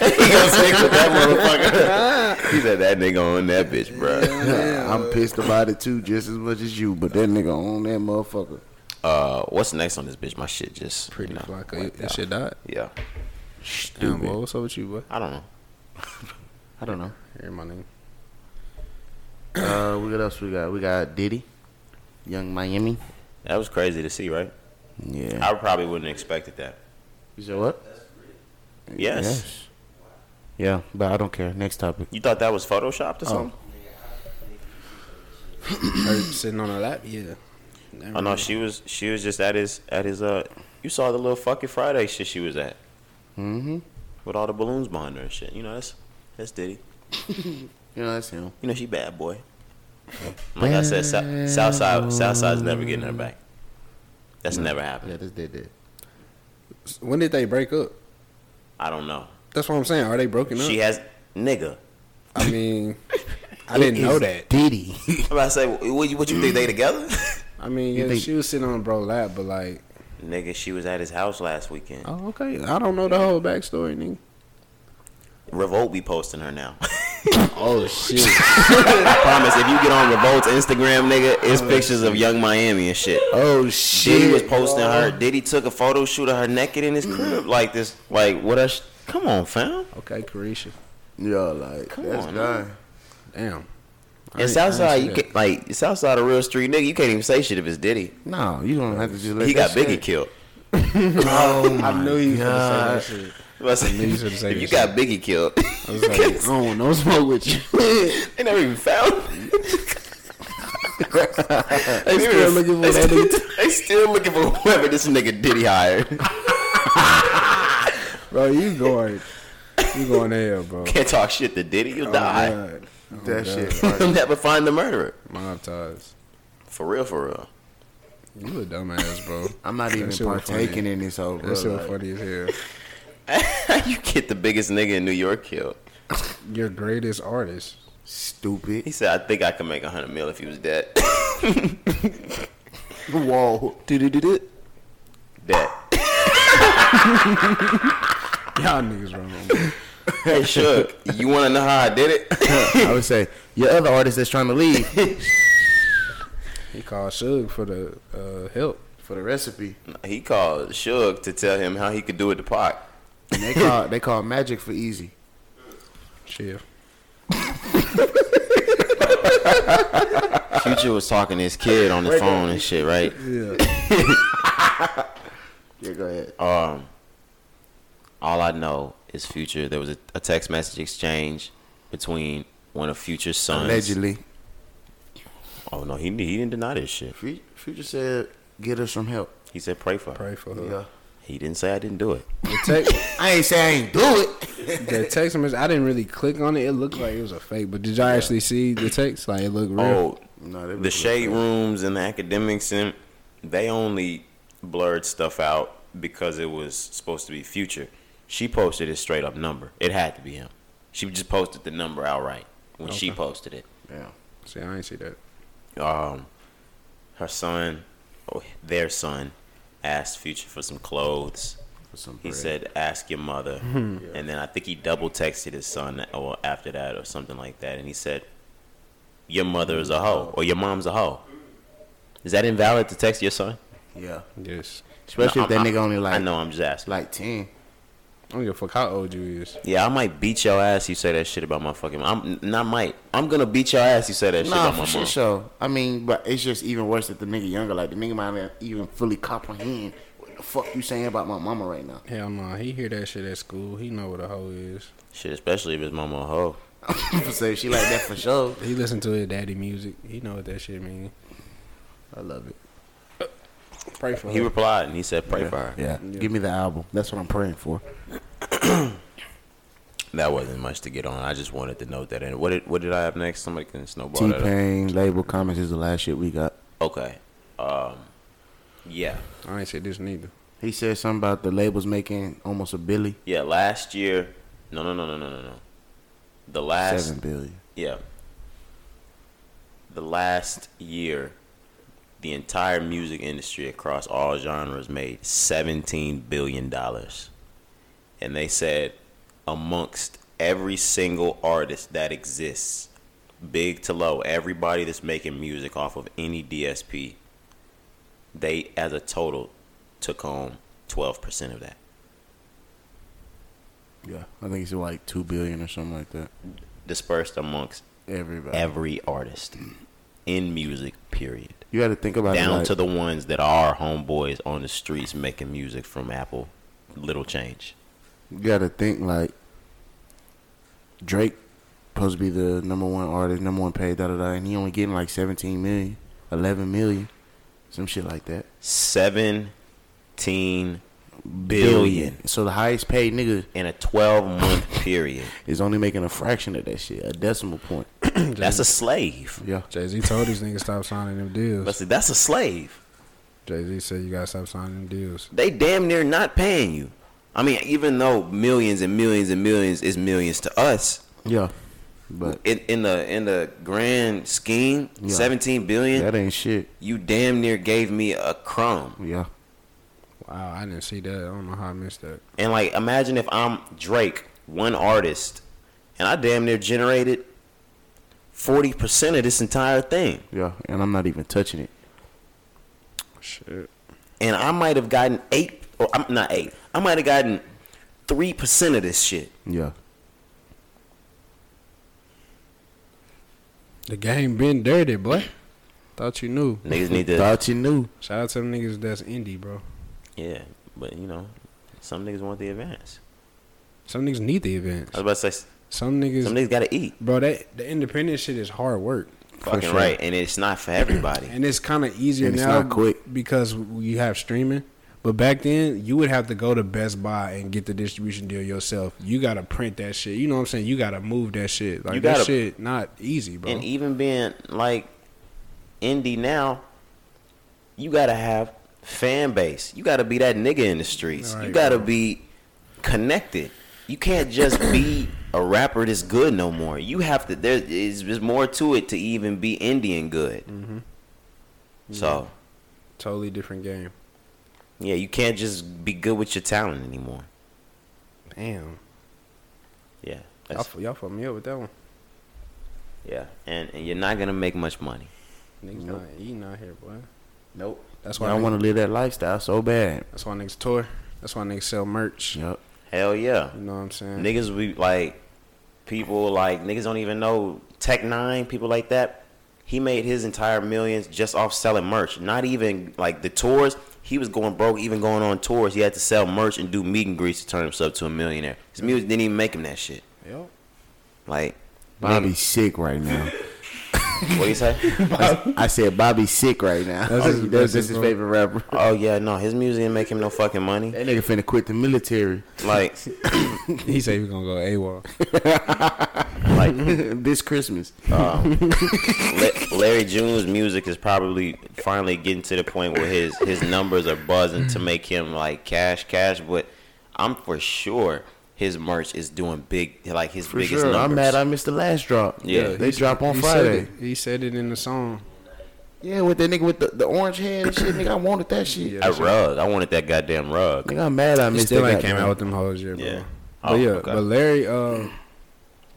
Speaker 1: he gonna stick with that motherfucker. he said that nigga on that bitch, bro.
Speaker 2: I'm pissed about it too, just as much as you. But that nigga on that motherfucker.
Speaker 1: Uh, what's next on this bitch? My shit just
Speaker 5: Pretty
Speaker 1: you know,
Speaker 5: flock.
Speaker 1: wiped
Speaker 5: That
Speaker 1: out.
Speaker 5: shit died.
Speaker 1: Yeah,
Speaker 5: Damn, boy, what's up with you, boy?
Speaker 1: I don't know.
Speaker 2: I don't know.
Speaker 5: Hear my name.
Speaker 2: Uh, what else we got? We got Diddy, Young Miami.
Speaker 1: That was crazy to see, right?
Speaker 2: Yeah.
Speaker 1: I probably wouldn't have expected that.
Speaker 2: You said what?
Speaker 1: Yes.
Speaker 2: Yeah, but I don't care. Next topic.
Speaker 1: You thought that was
Speaker 5: Oh,
Speaker 1: photoshopped or something?
Speaker 5: Her sitting on her lap. Yeah.
Speaker 1: Oh, no, she was she was just at his at his uh. You saw the little fucking Friday shit she was at.
Speaker 2: Mm-hmm.
Speaker 1: with all the balloons behind her and shit. You know, that's that's Diddy.
Speaker 2: You know that's him.
Speaker 1: You know, she bad boy. Like I said, South, Southside Southside's never getting her back. That's never happened.
Speaker 2: Yeah, this did that.
Speaker 5: When did they break up?
Speaker 1: I don't know.
Speaker 5: That's what I'm saying. Are they broken up?
Speaker 1: She has nigga.
Speaker 5: I mean, I didn't know that.
Speaker 2: Diddy.
Speaker 1: I'm about to say, what, you- what you think they together?
Speaker 5: I mean,
Speaker 2: You
Speaker 5: yeah,
Speaker 2: think-
Speaker 5: she was sitting on bro lap, but like,
Speaker 1: nigga, she was at his house last weekend.
Speaker 5: oh okay, I don't know the whole backstory, nigga.
Speaker 1: Revolt be posting her now.
Speaker 5: Oh shit,
Speaker 1: I promise, if you get on Revolt's Instagram, nigga, it's pictures of young Miami and shit.
Speaker 2: Oh
Speaker 1: Diddy Mm-hmm.
Speaker 2: shit.
Speaker 1: was posting her. Diddy took a photo shoot of her naked in his crib, like this. Like what? I sh- Come on, fam.
Speaker 5: okay, Carisha,
Speaker 2: yeah, like
Speaker 1: Come
Speaker 2: that's
Speaker 1: on,
Speaker 2: done.
Speaker 5: damn. I
Speaker 1: And
Speaker 5: ain't- I ain't
Speaker 1: Southside,
Speaker 5: see
Speaker 1: you
Speaker 5: that.
Speaker 1: can't like Southside a real street nigga. You can't even say shit if it's Diddy.
Speaker 2: No, you don't have to just let
Speaker 1: he got
Speaker 2: that
Speaker 1: Biggie
Speaker 2: stand.
Speaker 1: killed.
Speaker 2: Oh my
Speaker 5: I knew he was gonna
Speaker 2: god.
Speaker 5: say that shit.
Speaker 1: I was like,
Speaker 5: knew you was gonna say
Speaker 1: if
Speaker 5: that
Speaker 1: you got Biggie killed,
Speaker 5: I was like, I don't want no smoke with you.
Speaker 1: they never even found. him. they
Speaker 5: still looking for
Speaker 1: they
Speaker 5: that
Speaker 1: still- They still looking for whoever this nigga Diddy hired.
Speaker 5: bro, you going, you going to hell, bro.
Speaker 1: Can't talk shit to Diddy, you'll
Speaker 5: Oh,
Speaker 1: die.
Speaker 5: God. Oh,
Speaker 2: That
Speaker 5: God.
Speaker 2: shit.
Speaker 1: You'll never find the murderer.
Speaker 5: Mob ties.
Speaker 1: For real, for real.
Speaker 5: You a dumbass, bro.
Speaker 2: I'm not
Speaker 5: That
Speaker 2: even
Speaker 5: shit was
Speaker 2: partaking
Speaker 5: funny.
Speaker 2: in this whole bro.
Speaker 5: That shit was
Speaker 2: like,
Speaker 5: funny as hell.
Speaker 1: you get the biggest nigga in New York killed.
Speaker 5: Your greatest artist.
Speaker 1: He
Speaker 2: Stupid.
Speaker 1: said, I think I could make a hundred mil if he was dead.
Speaker 2: Whoa.
Speaker 1: dead.
Speaker 5: Y'all niggas wrong.
Speaker 1: Hey, Shook, you want to know how I did it?
Speaker 2: I would say your other artist that's trying to leave
Speaker 5: He called Suge for the uh, help.
Speaker 2: for the recipe.
Speaker 1: He called Suge to tell him how he could do it to Pac.
Speaker 2: And they call they call magic for easy.
Speaker 5: Chill.
Speaker 1: Future was talking to his kid on the phone and shit, right?
Speaker 5: Yeah.
Speaker 2: Yeah, go ahead.
Speaker 1: Um, all I know is Future. There was a, a text message exchange between one of Future's sons.
Speaker 2: Allegedly.
Speaker 1: Oh no, he he didn't deny this shit.
Speaker 2: Fu- Future said, "Get us some help."
Speaker 1: He said pray for her.
Speaker 5: Pray for her.
Speaker 2: Yeah.
Speaker 1: He didn't say I didn't do it.
Speaker 5: The text,
Speaker 2: I ain't say I ain't do it.
Speaker 5: the text message, I didn't really click on it. It looked like it was a fake, but did y'all actually see the text? Like it looked real.
Speaker 1: Oh,
Speaker 2: No, they
Speaker 7: the shade rooms and the academics and they only blurred stuff out because it was supposed to be future. She posted his straight up number. It had to be him. She just posted the number outright when she
Speaker 5: Okay.
Speaker 7: posted it.
Speaker 2: Yeah.
Speaker 5: See, I ain't see that.
Speaker 7: Um, her son, oh, their son, asked Future for some clothes.
Speaker 2: For some
Speaker 7: He
Speaker 2: bread.
Speaker 7: said, "Ask your mother," and then I think he double texted his son or after that or something like that, and he said, "Your mother is a hoe or your mom's a hoe." Is that invalid to text your son?
Speaker 2: Yeah.
Speaker 5: Yes.
Speaker 2: Especially
Speaker 7: No,
Speaker 2: if that
Speaker 7: I'm-
Speaker 2: nigga only like
Speaker 7: I know I'm just asking.
Speaker 2: like ten.
Speaker 5: I don't give a fuck how old you is.
Speaker 7: yeah, I might beat your ass. You say that shit about my fucking. I'm not might. I'm gonna beat your ass. You say that shit
Speaker 2: Nah,
Speaker 7: about my
Speaker 2: for sure,
Speaker 7: mom.
Speaker 2: sure. I mean, but it's just even worse if the nigga younger. Like the nigga might not even fully comprehend what the fuck you saying about my mama right now.
Speaker 5: Hell no, he hear that shit at school. He know what a hoe is.
Speaker 7: Shit, especially if his mama a hoe.
Speaker 2: so she like that for sure.
Speaker 5: He listen to his daddy music. He know what that shit mean.
Speaker 2: I love it.
Speaker 5: Pray for
Speaker 7: He
Speaker 5: him.
Speaker 7: replied and he said, "Pray for her."
Speaker 2: Yeah. Give me the album. That's what I'm praying for.
Speaker 7: That wasn't much to get on. I just wanted to note that. And what did what did I have next? Somebody can snowball
Speaker 2: T
Speaker 7: that. up.
Speaker 2: Pain label comments is the last shit we got.
Speaker 7: Okay. Um. Yeah.
Speaker 5: I ain't see this neither.
Speaker 2: He said something about the labels making almost a billy,
Speaker 7: Yeah. Last year. No. No. No. No. No. No. No. The last.
Speaker 2: seven billion.
Speaker 7: Yeah. The last year, the entire music industry across all genres made seventeen billion dollars, and they said amongst every single artist that exists, big to low, everybody that's making music off of any DSP, they as a total took home twelve percent of that.
Speaker 2: Yeah, I think he said like two billion or something like that.
Speaker 7: Dispersed amongst
Speaker 2: Everybody,
Speaker 7: every artist in music, period.
Speaker 2: you got to think about it.
Speaker 7: down
Speaker 2: like-
Speaker 7: to the ones that are homeboys on the streets making music from Apple. Little change.
Speaker 2: you gotta think like Drake supposed to be the number one artist, number one paid, da da da, and he only getting like 17 million, 11 million, some shit like that.
Speaker 7: Seventeen billion
Speaker 2: Billion. So the highest paid nigga
Speaker 7: in a twelve month period.
Speaker 2: is only making a fraction of that shit, a decimal point.
Speaker 7: That's a slave.
Speaker 2: Yeah.
Speaker 5: Jay Z told these niggas stop signing them
Speaker 7: That's
Speaker 5: deals.
Speaker 7: a, that's a slave.
Speaker 5: Jay Z said you gotta stop signing them deals.
Speaker 7: They damn near not paying you. I mean, even though millions and millions and millions is millions to us,
Speaker 2: Yeah. But
Speaker 7: in, in the in the grand scheme,
Speaker 2: Yeah.
Speaker 7: seventeen billion,
Speaker 2: that ain't shit.
Speaker 7: you damn near gave me a crumb.
Speaker 2: Yeah.
Speaker 5: Wow, I didn't see that. I don't know how I missed that.
Speaker 7: And like, imagine if I'm Drake, one artist, and I damn near generated forty percent of this entire thing,
Speaker 2: Yeah. And I'm not even touching it.
Speaker 5: Shit.
Speaker 7: and I might have gotten eight, or I'm not eight. I might have gotten three percent of this shit.
Speaker 2: Yeah.
Speaker 5: The game been dirty, boy. Thought you knew.
Speaker 7: Niggas need to,
Speaker 2: Thought you knew.
Speaker 5: Shout out to them niggas that's indie, bro.
Speaker 7: yeah, but you know, some niggas want the advance.
Speaker 5: Some niggas need the
Speaker 7: I was
Speaker 5: events.
Speaker 7: about to say,
Speaker 5: Some niggas,
Speaker 7: some niggas gotta eat,
Speaker 5: bro. That the independent shit is hard work,
Speaker 7: fucking
Speaker 2: sure.
Speaker 7: right, and it's not for everybody.
Speaker 5: and it's kind of easier
Speaker 2: And it's
Speaker 5: now
Speaker 2: not quick.
Speaker 5: because you have streaming. But back then, you would have to go to Best Buy and get the distribution deal yourself. You gotta print that shit. You know what I'm saying? You gotta move that shit. Like
Speaker 7: You
Speaker 5: that
Speaker 7: gotta-
Speaker 5: shit, not easy, bro.
Speaker 2: e-
Speaker 7: And even being like indie now, you gotta have fan base. You gotta be that nigga in the streets. you
Speaker 5: Right,
Speaker 7: gotta be connected. You can't just be a rapper that's good no more. You have to. There is there's more to it to even be Indian good. So
Speaker 5: totally different game.
Speaker 7: yeah, you can't just be good with your talent anymore.
Speaker 5: Damn,
Speaker 7: Yeah,
Speaker 5: y'all,
Speaker 7: that's,
Speaker 5: fu- y'all fucked me up with that one.
Speaker 7: yeah, and, and you're not gonna make much money.
Speaker 5: Niggas not eating out here, boy.
Speaker 2: Nope.
Speaker 5: That's why
Speaker 2: I
Speaker 5: niggas-
Speaker 2: want to live that lifestyle so bad.
Speaker 5: That's why niggas tour. That's why niggas sell merch.
Speaker 2: Yep.
Speaker 7: Hell yeah.
Speaker 5: You know what I'm saying?
Speaker 7: Niggas we like people like niggas don't even know Tech Nine, people like that. He made his entire millions just off selling merch. Not even like the tours. He was going broke, even going on tours. He had to sell merch and do meet and greets to turn himself to a millionaire. His music didn't even make him that shit.
Speaker 5: Yep.
Speaker 7: Like,
Speaker 2: Bobby's sick right now.
Speaker 7: what do you say?
Speaker 2: I said Bobby's sick right now.
Speaker 5: That's his-
Speaker 2: That's
Speaker 5: that's
Speaker 2: his
Speaker 5: his
Speaker 2: favorite rapper.
Speaker 7: oh yeah, no, his music didn't make him no fucking money.
Speaker 2: That nigga finna quit the military.
Speaker 7: Like,
Speaker 5: He said he was gonna go AWOL.
Speaker 1: Like
Speaker 2: this Christmas.
Speaker 1: La- Larry June's music is probably finally getting to the point where his his numbers are buzzing to make him like cash cash. But I'm for sure his merch is doing big like his
Speaker 2: For
Speaker 1: biggest
Speaker 2: sure.
Speaker 1: numbers.
Speaker 2: I'm mad I missed the last drop.
Speaker 1: Yeah.
Speaker 2: They
Speaker 5: He-
Speaker 2: drop on
Speaker 5: he
Speaker 2: Friday.
Speaker 5: Said it. He said it in the song.
Speaker 2: Yeah, with that nigga with the, the orange hand and shit, nigga, I wanted that shit.
Speaker 5: Yeah.
Speaker 1: That rug. I wanted that goddamn rug.
Speaker 2: Nigga, I'm mad I
Speaker 5: He
Speaker 2: missed
Speaker 5: still
Speaker 2: that
Speaker 5: ain't came
Speaker 2: goddamn-
Speaker 5: out with them hoes yet, bro.
Speaker 1: Yeah.
Speaker 5: But
Speaker 1: Oh,
Speaker 5: yeah,
Speaker 1: okay.
Speaker 5: but Larry, uh,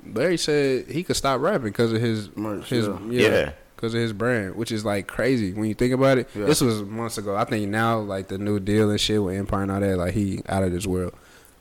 Speaker 5: Larry said he could stop rapping because of his
Speaker 2: Merch,
Speaker 5: his
Speaker 2: yeah.
Speaker 1: Yeah.
Speaker 5: because of his brand, which is like crazy when you think about it.
Speaker 2: Yeah.
Speaker 5: This was months ago. I think now like the new deal and shit with Empire and all that, like he out of this world.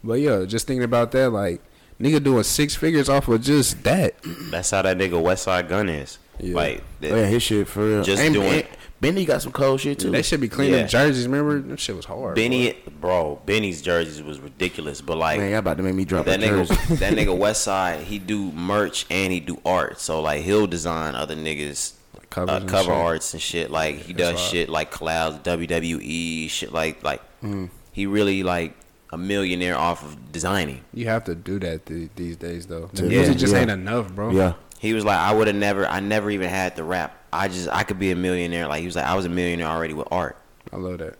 Speaker 5: But yeah, just thinking about that, like nigga doing six figures off of just that.
Speaker 1: That's how that nigga West Side Gun is.
Speaker 5: Yeah.
Speaker 1: Like th-
Speaker 2: Oh, yeah, his shit for real.
Speaker 1: Just
Speaker 2: and,
Speaker 1: doing-
Speaker 2: and Benny got some cold shit too.
Speaker 5: They should be cleaning
Speaker 1: Yeah.
Speaker 5: jerseys. Remember that shit was hard.
Speaker 1: Benny, bro, Benny's jerseys was ridiculous. But like
Speaker 2: Man, y'all about to make me drop
Speaker 1: that
Speaker 2: that
Speaker 1: nigga, that nigga Westside, he do merch and he do art. So like he'll design other niggas
Speaker 5: Covers
Speaker 1: uh,
Speaker 5: and
Speaker 1: cover
Speaker 5: shit.
Speaker 1: arts and shit. Like he does
Speaker 5: wild.
Speaker 1: shit like collabs, WWE shit. Like like he really like a millionaire off of designing.
Speaker 5: You have to do that th- these days though. The
Speaker 2: Yeah,
Speaker 5: music just
Speaker 2: yeah.
Speaker 5: ain't enough, bro.
Speaker 2: Yeah.
Speaker 1: He was like, I would have never, I never even had to rap. I just I could be a millionaire. Like he was like, I was a millionaire already with art.
Speaker 5: I love that.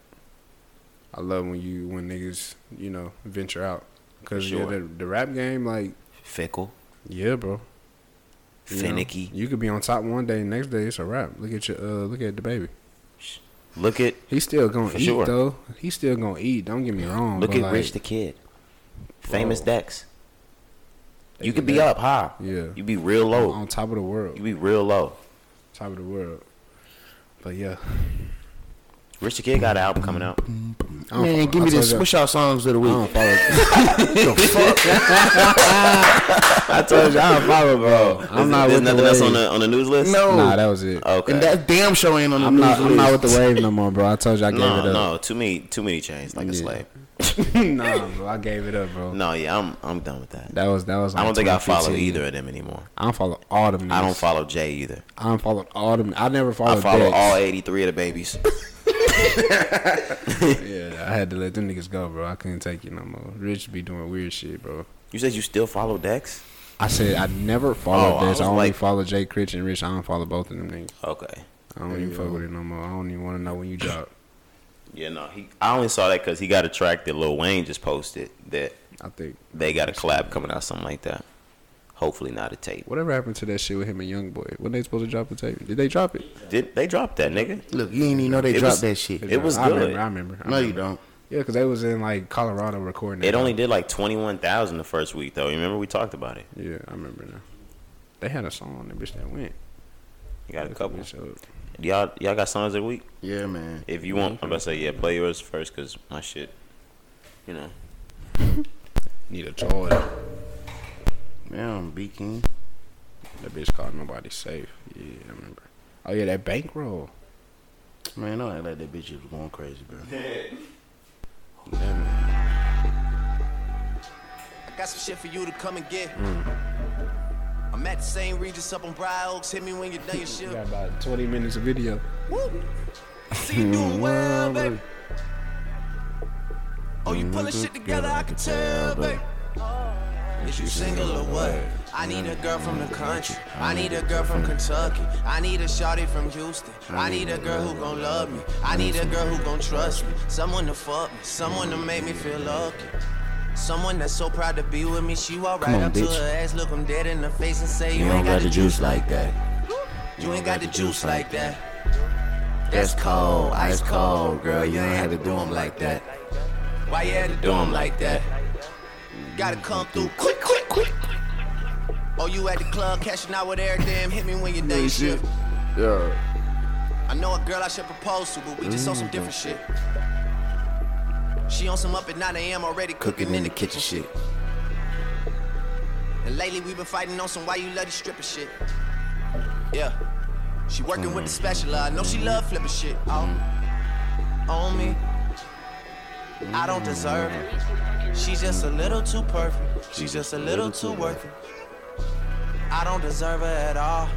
Speaker 5: I love when you when niggas you know venture out because
Speaker 1: Sure.
Speaker 5: the, the rap game like
Speaker 1: Fickle,
Speaker 5: yeah, bro. You know,
Speaker 1: finicky.
Speaker 5: you could be on top one day, next day it's a wrap. Look at your uh, look at the baby.
Speaker 1: Look at
Speaker 5: He's still gonna
Speaker 1: For
Speaker 5: eat
Speaker 1: sure.
Speaker 5: though. He's still gonna eat. Don't get me wrong.
Speaker 1: look
Speaker 5: but,
Speaker 1: at
Speaker 5: like,
Speaker 1: Rich the Kid, famous Dex. You
Speaker 5: did
Speaker 1: could be
Speaker 5: that.
Speaker 1: up high.
Speaker 5: Yeah.
Speaker 1: You be real low.
Speaker 5: on top of the
Speaker 1: You
Speaker 5: world,
Speaker 1: be real low.
Speaker 5: top of the world. But yeah,
Speaker 1: Rich the Kid got an album coming out.
Speaker 5: I don't
Speaker 2: Man,
Speaker 5: fo-
Speaker 2: give
Speaker 5: I
Speaker 2: me
Speaker 5: told
Speaker 2: this
Speaker 5: y'all-
Speaker 2: switch out songs of the week.
Speaker 5: I told you I don't follow, bro. I'm
Speaker 1: Is-
Speaker 5: not
Speaker 1: There's
Speaker 5: with the
Speaker 1: nothing else on
Speaker 5: wave.
Speaker 1: the on the Oh, news list.
Speaker 2: No.
Speaker 5: Nah, that was it.
Speaker 1: Okay.
Speaker 2: And that damn show ain't on the
Speaker 5: I'm
Speaker 2: news
Speaker 5: not. I'm not
Speaker 2: list.
Speaker 5: with the wave no more, bro. I told you I gave
Speaker 1: no,
Speaker 5: it
Speaker 1: no.
Speaker 5: up.
Speaker 1: Too many, too many chains like a
Speaker 5: Yeah.
Speaker 1: slave.
Speaker 5: nah, bro. I gave it up, bro.
Speaker 1: No, yeah, I'm I'm done with that.
Speaker 5: That was that was.
Speaker 1: I
Speaker 5: like
Speaker 1: don't think I follow
Speaker 5: 2015.
Speaker 1: either of them anymore.
Speaker 5: I don't follow all them.
Speaker 1: I don't
Speaker 5: niggas.
Speaker 1: follow Jay either.
Speaker 5: I don't follow all them. I never followed.
Speaker 1: I follow
Speaker 5: Oh, Dex.
Speaker 1: all 83 of the babies.
Speaker 5: Yeah, I had to let them niggas go, bro. I couldn't take it no more. Rich be doing weird shit, bro.
Speaker 1: You said you still follow Dex?
Speaker 5: I said I never followed
Speaker 1: Oh, I
Speaker 5: this.
Speaker 1: was
Speaker 5: I, only
Speaker 1: like-
Speaker 5: follow Jay Critch and Rich. I don't follow both of them niggas.
Speaker 1: Okay.
Speaker 5: I don't even fuck with it no more. I don't even want to know when you drop.
Speaker 1: Yeah, no. He, I only saw that because he got a track that Lil Wayne just posted that
Speaker 5: I think
Speaker 1: they got a collab coming out, something like that. Hopefully not a tape.
Speaker 5: whatever happened to that shit with him and YoungBoy. When they supposed to drop the tape? Did they drop it?
Speaker 1: Did they dropped that nigga?
Speaker 2: Look, you ain't even know they
Speaker 1: It
Speaker 2: dropped
Speaker 1: was-
Speaker 2: that shit.
Speaker 1: It was
Speaker 5: I
Speaker 1: good.
Speaker 5: Remember, I remember. I
Speaker 2: no, you
Speaker 5: remember.
Speaker 2: don't.
Speaker 5: Yeah, because they was in like Colorado recording.
Speaker 1: It
Speaker 5: that.
Speaker 1: only did like 21,000 the first week though. You remember we talked about it?
Speaker 5: Yeah, I remember now. They had a song on that bitch that went.
Speaker 1: You got a couple.
Speaker 5: Bitch, uh,
Speaker 1: Y'all y'all got songs of the week?
Speaker 2: Yeah, man.
Speaker 1: If you want, I'm about to say, yeah, play yours first because my shit, you know.
Speaker 5: Need a toy. That
Speaker 2: Man, Beacon.
Speaker 5: bitch called nobody safe. Yeah, I remember. Oh yeah, that bankroll.
Speaker 2: Man, I act like that bitch is going crazy, bro.
Speaker 4: I got some shit for you to come and get.
Speaker 7: Hmm.
Speaker 4: I'm at the same Regis up on Briar Oaks. Hit me when you're done your
Speaker 5: We
Speaker 4: shift.
Speaker 5: got about 20 minutes of video.
Speaker 4: Woo! See you doing well, baby. Oh, you pulling
Speaker 7: Mm-hmm.
Speaker 4: shit together, I can tell, baby. Is you single or what? I need a girl from the country. I need a girl from Kentucky. I need a shawty from Houston. I need a girl who gon' love me. I need a girl who gon' trust me. Someone to fuck me. Someone to make me feel lucky. Someone that's so proud to be with me. She walk right
Speaker 2: on,
Speaker 4: up to
Speaker 2: bitch.
Speaker 4: her ass, look him dead in the face and say, You,
Speaker 2: You
Speaker 4: ain't got the juice like
Speaker 2: that.
Speaker 4: you ain't got the juice like that.
Speaker 2: That's cold, ice cold, girl. You ain't had to do 'em like that.
Speaker 4: Why you had to do 'em like that? Gotta come through quick, quick, quick. Oh, you at the club cashing out with Eric? Damn, hit me when you're done your shift.
Speaker 2: Yeah.
Speaker 4: I know a girl I should propose to, but we just on some different shit. She on some up at 9 a.m. already cooking, in the kitchen shit. And lately we been fighting on some why you love the stripper shit. Yeah. She working with the special. I know she love flipping shit. Oh. On me. I don't deserve it. She's just a little too perfect. She's just a little too worth it. I don't deserve her at all.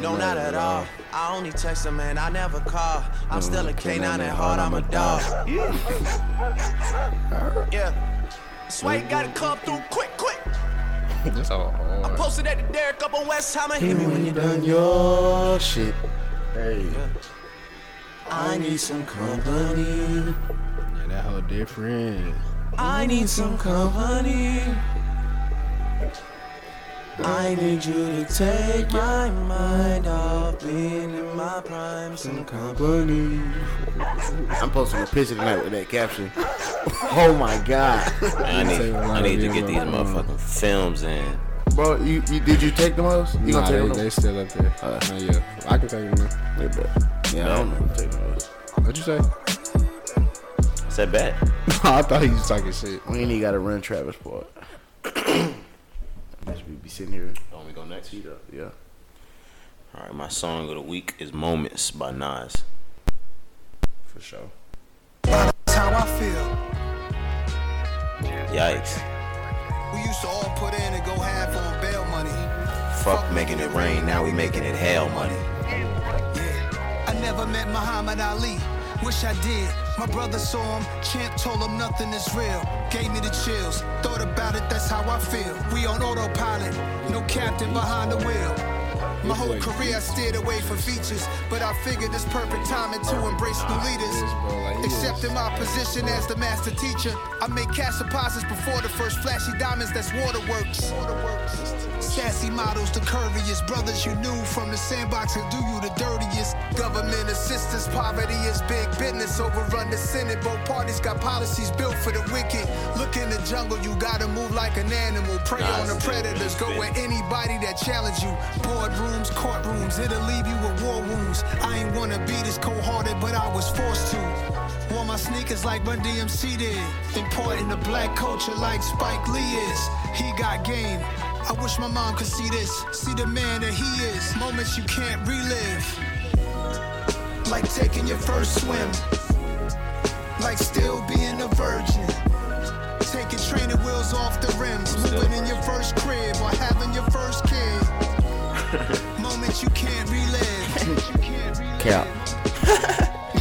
Speaker 4: No, not at all. I only text her, man. I never call. I'm still a canine at heart. I'm a dog. Yeah.
Speaker 9: That's why you gotta come through quick, quick.
Speaker 5: That's all
Speaker 9: I posted at the Derrick up on West Hammer. Hit
Speaker 7: Mm-hmm.
Speaker 9: me when you
Speaker 2: Done your shit. Hey,
Speaker 9: I need some company.
Speaker 5: Yeah, that whole different.
Speaker 9: I need some company. I need you to take my mind off being in my prime. Some
Speaker 2: company. I'm posting a picture tonight with that caption. Oh my god,
Speaker 7: I
Speaker 5: Say
Speaker 7: need,
Speaker 5: what
Speaker 7: I
Speaker 5: I
Speaker 7: need to
Speaker 5: do,
Speaker 7: get these
Speaker 5: uh,
Speaker 7: motherfucking films in.
Speaker 2: bro, you, you did you take the most? You
Speaker 5: Nah,
Speaker 2: gonna
Speaker 5: they,
Speaker 2: take
Speaker 5: they
Speaker 2: them?
Speaker 5: still up there. Nah, yeah, Uh, I can take them. man.
Speaker 2: Yeah, bro. yeah, I don't know. if I'm taking the most.
Speaker 5: What'd you say?
Speaker 7: Said bet.
Speaker 5: I thought he was talking shit.
Speaker 2: We ain't even gotta run Travis Port. Bitch, we be sitting here.
Speaker 7: Don't we go next?
Speaker 2: Teed up, yeah.
Speaker 7: All right, my song of the week is "Moments" by Nas.
Speaker 5: For sure.
Speaker 4: That's how I feel.
Speaker 7: Yikes!
Speaker 4: We used to all put in and go half on bail money.
Speaker 7: Fuck making it rain. Now we making it hell money.
Speaker 4: Yeah. I never met Muhammad Ali. Wish I did. My brother saw him. Champ told him nothing is real. Gave me the chills. Thought about it. That's how I feel. We on autopilot. No captain behind the wheel. My whole career I steered away from features, but I figured it's perfect timing to embrace new leaders. Except in my position as the master teacher, I make cash deposits before the first flashy diamonds. That's waterworks. Sassy models, the curviest brothers you knew from the sandbox and do you the dirtiest. Government assistance, poverty is big business. Overrun the Senate, both parties got policies built for the wicked. Look in the jungle, you gotta move like an animal. Prey
Speaker 7: Nah,
Speaker 4: on the
Speaker 7: it's still
Speaker 4: predators, go
Speaker 7: really
Speaker 4: at anybody that challenge you. Boardrooms, courtrooms, it'll leave you with war wounds. I ain't wanna be this cold-hearted, but I was forced to. Wore my sneakers like Run DMC did. Important to black culture like Spike Lee is. He got game. I wish my mom could see this. See the man that he is. Moments you can't relive. Like taking your first swim. Like still being a virgin. Taking training wheels off the rims. Moving in your first crib or having your first kid. Moments you can't relive.
Speaker 2: Cap.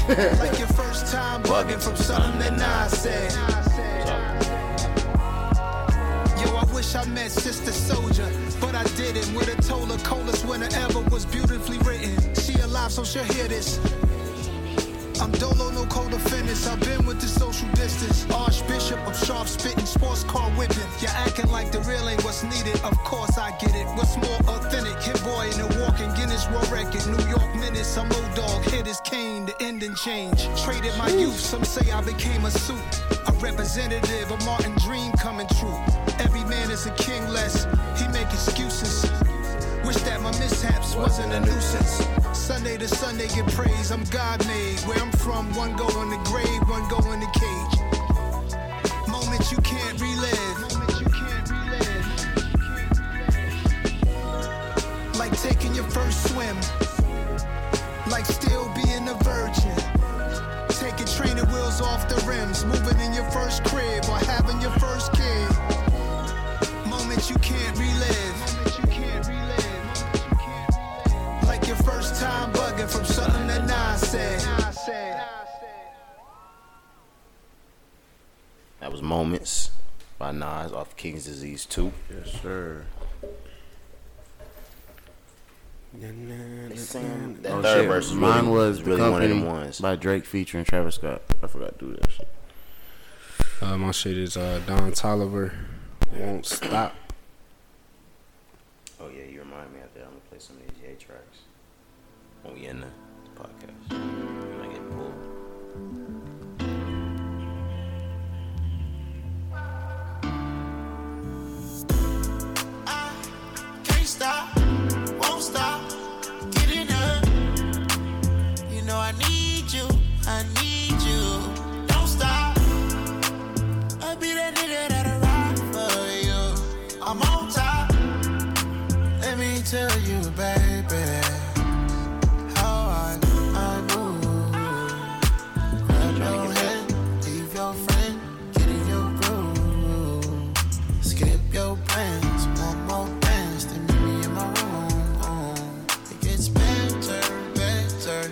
Speaker 4: like your first time bugging from something that I said. Yo, I wish I met Sister Soldier, but I didn't. With a Tola Colas winner ever was beautifully written. She alive, so she'll hear this. I'm Dolo, no co-defendants. I've been with the social distance. Archbishop of sharp spitting, sports car whipping. You're acting like the real ain't what's needed. Of course I get it. What's more authentic? Hit boy in the walking Guinness World Record. New York minutes. I'm old dog. Hit is cane. The ending change. Traded my youth. Some say I became a suit. A representative of Martin Dream coming true. Every man is a king less. He make excuses. Wish that my mishaps wasn't a nuisance. Sunday to Sunday, get praise. I'm God made. Where I'm from, one go in the grave, one go in the cage. Moments you can't relive. Like taking your first swim. Like still being a virgin. Taking training wheels off the rims. Moving in your first crib or having your first kid. Moments you can't relive. Like your first time bugging from something that I said.
Speaker 7: That was "Moments" by Nas off King's Disease Two.
Speaker 2: Yes, sir.
Speaker 7: That
Speaker 2: Oh,
Speaker 7: third
Speaker 2: shit.
Speaker 7: verse is
Speaker 2: Mine
Speaker 7: really,
Speaker 2: was
Speaker 7: is
Speaker 2: The
Speaker 7: really one of them
Speaker 2: Company
Speaker 7: ones.
Speaker 2: by Drake featuring Travis Scott. I forgot to do that shit.
Speaker 5: Uh, my shit is uh, Don Tolliver. Won't stop.
Speaker 7: Oh yeah, you remind me out there. I'm gonna play some of these Ye tracks when we end the the podcast. When I get pulled.
Speaker 9: Can't stop, won't stop, getting up. You know I need you, I need you. Don't stop. I'll be that nigga that'll ride for you. I'm on top. Let me tell you, baby, how I, I move. Grab your hand, leave your friend, get in your groove. Skip your plans, one more dance, then meet me in my room. It gets better, better.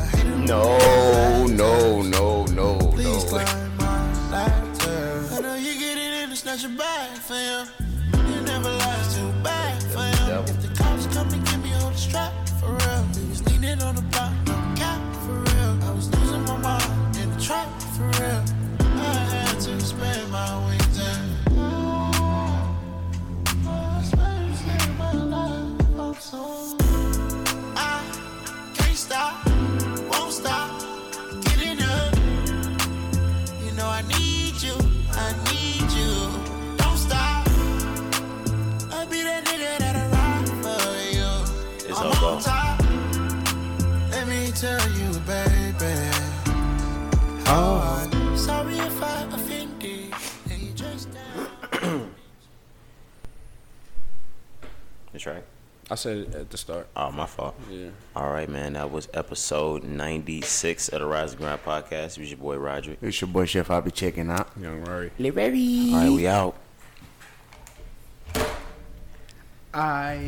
Speaker 9: I hate it.
Speaker 7: No, no, no, no,
Speaker 9: Please
Speaker 7: no.
Speaker 9: climb my ladder. I know you're getting
Speaker 4: too bad for him. Money never lies too bad for him. If the cops come and get me on the strap for real, we was leaning on the block, no cap for real. I was losing my mind in the trap for real. I had to spread my wings and. I spread- spread my life out so- I can't stop, won't stop, getting up. You know I need you, I need you. Don't stop. I'll be that nigga that'll ride for you.
Speaker 1: It's
Speaker 4: I'm
Speaker 1: Ogo.
Speaker 4: on top. Let me tell you, baby. How I'm sorry if I offended. And you just
Speaker 1: That's right.
Speaker 5: I said it at the start.
Speaker 1: Oh, my fault.
Speaker 5: Yeah.
Speaker 1: All right, man. That was episode 96 of the Rise and Grind podcast. It was your boy, Roderick.
Speaker 3: It's your boy Chef. I'll be checking out.
Speaker 5: Young Rory.
Speaker 1: All right, we out.
Speaker 5: I